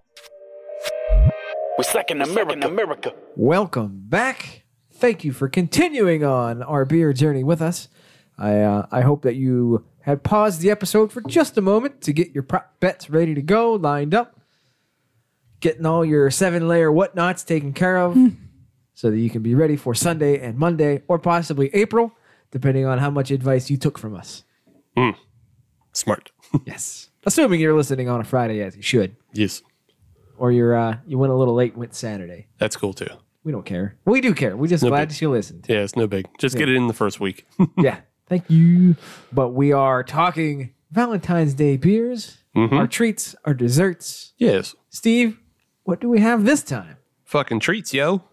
Speaker 3: We're second American America.
Speaker 8: Welcome back. Thank you for continuing on our beer journey with us. I uh, I hope that you had paused the episode for just a moment to get your prop bets ready to go, lined up, getting all your seven layer whatnots taken care of, so that you can be ready for Sunday and Monday, or possibly April, depending on how much advice you took from us.
Speaker 5: Smart.
Speaker 8: Yes, assuming you're listening on a Friday as you should,
Speaker 5: yes.
Speaker 8: or you're uh, you went a little late and went Saturday.
Speaker 5: That's cool too.
Speaker 8: We don't care. We do care. We're just glad
Speaker 5: big-
Speaker 8: that you listened.
Speaker 5: Yeah, it's no big. Just get it in the first week.
Speaker 8: yeah. Thank you. But we are talking Valentine's Day beers, our treats, our desserts.
Speaker 5: yes.
Speaker 8: Steve, what do we have this time?
Speaker 5: Fucking treats, yo.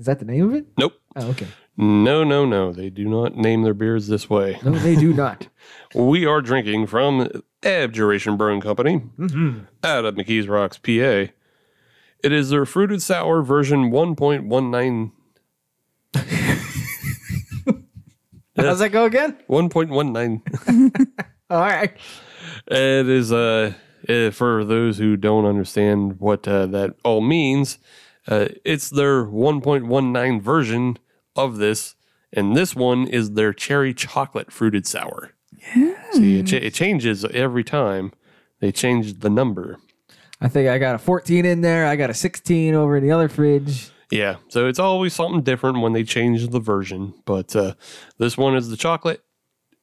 Speaker 8: Is that the name of it?
Speaker 5: Nope.
Speaker 8: Oh, okay.
Speaker 5: No, no, no. They do not name their beers this way.
Speaker 8: No, they do not.
Speaker 5: We are drinking from Abjuration Brewing Company
Speaker 8: Mm-hmm.
Speaker 5: out of McKees Rocks, PA. It is their fruited sour version 1.19
Speaker 8: How's that go again?
Speaker 5: 1.19.
Speaker 8: All right.
Speaker 5: It is uh, uh, for those who don't understand what uh, that all means. Uh, it's their 1.19 version of this, and this one is their cherry chocolate fruited sour. See, it, cha- it changes every time. They change the number.
Speaker 8: I think I got a 14 in there. I got a 16 over in the other fridge.
Speaker 5: Yeah, so it's always something different when they change the version. But uh, this one is the chocolate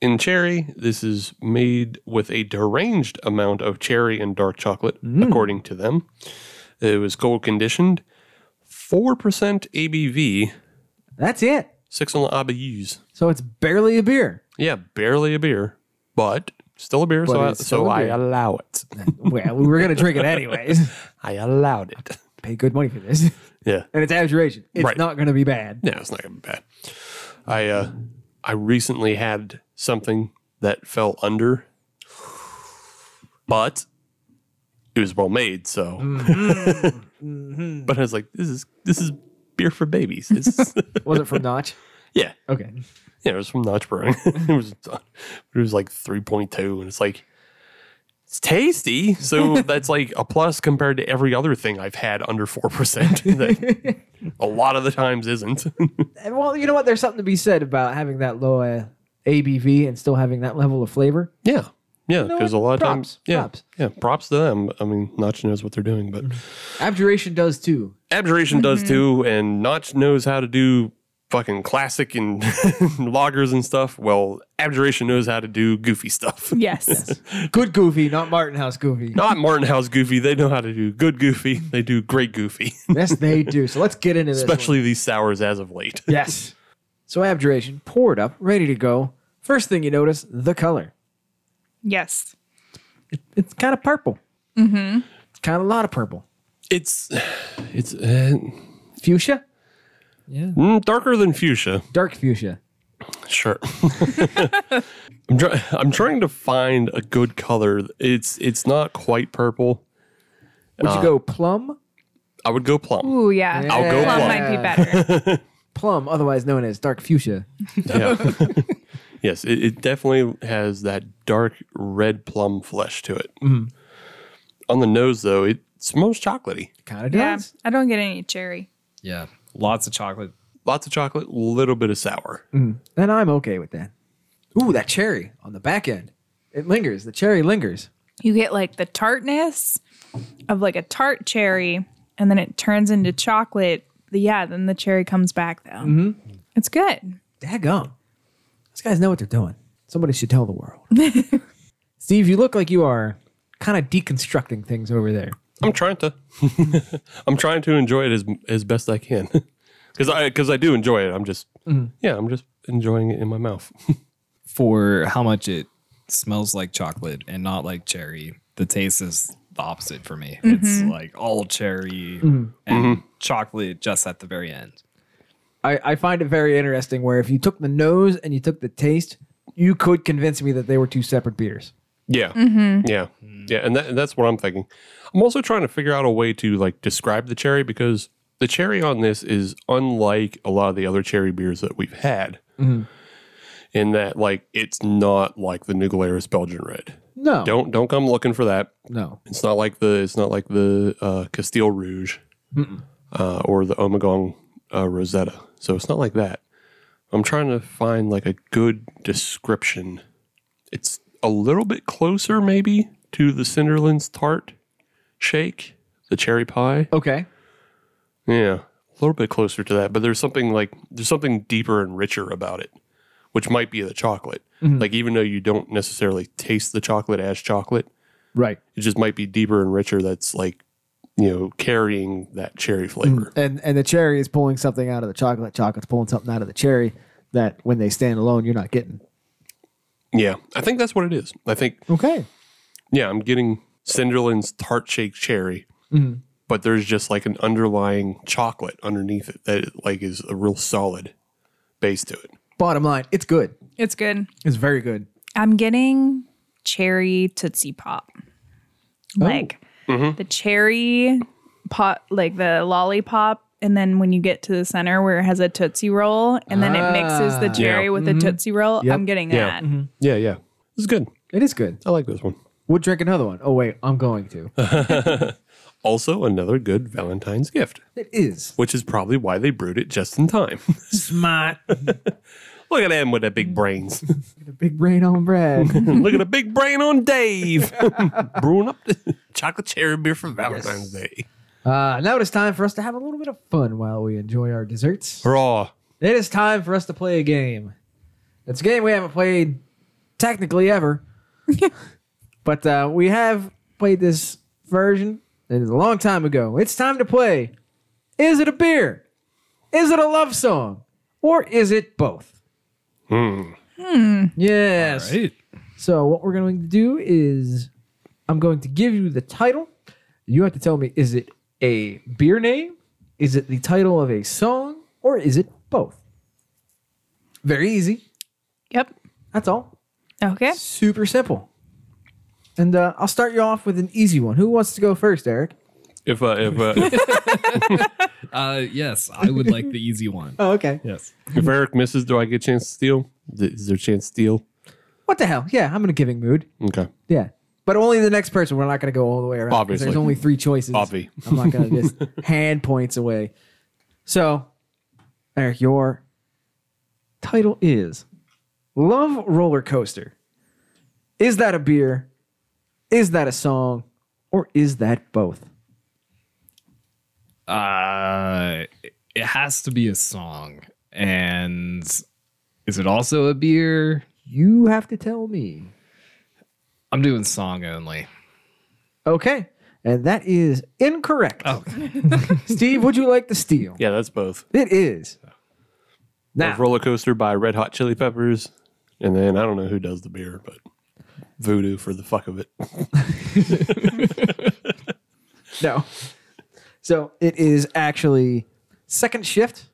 Speaker 5: and cherry. This is made with a deranged amount of cherry and dark chocolate,
Speaker 8: Mm.
Speaker 5: according to them. It was cold conditioned, four percent ABV,
Speaker 8: That's it.
Speaker 5: six on the ABUs.
Speaker 8: So it's barely a beer.
Speaker 5: Yeah, barely a beer, but still a beer.
Speaker 8: But
Speaker 5: so I,
Speaker 8: it's still
Speaker 5: so
Speaker 8: a
Speaker 5: I
Speaker 8: beer.
Speaker 5: allow it.
Speaker 8: Well, we were going to drink it anyways.
Speaker 5: I allowed it.
Speaker 8: pay good money for this.
Speaker 5: Yeah.
Speaker 8: and it's abjuration. It's
Speaker 5: Right.
Speaker 8: not going to be bad.
Speaker 5: No, it's not gonna be bad. I uh, I recently had something that fell under, but it was well made. So, but I was like, this is this is beer for babies. It's,
Speaker 8: Was it from Notch?
Speaker 5: yeah,
Speaker 8: Okay.
Speaker 5: yeah, it was from Notch Brewing. it was done. It was like three point two, and it's like. It's tasty, so that's like a plus compared to every other thing I've had under four percent. That a lot of the times isn't.
Speaker 8: And, well, you know what? There's something to be said about having that low uh, ABV and still having that level of flavor.
Speaker 5: Yeah. Yeah.
Speaker 8: know
Speaker 5: Because
Speaker 8: what?
Speaker 5: a lot of
Speaker 8: Props,
Speaker 5: times. Yeah.
Speaker 8: props. Mm-hmm.
Speaker 5: Yeah. Props to them. I mean, Notch knows what they're doing, but
Speaker 8: Abjuration does too.
Speaker 5: Abjuration does too. And Notch knows how to do fucking classic and loggers and stuff. Well, Abjuration knows how to do goofy stuff.
Speaker 7: Yes.
Speaker 8: Good goofy, not Martin House goofy.
Speaker 5: Not Martin House goofy. They know how to do good goofy. They do great goofy,
Speaker 8: Yes, they do. So let's get into this. one.
Speaker 5: especially these sours as of late.
Speaker 8: Yes. So abjuration, poured up, ready to go. First thing you notice, the color.
Speaker 7: Yes.
Speaker 8: It's kind of purple. Mm-hmm. It's kind of a lot of purple.
Speaker 5: It's it's uh,
Speaker 8: Fuchsia?
Speaker 5: mm, darker than fuchsia.
Speaker 8: Dark fuchsia.
Speaker 5: Sure. I'm, try- I'm trying to find a good color. It's it's not quite purple.
Speaker 8: Would you go plum?
Speaker 5: I would go plum.
Speaker 7: Ooh, yeah.
Speaker 5: I'll go
Speaker 7: Plum
Speaker 5: plum.
Speaker 7: might be better.
Speaker 8: Plum, otherwise known as dark fuchsia.
Speaker 5: Yeah. yes, it, it definitely has that dark red plum flesh to it. On the nose, though, it smells chocolatey.
Speaker 8: Kind of
Speaker 7: yeah.
Speaker 8: does.
Speaker 7: Um, I don't get any cherry.
Speaker 6: Yeah. Lots of chocolate.
Speaker 5: Lots of chocolate, little bit of sour.
Speaker 8: And I'm okay with that. Ooh, that cherry on the back end. It lingers. The cherry lingers.
Speaker 7: You get like the tartness of like a tart cherry, and then it turns into chocolate. The- Yeah, then the cherry comes back though. It's good.
Speaker 8: Daggum. These guys know what they're doing. Somebody should tell the world. Steve, you look like you are kind of deconstructing things over there.
Speaker 5: I'm trying to. I'm trying to enjoy it as as best I can, because I because I do enjoy it. I'm just yeah, I'm just enjoying it in my mouth.
Speaker 6: For how much it smells like chocolate and not like cherry, the taste is the opposite for me. It's like all cherry and chocolate just at the very end.
Speaker 8: I, I find it very interesting where if you took the nose and you took the taste, you could convince me that they were two separate beers.
Speaker 5: Yeah. Yeah. Yeah. And, that, and that's what I'm thinking. I'm also trying to figure out a way to like describe the cherry because the cherry on this is unlike a lot of the other cherry beers that we've had
Speaker 8: Mm-hmm.
Speaker 5: in that like it's not like the Nugaleris Belgian Red.
Speaker 8: No.
Speaker 5: Don't don't come looking for that.
Speaker 8: No.
Speaker 5: It's not like the it's not like the uh, Castile Rouge uh, or the Omegong uh, Rosetta. So it's not like that. I'm trying to find like a good description. It's a little bit closer, maybe, to the Cinderlands tart shake, the cherry pie.
Speaker 8: Okay.
Speaker 5: Yeah, a little bit closer to that. But there's something like there's something deeper and richer about it, which might be the chocolate. Like even though you don't necessarily taste the chocolate as chocolate,
Speaker 8: Right.
Speaker 5: it just might be deeper and richer that's like you know carrying that cherry flavor
Speaker 8: And and the cherry is pulling something out of the chocolate. Chocolate's pulling something out of the cherry that when they stand alone, you're not getting.
Speaker 5: yeah i think that's what it is i think
Speaker 8: Okay.
Speaker 5: yeah i'm getting cinderland's tart shake cherry but there's just like an underlying chocolate underneath it that like is a real solid base to it
Speaker 8: Bottom line, it's good.
Speaker 7: It's good.
Speaker 8: It's very good.
Speaker 7: I'm getting cherry Tootsie Pop. Like the cherry pot, like the lollipop. And then when you get to the center where it has a Tootsie Roll and then it mixes the cherry with the Tootsie Roll, I'm getting
Speaker 5: Yeah.
Speaker 7: that.
Speaker 5: yeah yeah it's good
Speaker 8: It is good.
Speaker 5: i like this one
Speaker 8: We'll drink another one. Oh wait, I'm going to.
Speaker 5: also another good valentine's gift
Speaker 8: it is.
Speaker 5: which is probably why they brewed it just in time smart look at them with their big brains
Speaker 8: Big brain on bread.
Speaker 5: Look at a big brain on Dave. Brewing up the chocolate cherry beer for Valentine's Day.
Speaker 8: uh, now it is time for us to have a little bit of fun while we enjoy our desserts.
Speaker 5: Raw.
Speaker 8: It is time for us to play a game. It's a game we haven't played technically ever, but uh, we have played this version. It is a long time ago. It's time to play. Is it a beer? Is it a love song? Or is it both? Hmm. Yes.
Speaker 6: Right.
Speaker 8: So what we're going to do is I'm going to give you the title. You have to tell me is it a beer name? Is it the title of a song? Or is it both? Very easy.
Speaker 7: Yep.
Speaker 8: That's all.
Speaker 7: Okay.
Speaker 8: Super simple. And uh, I'll start you off with an easy one. Who wants to go first, Eric?
Speaker 5: If uh, if uh, if-
Speaker 6: Uh, yes, I would like the easy one.
Speaker 8: Oh, okay.
Speaker 6: Yes.
Speaker 5: if Eric misses, do I get a chance to steal? Th- Is there a chance to steal?
Speaker 8: What the hell? Yeah, I'm in a giving mood.
Speaker 5: Okay,
Speaker 8: Yeah. But only the next person. We're not going to go all the way around. 'cause
Speaker 5: Obviously.
Speaker 8: There's only three choices.
Speaker 5: Obvi.
Speaker 8: I'm not going to just hand points away. So, Eric, your title is Love Roller Coaster. Is that a beer? Is that a song? Or is that both?
Speaker 6: Uh, it has to be a song. And is it also a beer?
Speaker 8: You have to tell me.
Speaker 6: I'm doing song only.
Speaker 8: Okay. And that is incorrect. Steve, would you like to steal?
Speaker 5: yeah, that's both.
Speaker 8: It is.
Speaker 5: Now, roller coaster by Red Hot Chili Peppers, and then I don't know who does the beer, but Voodoo for the fuck of it.
Speaker 8: No. So it is actually Second Shift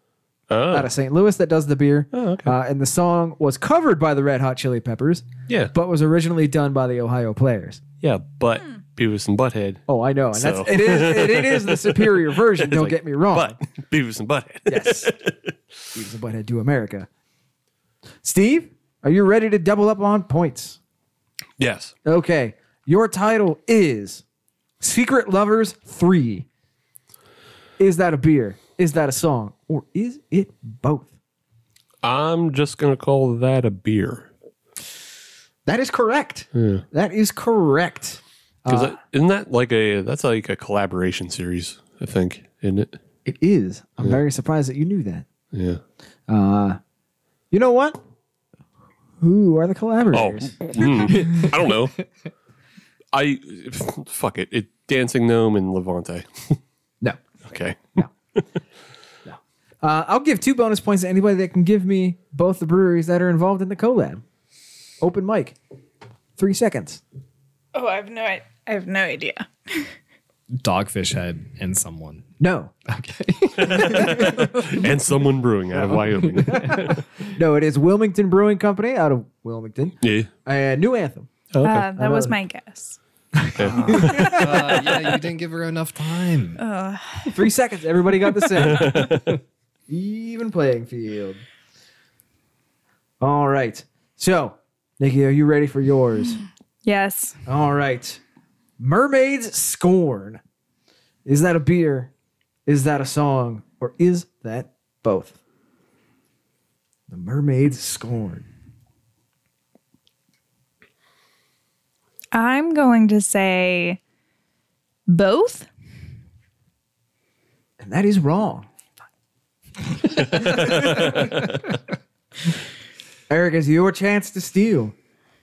Speaker 8: out
Speaker 5: Oh,
Speaker 8: of St. Louis that does the beer.
Speaker 5: Oh, okay.
Speaker 8: Uh, and the song was covered by the Red Hot Chili Peppers,
Speaker 5: yeah,
Speaker 8: but was originally done by the Ohio Players.
Speaker 5: yeah, but Beavis and Butthead.
Speaker 8: Oh, I know. And that's,
Speaker 5: So-
Speaker 8: it, is, it, it is the superior version. Don't
Speaker 5: like,
Speaker 8: get me wrong.
Speaker 5: But Beavis and Butthead.
Speaker 8: yes. Beavis and Butthead to America. Steve, are you ready to double up on points?
Speaker 5: yes.
Speaker 8: Okay. Your title is Secret Lovers 3. Is that a beer? Is that a song? Or is it both?
Speaker 5: I'm just gonna call that a beer.
Speaker 8: That is correct. That is correct.
Speaker 5: Because isn't that like a that's like a collaboration series? I think, isn't it?
Speaker 8: It is. I'm very surprised that you knew that.
Speaker 5: Yeah.
Speaker 8: You know what? Who are the collaborators?
Speaker 5: Oh, Mm. I don't know. I fuck it. It dancing gnome and Levante.
Speaker 8: No.
Speaker 5: Okay.
Speaker 8: Uh, I'll give two bonus points to anybody that can give me both the breweries that are involved in the collab. Open mic. Three seconds.
Speaker 7: Oh, I have no, I have no idea.
Speaker 6: Dogfish Head and someone.
Speaker 8: No.
Speaker 5: And someone brewing out of Wyoming.
Speaker 8: No, it is Wilmington Brewing Company out of Wilmington.
Speaker 5: yeah.
Speaker 8: And New Anthem.
Speaker 7: Uh, that was my guess.
Speaker 6: Uh, yeah, you didn't give her enough time.
Speaker 8: Three seconds. Everybody got the same. Even playing field. All right. So, Nikki, are you ready for yours?
Speaker 7: Yes.
Speaker 8: All right. Mermaid's Scorn. Is that a beer? Is that a song? Or is that both? The Mermaid's Scorn.
Speaker 7: I'm going to say both.
Speaker 8: And that is wrong. Eric, it's your chance to steal.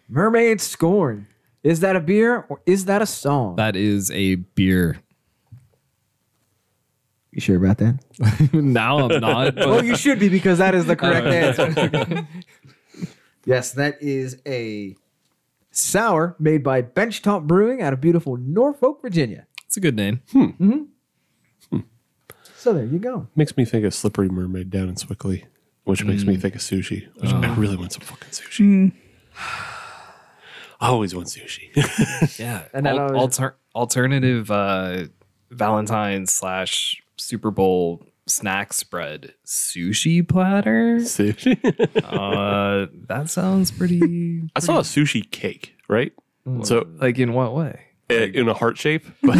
Speaker 8: Mermaid Scorn. Is that a beer or is that a song?
Speaker 6: That is a beer.
Speaker 8: you sure about that?
Speaker 6: now I'm not.
Speaker 8: Well,
Speaker 6: But
Speaker 8: you should be because that is the correct answer. yes, that is a sour made by Benchtop Brewing out of beautiful Norfolk, Virginia.
Speaker 6: it's a good name.
Speaker 8: So there you go.
Speaker 5: Makes me think of Slippery Mermaid down in Swickley, which makes me think of sushi, which I really want some fucking sushi. I always want sushi.
Speaker 6: Yeah.
Speaker 8: And then I was-
Speaker 6: alter- alternative uh, Valentine's slash Super Bowl snack spread sushi platter.
Speaker 5: sushi.
Speaker 6: Uh, that sounds pretty.
Speaker 5: I saw a sushi cake, right? So
Speaker 6: Like in what way?
Speaker 5: uh, in a heart shape, but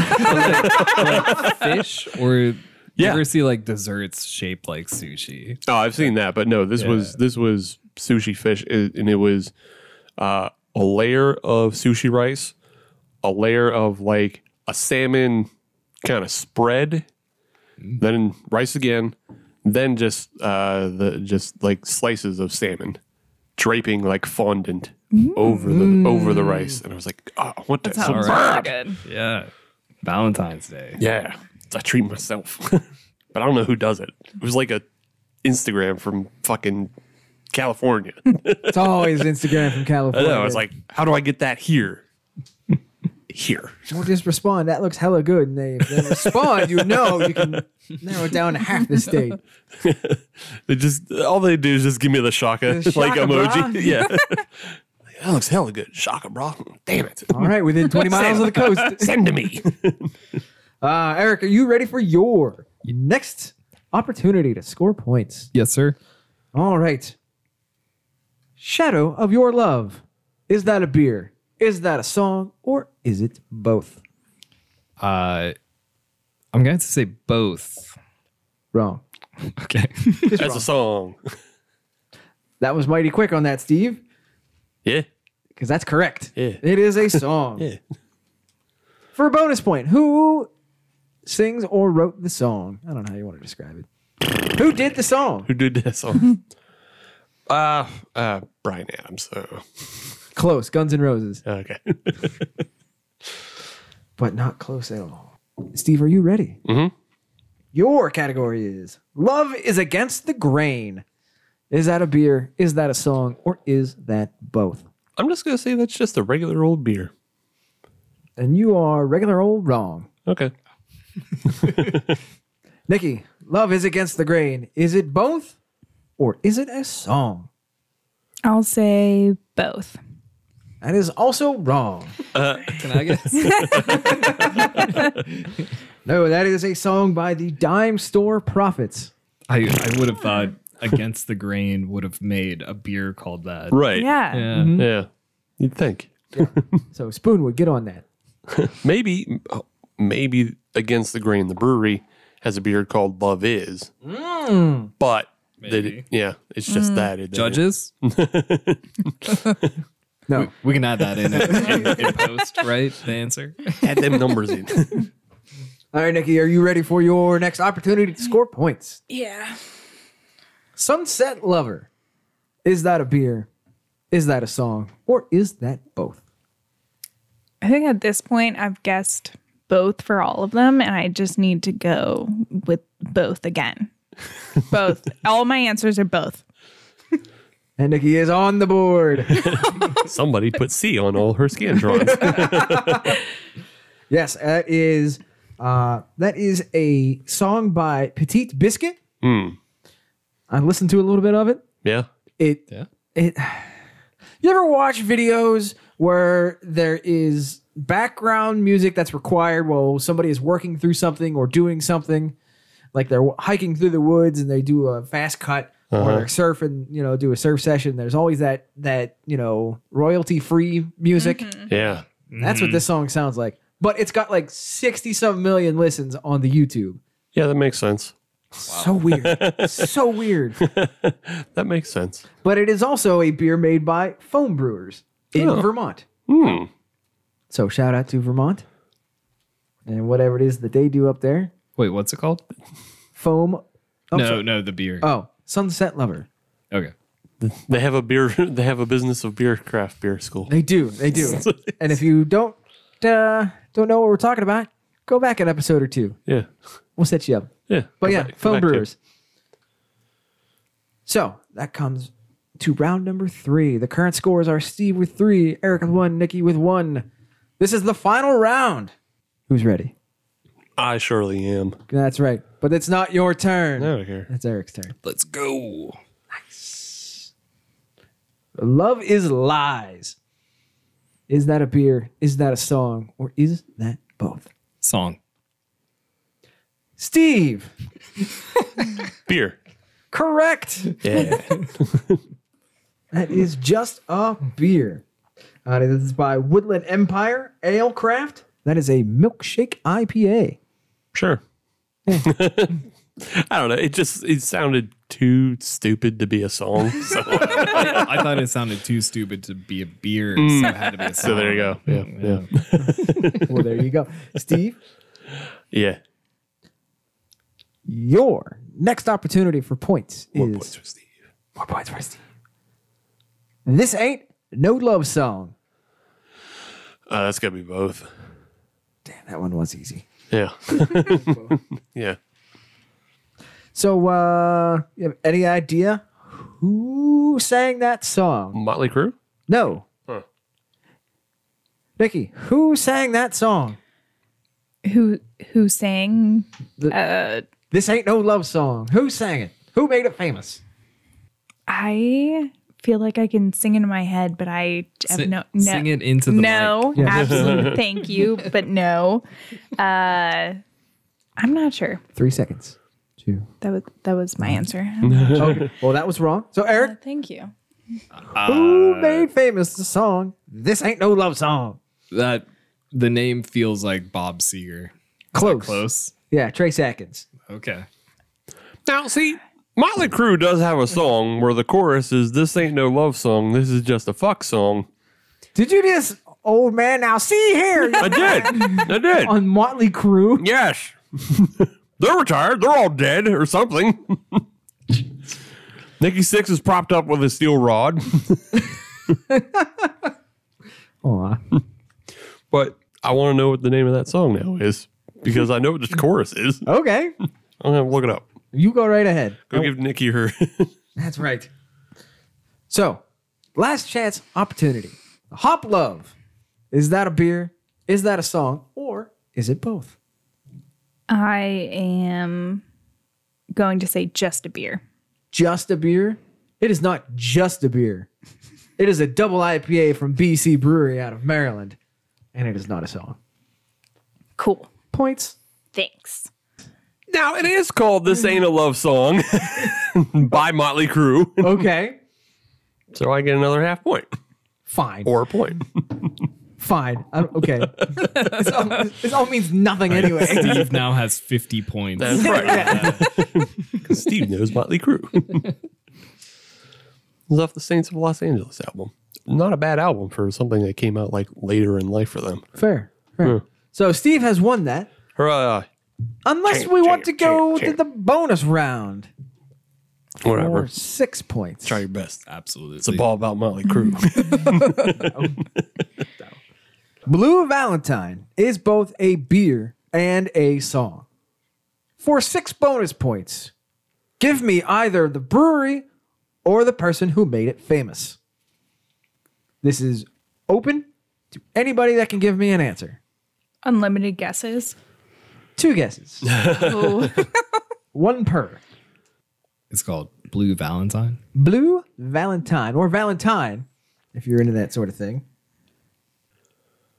Speaker 6: Fish or you
Speaker 5: Yeah.
Speaker 6: ever see like desserts shaped like sushi?
Speaker 5: Oh, I've seen that, but no, this was this was sushi fish, i- and it was uh, a layer of sushi rice, a layer of like a salmon kind of spread, then rice again, then just uh, the just like slices of salmon, draping like fondant over the over the rice, and I was like, oh, I want that so
Speaker 7: Sounds really
Speaker 5: bad.
Speaker 7: good.
Speaker 6: Yeah. Valentine's Day.
Speaker 5: Yeah, I treat myself, but I don't know who does it. It was like a Instagram from fucking California.
Speaker 8: It's always Instagram from
Speaker 5: I
Speaker 8: California.
Speaker 5: know. I was like, how do I get that here? here.
Speaker 8: Don't just respond. That looks hella good. And they, they respond. You know, you can narrow it down to half the state.
Speaker 5: They just all they do is just give me the shaka
Speaker 8: The
Speaker 5: like
Speaker 8: shaka
Speaker 5: emoji.
Speaker 8: bra.
Speaker 5: yeah. That looks hella good. Shaka bra. Damn it.
Speaker 8: All right, within 20 miles of the coast.
Speaker 5: Send to me.
Speaker 8: Uh, Eric, are you ready for your next opportunity to score points?
Speaker 6: Yes, sir.
Speaker 8: All right. Shadow of Your Love. Is that a beer? Is that a song? Or is it both?
Speaker 6: Uh, I'm going to say both.
Speaker 8: Wrong.
Speaker 6: Okay.
Speaker 5: That's a song.
Speaker 8: That was mighty quick on that, Steve,
Speaker 5: Yeah.
Speaker 8: because that's correct.
Speaker 5: Yeah.
Speaker 8: It is a song.
Speaker 5: Yeah.
Speaker 8: For a bonus point, who sings or wrote the song? I don't know how you want to describe it. Who did the song?
Speaker 5: Who did that song? uh uh Brian Adams. So
Speaker 8: Close, Guns N' Roses,
Speaker 5: okay.
Speaker 8: but not close at all. Steve, are you ready?
Speaker 5: Mhm.
Speaker 8: Your category is Love is Against the Grain. Is that a beer? Is that a song? Or is that both?
Speaker 5: I'm just gonna say that's just a regular old beer.
Speaker 8: And you are regular old wrong.
Speaker 5: Okay.
Speaker 8: Nikki, Love is Against the Grain. Is it both? Or is it a song?
Speaker 7: I'll say both.
Speaker 8: That is also wrong.
Speaker 6: Can I guess?
Speaker 8: No, that is a song by the Dime Store Prophets.
Speaker 6: I, I would have thought Against the Grain would have made a beer called that.
Speaker 5: Right.
Speaker 7: Yeah.
Speaker 6: Yeah.
Speaker 5: Yeah. You'd think.
Speaker 8: So Spoon would get on that.
Speaker 5: Maybe maybe against the grain the brewery has a beer called Love Is.
Speaker 8: Mm.
Speaker 5: But they
Speaker 6: Maybe.
Speaker 5: yeah, it's just that. It,
Speaker 6: Judges?
Speaker 8: No,
Speaker 6: We can add that in, in, in post, right? The answer.
Speaker 5: add them numbers in.
Speaker 8: All right, Nikki, are you ready for your next opportunity to score points?
Speaker 7: Yeah.
Speaker 8: Sunset Lover. Is that a beer? Is that a song? Or is that both?
Speaker 7: I think at this point I've guessed both for all of them and I just need to go with both again. Both. all my answers are both.
Speaker 8: And Nikki is on the board.
Speaker 5: Somebody put C on all her scantrons.
Speaker 8: yes, that is uh, that is a song by Petite Biscuit. I listened to a little bit of it.
Speaker 5: yeah.
Speaker 8: It it you ever watch videos where there is background music that's required while somebody is working through something or doing something like they're hiking through the woods and they do a fast cut or they're surfing you know do a surf session there's always that that you know royalty free music
Speaker 5: Yeah.
Speaker 8: that's what this song sounds like but it's got like 60 some million listens on the youtube
Speaker 5: Yeah, that makes sense.
Speaker 8: so weird so weird
Speaker 5: That makes sense.
Speaker 8: but it is also a beer made by foam brewers in Vermont. So shout out to Vermont and whatever it is that they do up there.
Speaker 6: Wait, what's it called?
Speaker 8: Foam. Oh,
Speaker 6: no,
Speaker 8: sorry.
Speaker 6: no, the beer.
Speaker 8: Oh, Sunset Lover.
Speaker 6: okay.
Speaker 5: They have a beer. They have a business of beer, craft beer school.
Speaker 8: They do. They do. and if you don't uh, don't know what we're talking about, go back an episode or two.
Speaker 5: Yeah,
Speaker 8: We'll set you up.
Speaker 5: yeah.
Speaker 8: But
Speaker 5: Go
Speaker 8: yeah,
Speaker 5: back- go
Speaker 8: foam
Speaker 5: back to it.
Speaker 8: brewers. So that comes to round number three. The current scores are Steve with three, Eric with one, Nikki with one. This is the final round. Who's ready?
Speaker 5: I surely am.
Speaker 8: That's right. But it's not your turn.
Speaker 5: I don't care.
Speaker 8: It's Eric's turn.
Speaker 6: Let's go.
Speaker 8: Love is lies. Is that a beer? Is that a song? Or is that both?
Speaker 6: Song.
Speaker 8: Steve,
Speaker 5: Beer.
Speaker 8: correct.
Speaker 5: Yeah.
Speaker 8: That is just a beer. Uh, this is by Woodland Empire Ale Craft. That is a milkshake IPA.
Speaker 5: sure. I don't know. It just it sounded too stupid to be a song. So,
Speaker 6: I thought it sounded too stupid to be a beer, so it had to be a
Speaker 5: Mm.
Speaker 6: song.
Speaker 5: so there you go. Yeah, yeah, yeah.
Speaker 8: Well, there you go. Steve, your next opportunity for points
Speaker 5: More
Speaker 8: is
Speaker 5: points for Steve.
Speaker 8: more points for Steve. This ain't no love song.
Speaker 5: Uh, that's gotta be both.
Speaker 8: Damn, that one was easy.
Speaker 5: Yeah. yeah.
Speaker 8: So, uh, you have any idea
Speaker 5: Hmm.
Speaker 8: who sang that song?
Speaker 5: Motley Crue.
Speaker 8: No. Nikki, who sang that song?
Speaker 7: Who who sang? uh,
Speaker 8: This ain't no love song. Who sang it? Who made it famous?
Speaker 7: I feel like I can sing in my head, but I have
Speaker 6: Sing-
Speaker 7: no, no
Speaker 6: sing it into the
Speaker 7: no
Speaker 8: Yeah.
Speaker 7: absolute thank you, but no. Uh, I'm not sure.
Speaker 8: Three seconds. Two.
Speaker 7: That was that was my answer.
Speaker 8: Okay. well, that was wrong. So Eric,
Speaker 7: thank you.
Speaker 8: who made famous the song? This ain't no love song.
Speaker 6: That the name feels like Bob Seger.
Speaker 8: Close.
Speaker 6: Close.
Speaker 8: Yeah, Trace Atkins.
Speaker 6: Okay.
Speaker 5: Now, see, Motley Crue does have a song where the chorus is "This ain't no love song. This is just a fuck song."
Speaker 8: Did you just, old man? Now see here
Speaker 5: I did. I did.
Speaker 8: on Motley Crue.
Speaker 5: Yes. they're retired. They're all dead or something. Nikki Six is propped up with a steel rod.
Speaker 8: Aw.
Speaker 5: but I want to know what the name of that song now is because I know what the chorus is.
Speaker 8: Okay,
Speaker 5: I'm going to look it up.
Speaker 8: you go right ahead.
Speaker 5: Go give Nikki her.
Speaker 8: That's right. So, last chance opportunity. Hop Love. Is that a beer? Is that a song? Or is it both?
Speaker 7: I am going to say just a beer.
Speaker 8: Just a beer? It is not just a beer. It is a double IPA from BC Brewery out of Maryland. And it is not a song.
Speaker 7: Cool.
Speaker 8: Points.
Speaker 7: Thanks.
Speaker 5: now, it is called This Ain't a Love Song by Motley Crue.
Speaker 8: Okay.
Speaker 5: So I get another half point
Speaker 8: Fine.
Speaker 5: or a point.
Speaker 8: Fine. I don't- okay. this, all, this all means nothing anyway.
Speaker 6: Steve now has 50 points.
Speaker 5: That's right. Because Steve knows Motley Crue. was off the Saints of Los Angeles album. Not a bad album for something that came out like later in life for them.
Speaker 8: Fair. Fair.
Speaker 5: Hmm.
Speaker 8: So Steve has won that.
Speaker 5: Hurrah!
Speaker 8: Unless
Speaker 5: Champ,
Speaker 8: we want
Speaker 5: champ,
Speaker 8: to go
Speaker 5: champ, champ.
Speaker 8: to the bonus round.
Speaker 5: Whatever.
Speaker 8: Or six points.
Speaker 5: Try your best.
Speaker 6: Absolutely.
Speaker 5: It's a ball about Motley Crue.
Speaker 8: Blue Valentine is both a beer and a song. For six bonus points, give me either the brewery or the person who made it famous. This is open to anybody that can give me an answer.
Speaker 7: Unlimited guesses.
Speaker 8: Two guesses,
Speaker 7: Oh,
Speaker 8: one per.
Speaker 6: It's called Blue Valentine.
Speaker 8: Blue Valentine or Valentine, if you're into that sort of thing.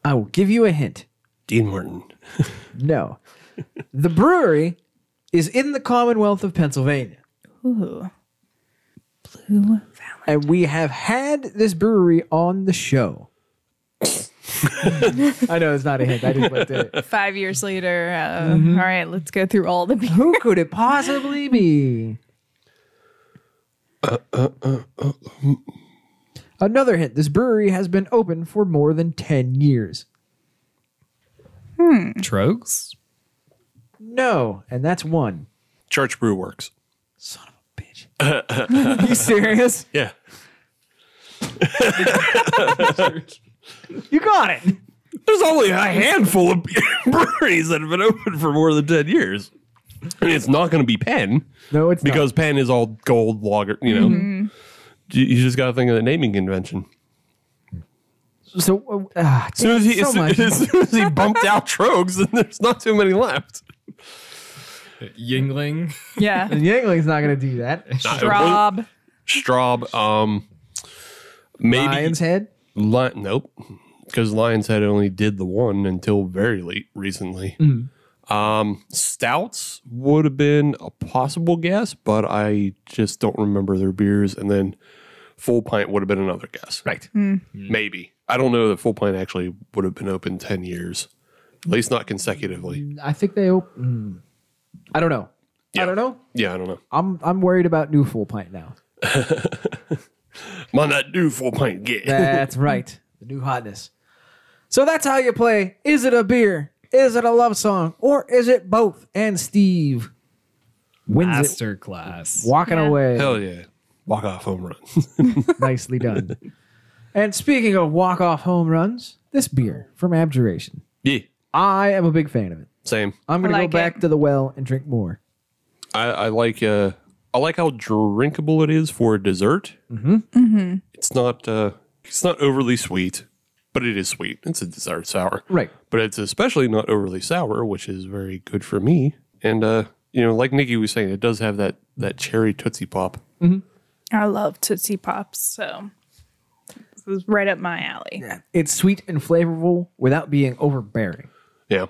Speaker 8: I will give you a hint.
Speaker 5: Dean Martin.
Speaker 8: No. The brewery is in the Commonwealth of Pennsylvania.
Speaker 7: Ooh. blue
Speaker 8: and we have had this brewery on the show. I know it's not a hint. I just looked at it.
Speaker 7: five years later. Uh, all right, let's go through all the beers.
Speaker 8: Who could it possibly be? Another hint. This brewery has been open for more than 10 years.
Speaker 6: Trogs?
Speaker 8: No, and that's one.
Speaker 5: Church Brew Works.
Speaker 8: Bitch. you serious?
Speaker 5: Yeah.
Speaker 8: You got it.
Speaker 5: There's only a handful of breweries that have been open for more than 10 years. I mean, it's not going to be Penn
Speaker 8: No, it's
Speaker 5: because Penn is all gold lager, you know. You you just got to think of the naming convention.
Speaker 8: not. So, uh, ah,
Speaker 5: As soon as, he,
Speaker 8: so
Speaker 5: as, soon-
Speaker 8: much.
Speaker 5: as soon as he bumped out Trogs, then there's not too many left.
Speaker 6: Yingling?
Speaker 7: Yeah.
Speaker 8: Yangling's not going to do that.
Speaker 7: Rob.
Speaker 5: Straub, um, maybe
Speaker 8: Lion's Head.
Speaker 5: Li- nope, because Lion's Head only did the one until very late recently.
Speaker 8: Mm-hmm.
Speaker 5: Um, Stouts would have been a possible guess, but I just don't remember their beers. And then Full Pint would have been another guess. Right.
Speaker 8: Mm-hmm.
Speaker 5: Maybe. I don't know that Full Pint actually would have been open 10 years, at least not consecutively.
Speaker 8: I think they open. I don't know. I
Speaker 5: Yeah.
Speaker 8: don't know.
Speaker 5: Yeah, I don't know.
Speaker 8: I'm I'm worried about new full pint now.
Speaker 5: Might not do Full Pint get.
Speaker 8: That's right. The new hotness. So that's how you play. Is it a beer? Is it a love song? Or is it both? And Steve wins it.
Speaker 6: Masterclass.
Speaker 8: Walking
Speaker 7: Yeah.
Speaker 8: away.
Speaker 5: Hell yeah. Walk off home run.
Speaker 8: Nicely done. and speaking of walk off home runs, this beer from Abjuration.
Speaker 5: yeah.
Speaker 8: I am a big fan of it.
Speaker 5: Same.
Speaker 8: I'm gonna
Speaker 7: like
Speaker 8: go back
Speaker 7: it.
Speaker 8: to the well and drink more.
Speaker 5: I, I like uh I like how drinkable it is for a dessert. Mm-hmm. Mm-hmm. It's not uh it's not overly sweet, but it is sweet. It's a desired sour.
Speaker 8: Right.
Speaker 5: But it's especially not overly sour, which is very good for me. And uh, you know, like Nikki was saying, it does have that that cherry tootsie pop.
Speaker 7: I love Tootsie Pops, so this is right up my alley.
Speaker 8: It's sweet and flavorful without being overbearing.
Speaker 5: Yeah.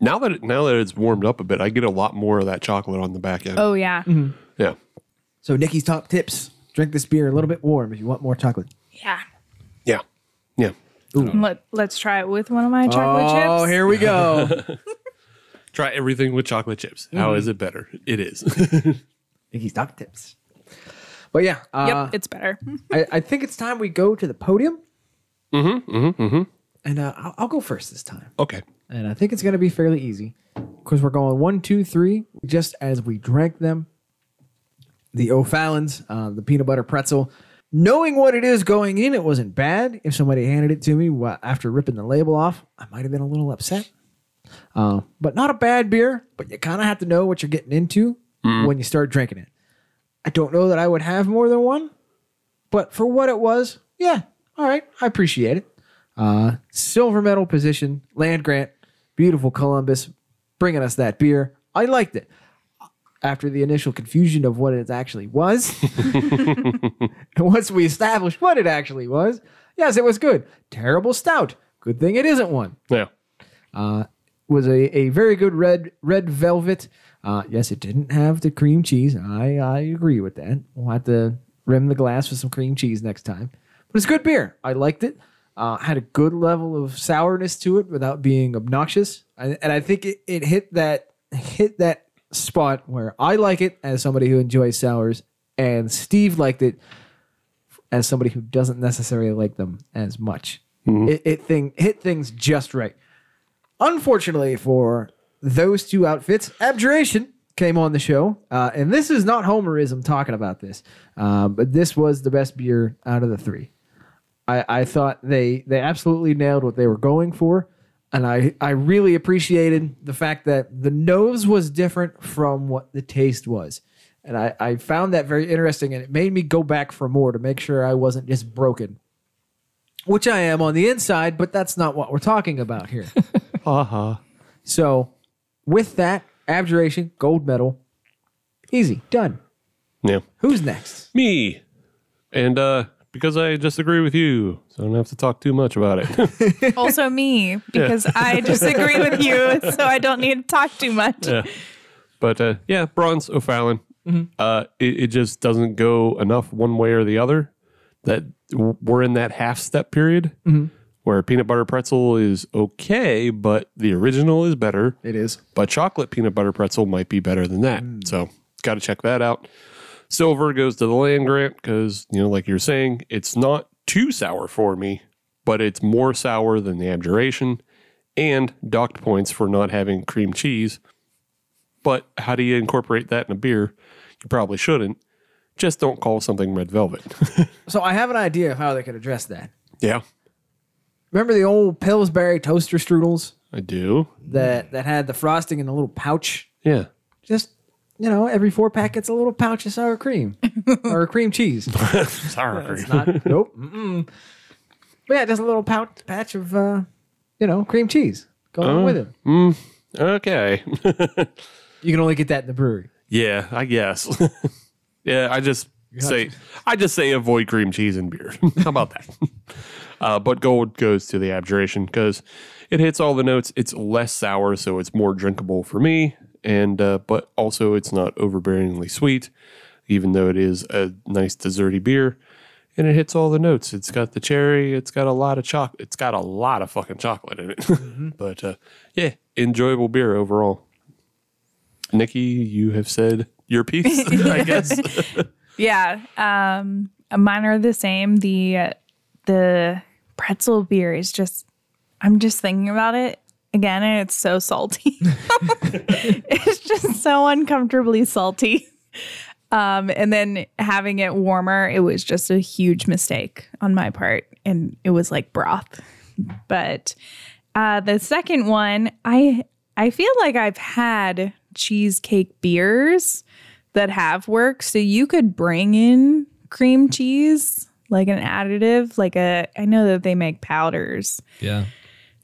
Speaker 5: Now that it, now that it's warmed up a bit, I get a lot more of that chocolate on the back end.
Speaker 7: Oh yeah,
Speaker 5: Yeah.
Speaker 8: So Nikki's top tips: drink this beer a little bit warm if you want more chocolate.
Speaker 7: yeah.
Speaker 5: Yeah. Yeah.
Speaker 7: Let Let's try it with one of my chocolate
Speaker 8: Oh,
Speaker 7: chips.
Speaker 8: here we go.
Speaker 5: Try everything with chocolate chips. How is it better? It is.
Speaker 8: Nikki's top tips. But yeah, uh,
Speaker 7: Yep, it's better.
Speaker 8: I, I think it's time we go to the podium. Mm-hmm. Mm-hmm. And uh, I'll, I'll go first this time.
Speaker 5: okay.
Speaker 8: And I think it's going to be fairly easy because we're going one, two, three, just as we drank them. The O'Fallons, uh, the peanut butter pretzel. Knowing what it is going in, it wasn't bad. If somebody handed it to me wha- after ripping the label off, I might have been a little upset. Uh, but not a bad beer, but you kind of have to know what you're getting into when you start drinking it. I don't know that I would have more than one, but for what it was, yeah, all right, I appreciate it. Uh, silver medal position, land grant, beautiful Columbus, bringing us that beer. I liked it. After the initial confusion of what it actually was, and once we established what it actually was, yes, it was good. Terrible stout. Good thing it isn't one.
Speaker 5: Yeah.
Speaker 8: Was a, a very good red red velvet. Uh, yes, it didn't have the cream cheese. I I agree with that. We'll have to rim the glass with some cream cheese next time. But it's good beer. I liked it. Uh, had a good level of sourness to it without being obnoxious. And, and I think it, it hit that hit that spot where I like it as somebody who enjoys sours, and Steve liked it as somebody who doesn't necessarily like them as much. It, it thing hit things just right. Unfortunately for those two outfits, Abjuration came on the show, uh, and this is not Homerism talking about this, uh, but this was the best beer out of the three. I, I thought they they absolutely nailed what they were going for, and I I really appreciated the fact that the nose was different from what the taste was, and I I found that very interesting, and it made me go back for more to make sure I wasn't just broken, which I am on the inside, but that's not what we're talking about here. So, with that, abjuration, gold medal, easy, done.
Speaker 5: Yeah.
Speaker 8: Who's next?
Speaker 5: Me. And uh because I just agree with you, so I don't have to talk too much about it.
Speaker 7: also me because I disagree with you, so I don't need to talk too much.
Speaker 5: But uh, yeah, bronze O'Fallon.
Speaker 8: Mm-hmm.
Speaker 5: Uh, it, it just doesn't go enough one way or the other. That w- we're in that half step period
Speaker 8: Mm-hmm.
Speaker 5: where peanut butter pretzel is okay, but the original is better.
Speaker 8: It is. Mm.
Speaker 5: But chocolate peanut butter pretzel might be better than that. So got to check that out. Silver goes to the land grant because you know, like you're saying, it's not too sour for me, but it's more sour than the abjuration, and docked points for not having cream cheese but how do you incorporate that in a beer? You probably shouldn't. Just don't call something red velvet.
Speaker 8: So, I have an idea of how they could address that.
Speaker 5: yeah,
Speaker 8: Remember the old Pillsbury toaster strudels
Speaker 5: I do.
Speaker 8: that, that had the frosting in a little pouch?
Speaker 5: Yeah.
Speaker 8: Just, you know, every four packets, a little pouch of sour cream or cream cheese.
Speaker 5: Sorry.
Speaker 8: Not, nope. Mm-mm. But yeah, just a little pouch, patch of, uh, you know, cream cheese going along with it.
Speaker 5: okay.
Speaker 8: You can only get that in the brewery.
Speaker 5: yeah, I guess. yeah, I just say I just say avoid cream cheese and beer. how about that? uh, but gold goes to the abjuration because it hits all the notes. It's less sour, so it's more drinkable for me. And uh, but also it's not overbearingly sweet, even though it is a nice desserty beer. and it hits all the notes. It's got the cherry. It's got a lot of chocolate. It's got a lot of fucking chocolate in it. but uh, yeah, enjoyable beer overall. Nikki, you have said your piece, I guess.
Speaker 7: Yeah. Um, mine are the same. The the pretzel beer is just. I'm just thinking about it again, and it's so salty. it's just so uncomfortably salty. Um, and then having it warmer, it was just a huge mistake on my part, and it was like broth. But uh, the second one, I I feel like I've had cheesecake beers that have worked. So you could bring in cream cheese like an additive, like a I know that they make powders.
Speaker 6: Yeah.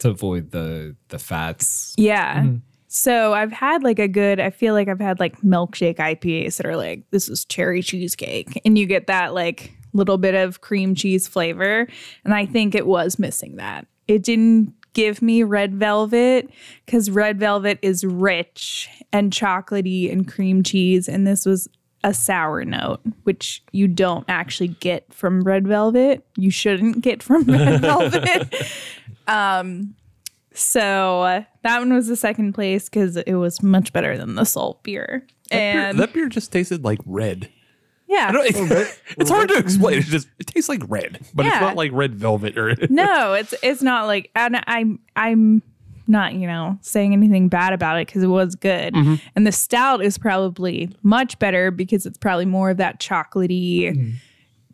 Speaker 6: To avoid the the fats.
Speaker 7: Yeah. So I've had like a good, I feel like I've had like milkshake IPAs that are like, this is cherry cheesecake. And you get that like little bit of cream cheese flavor. And I think it was missing that. It didn't give me red velvet because red velvet is rich and chocolatey and cream cheese. And this was a sour note, which you don't actually get from red velvet. You shouldn't get from red velvet. So uh, that one was the second place because it was much better than the salt beer. And
Speaker 5: that beer just tasted like red. I
Speaker 7: yeah,
Speaker 5: don't- it's hard to explain. It just it tastes like red, but
Speaker 7: Yeah.
Speaker 5: it's not like red velvet or
Speaker 7: no, it's it's not like and I'm I'm not you know saying anything bad about it because it was good. And the stout is probably much better because it's probably more of that chocolatey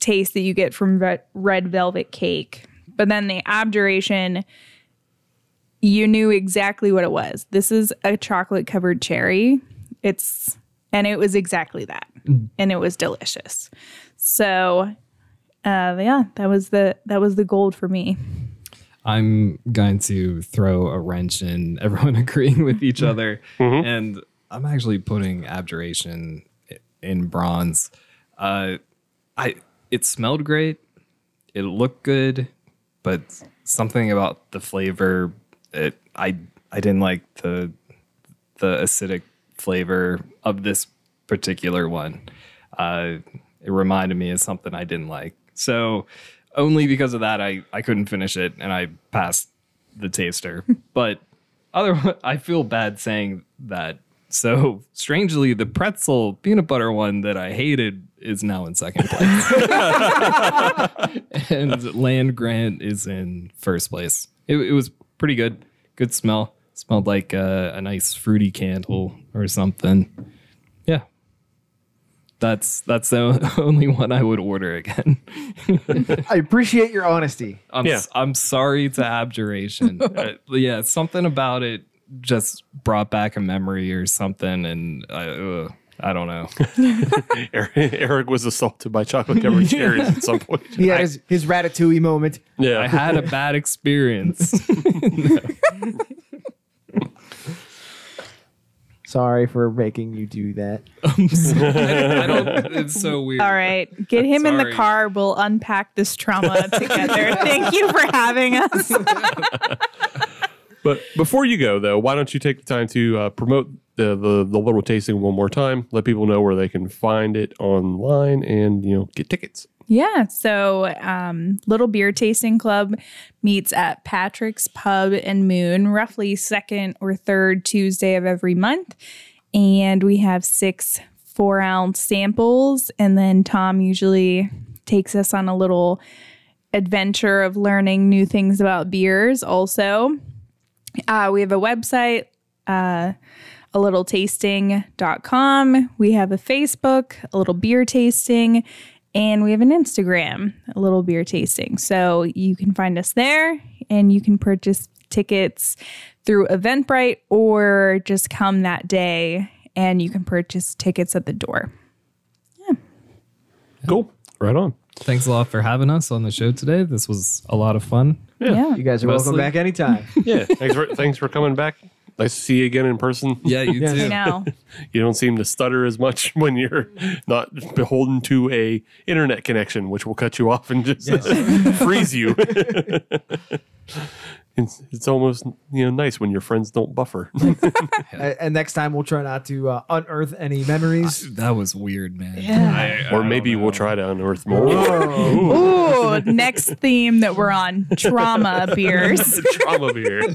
Speaker 7: taste that you get from red, red velvet cake. But then the abjuration. you knew exactly what it was. This is a chocolate covered cherry. It's and it was exactly that. And it was delicious. So uh yeah, that was the that was the gold for me.
Speaker 6: I'm going to throw a wrench in everyone agreeing with each other.
Speaker 10: Mm-hmm.
Speaker 6: And I'm actually putting abjuration i- in bronze. Uh, I it smelled great, it looked good, but something about the flavor, it I I didn't like the the acidic flavor of this particular one. Uh, it reminded me of something I didn't like. So only because of that, I, I couldn't finish it and I passed the taster. but other, I feel bad saying that. So strangely, the pretzel peanut butter one that I hated is now in second place, and Land Grant is in first place. It, it was pretty good, good smell. Smelled like uh, a nice fruity candle or something. Yeah, that's that's the only one I would order again.
Speaker 8: I appreciate your honesty.
Speaker 6: I'm
Speaker 5: Yeah.
Speaker 6: s- I'm sorry to abjuration. Uh, yeah, something about it just brought back a memory or something, and I uh, I don't know.
Speaker 5: Eric, Eric was assaulted by chocolate covered cherries at some point.
Speaker 8: He had his, his ratatouille moment.
Speaker 5: Yeah,
Speaker 6: I had a bad experience.
Speaker 8: Sorry for making you do that.
Speaker 6: I'm sorry. I don't, it's so weird.
Speaker 7: All right. Get him in the
Speaker 6: Sorry.
Speaker 7: car. We'll unpack this trauma together. Thank you for having us.
Speaker 5: But before you go, though, why don't you take the time to uh, promote the, the the little tasting one more time? Let people know where they can find it online and you know get tickets.
Speaker 7: Yeah. So, um, Little Beer Tasting Club meets at Patrick's Pub and Moon, roughly second or third Tuesday of every month. And we have six four ounce samples. And then Tom usually takes us on a little adventure of learning new things about beers, also. Uh, we have a website, a little tasting.com. We have a Facebook, a little beer tasting, and we have an Instagram, a little beer tasting. So you can find us there and you can purchase tickets through Eventbrite or just come that day and you can purchase tickets at the door.
Speaker 5: Cool, right on.
Speaker 6: Thanks a lot for having us on the show today. This was a lot of fun.
Speaker 7: Yeah.
Speaker 8: You guys are welcome
Speaker 6: Mostly.
Speaker 8: back anytime.
Speaker 5: Yeah, thanks for thanks for coming back. Nice to see you again in person.
Speaker 6: Yeah, you
Speaker 8: Yeah.
Speaker 7: I
Speaker 6: too.
Speaker 7: know.
Speaker 5: You don't seem to stutter as much when you're not beholden to a internet connection, which will cut you off and just freeze you. it's, it's almost you know nice when your friends don't buffer.
Speaker 8: A- and next time we'll try not to uh, unearth any memories.
Speaker 6: That was weird, man.
Speaker 5: or maybe we'll try to unearth more
Speaker 7: Ooh, next theme that we're on trauma beers.
Speaker 5: trauma beer.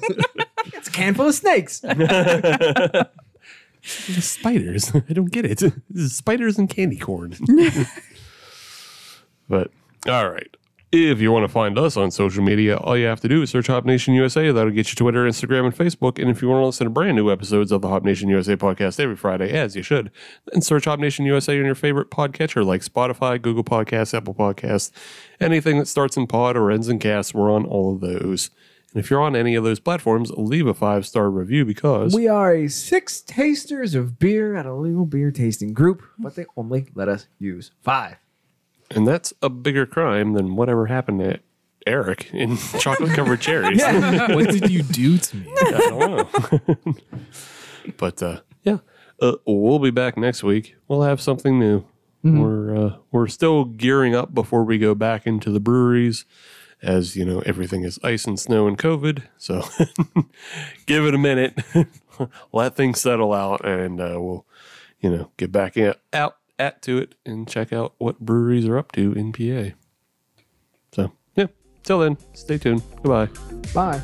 Speaker 8: It's a can full of snakes.
Speaker 5: spiders. I don't get it. This is spiders and candy corn. but all right. If you want to find us on social media, all you have to do is search Hop Nation USA. That'll get you Twitter, Instagram, and Facebook. And if you want to listen to brand new episodes of the Hop Nation USA podcast every Friday, as you should, then search Hop Nation USA on your favorite podcatcher like Spotify, Google Podcasts, Apple Podcasts, anything that starts in pod or ends in cast. We're on all of those. And if you're on any of those platforms, leave a five star review because
Speaker 8: We are a six tasters of beer at a little beer tasting group, but they only let us use five.
Speaker 5: And that's a bigger crime than whatever happened to Eric in chocolate covered cherries.
Speaker 6: what did you do to me?
Speaker 5: I don't know. but uh, yeah, uh, we'll be back next week. We'll have something new. We're uh, we're still gearing up before we go back into the breweries, as you know everything is ice and snow and COVID. So give it a minute, let things settle out, and uh, we'll you know get back in, out at to it and check out what breweries are up to in PA. So yeah, till then, stay tuned. Goodbye.
Speaker 8: Bye.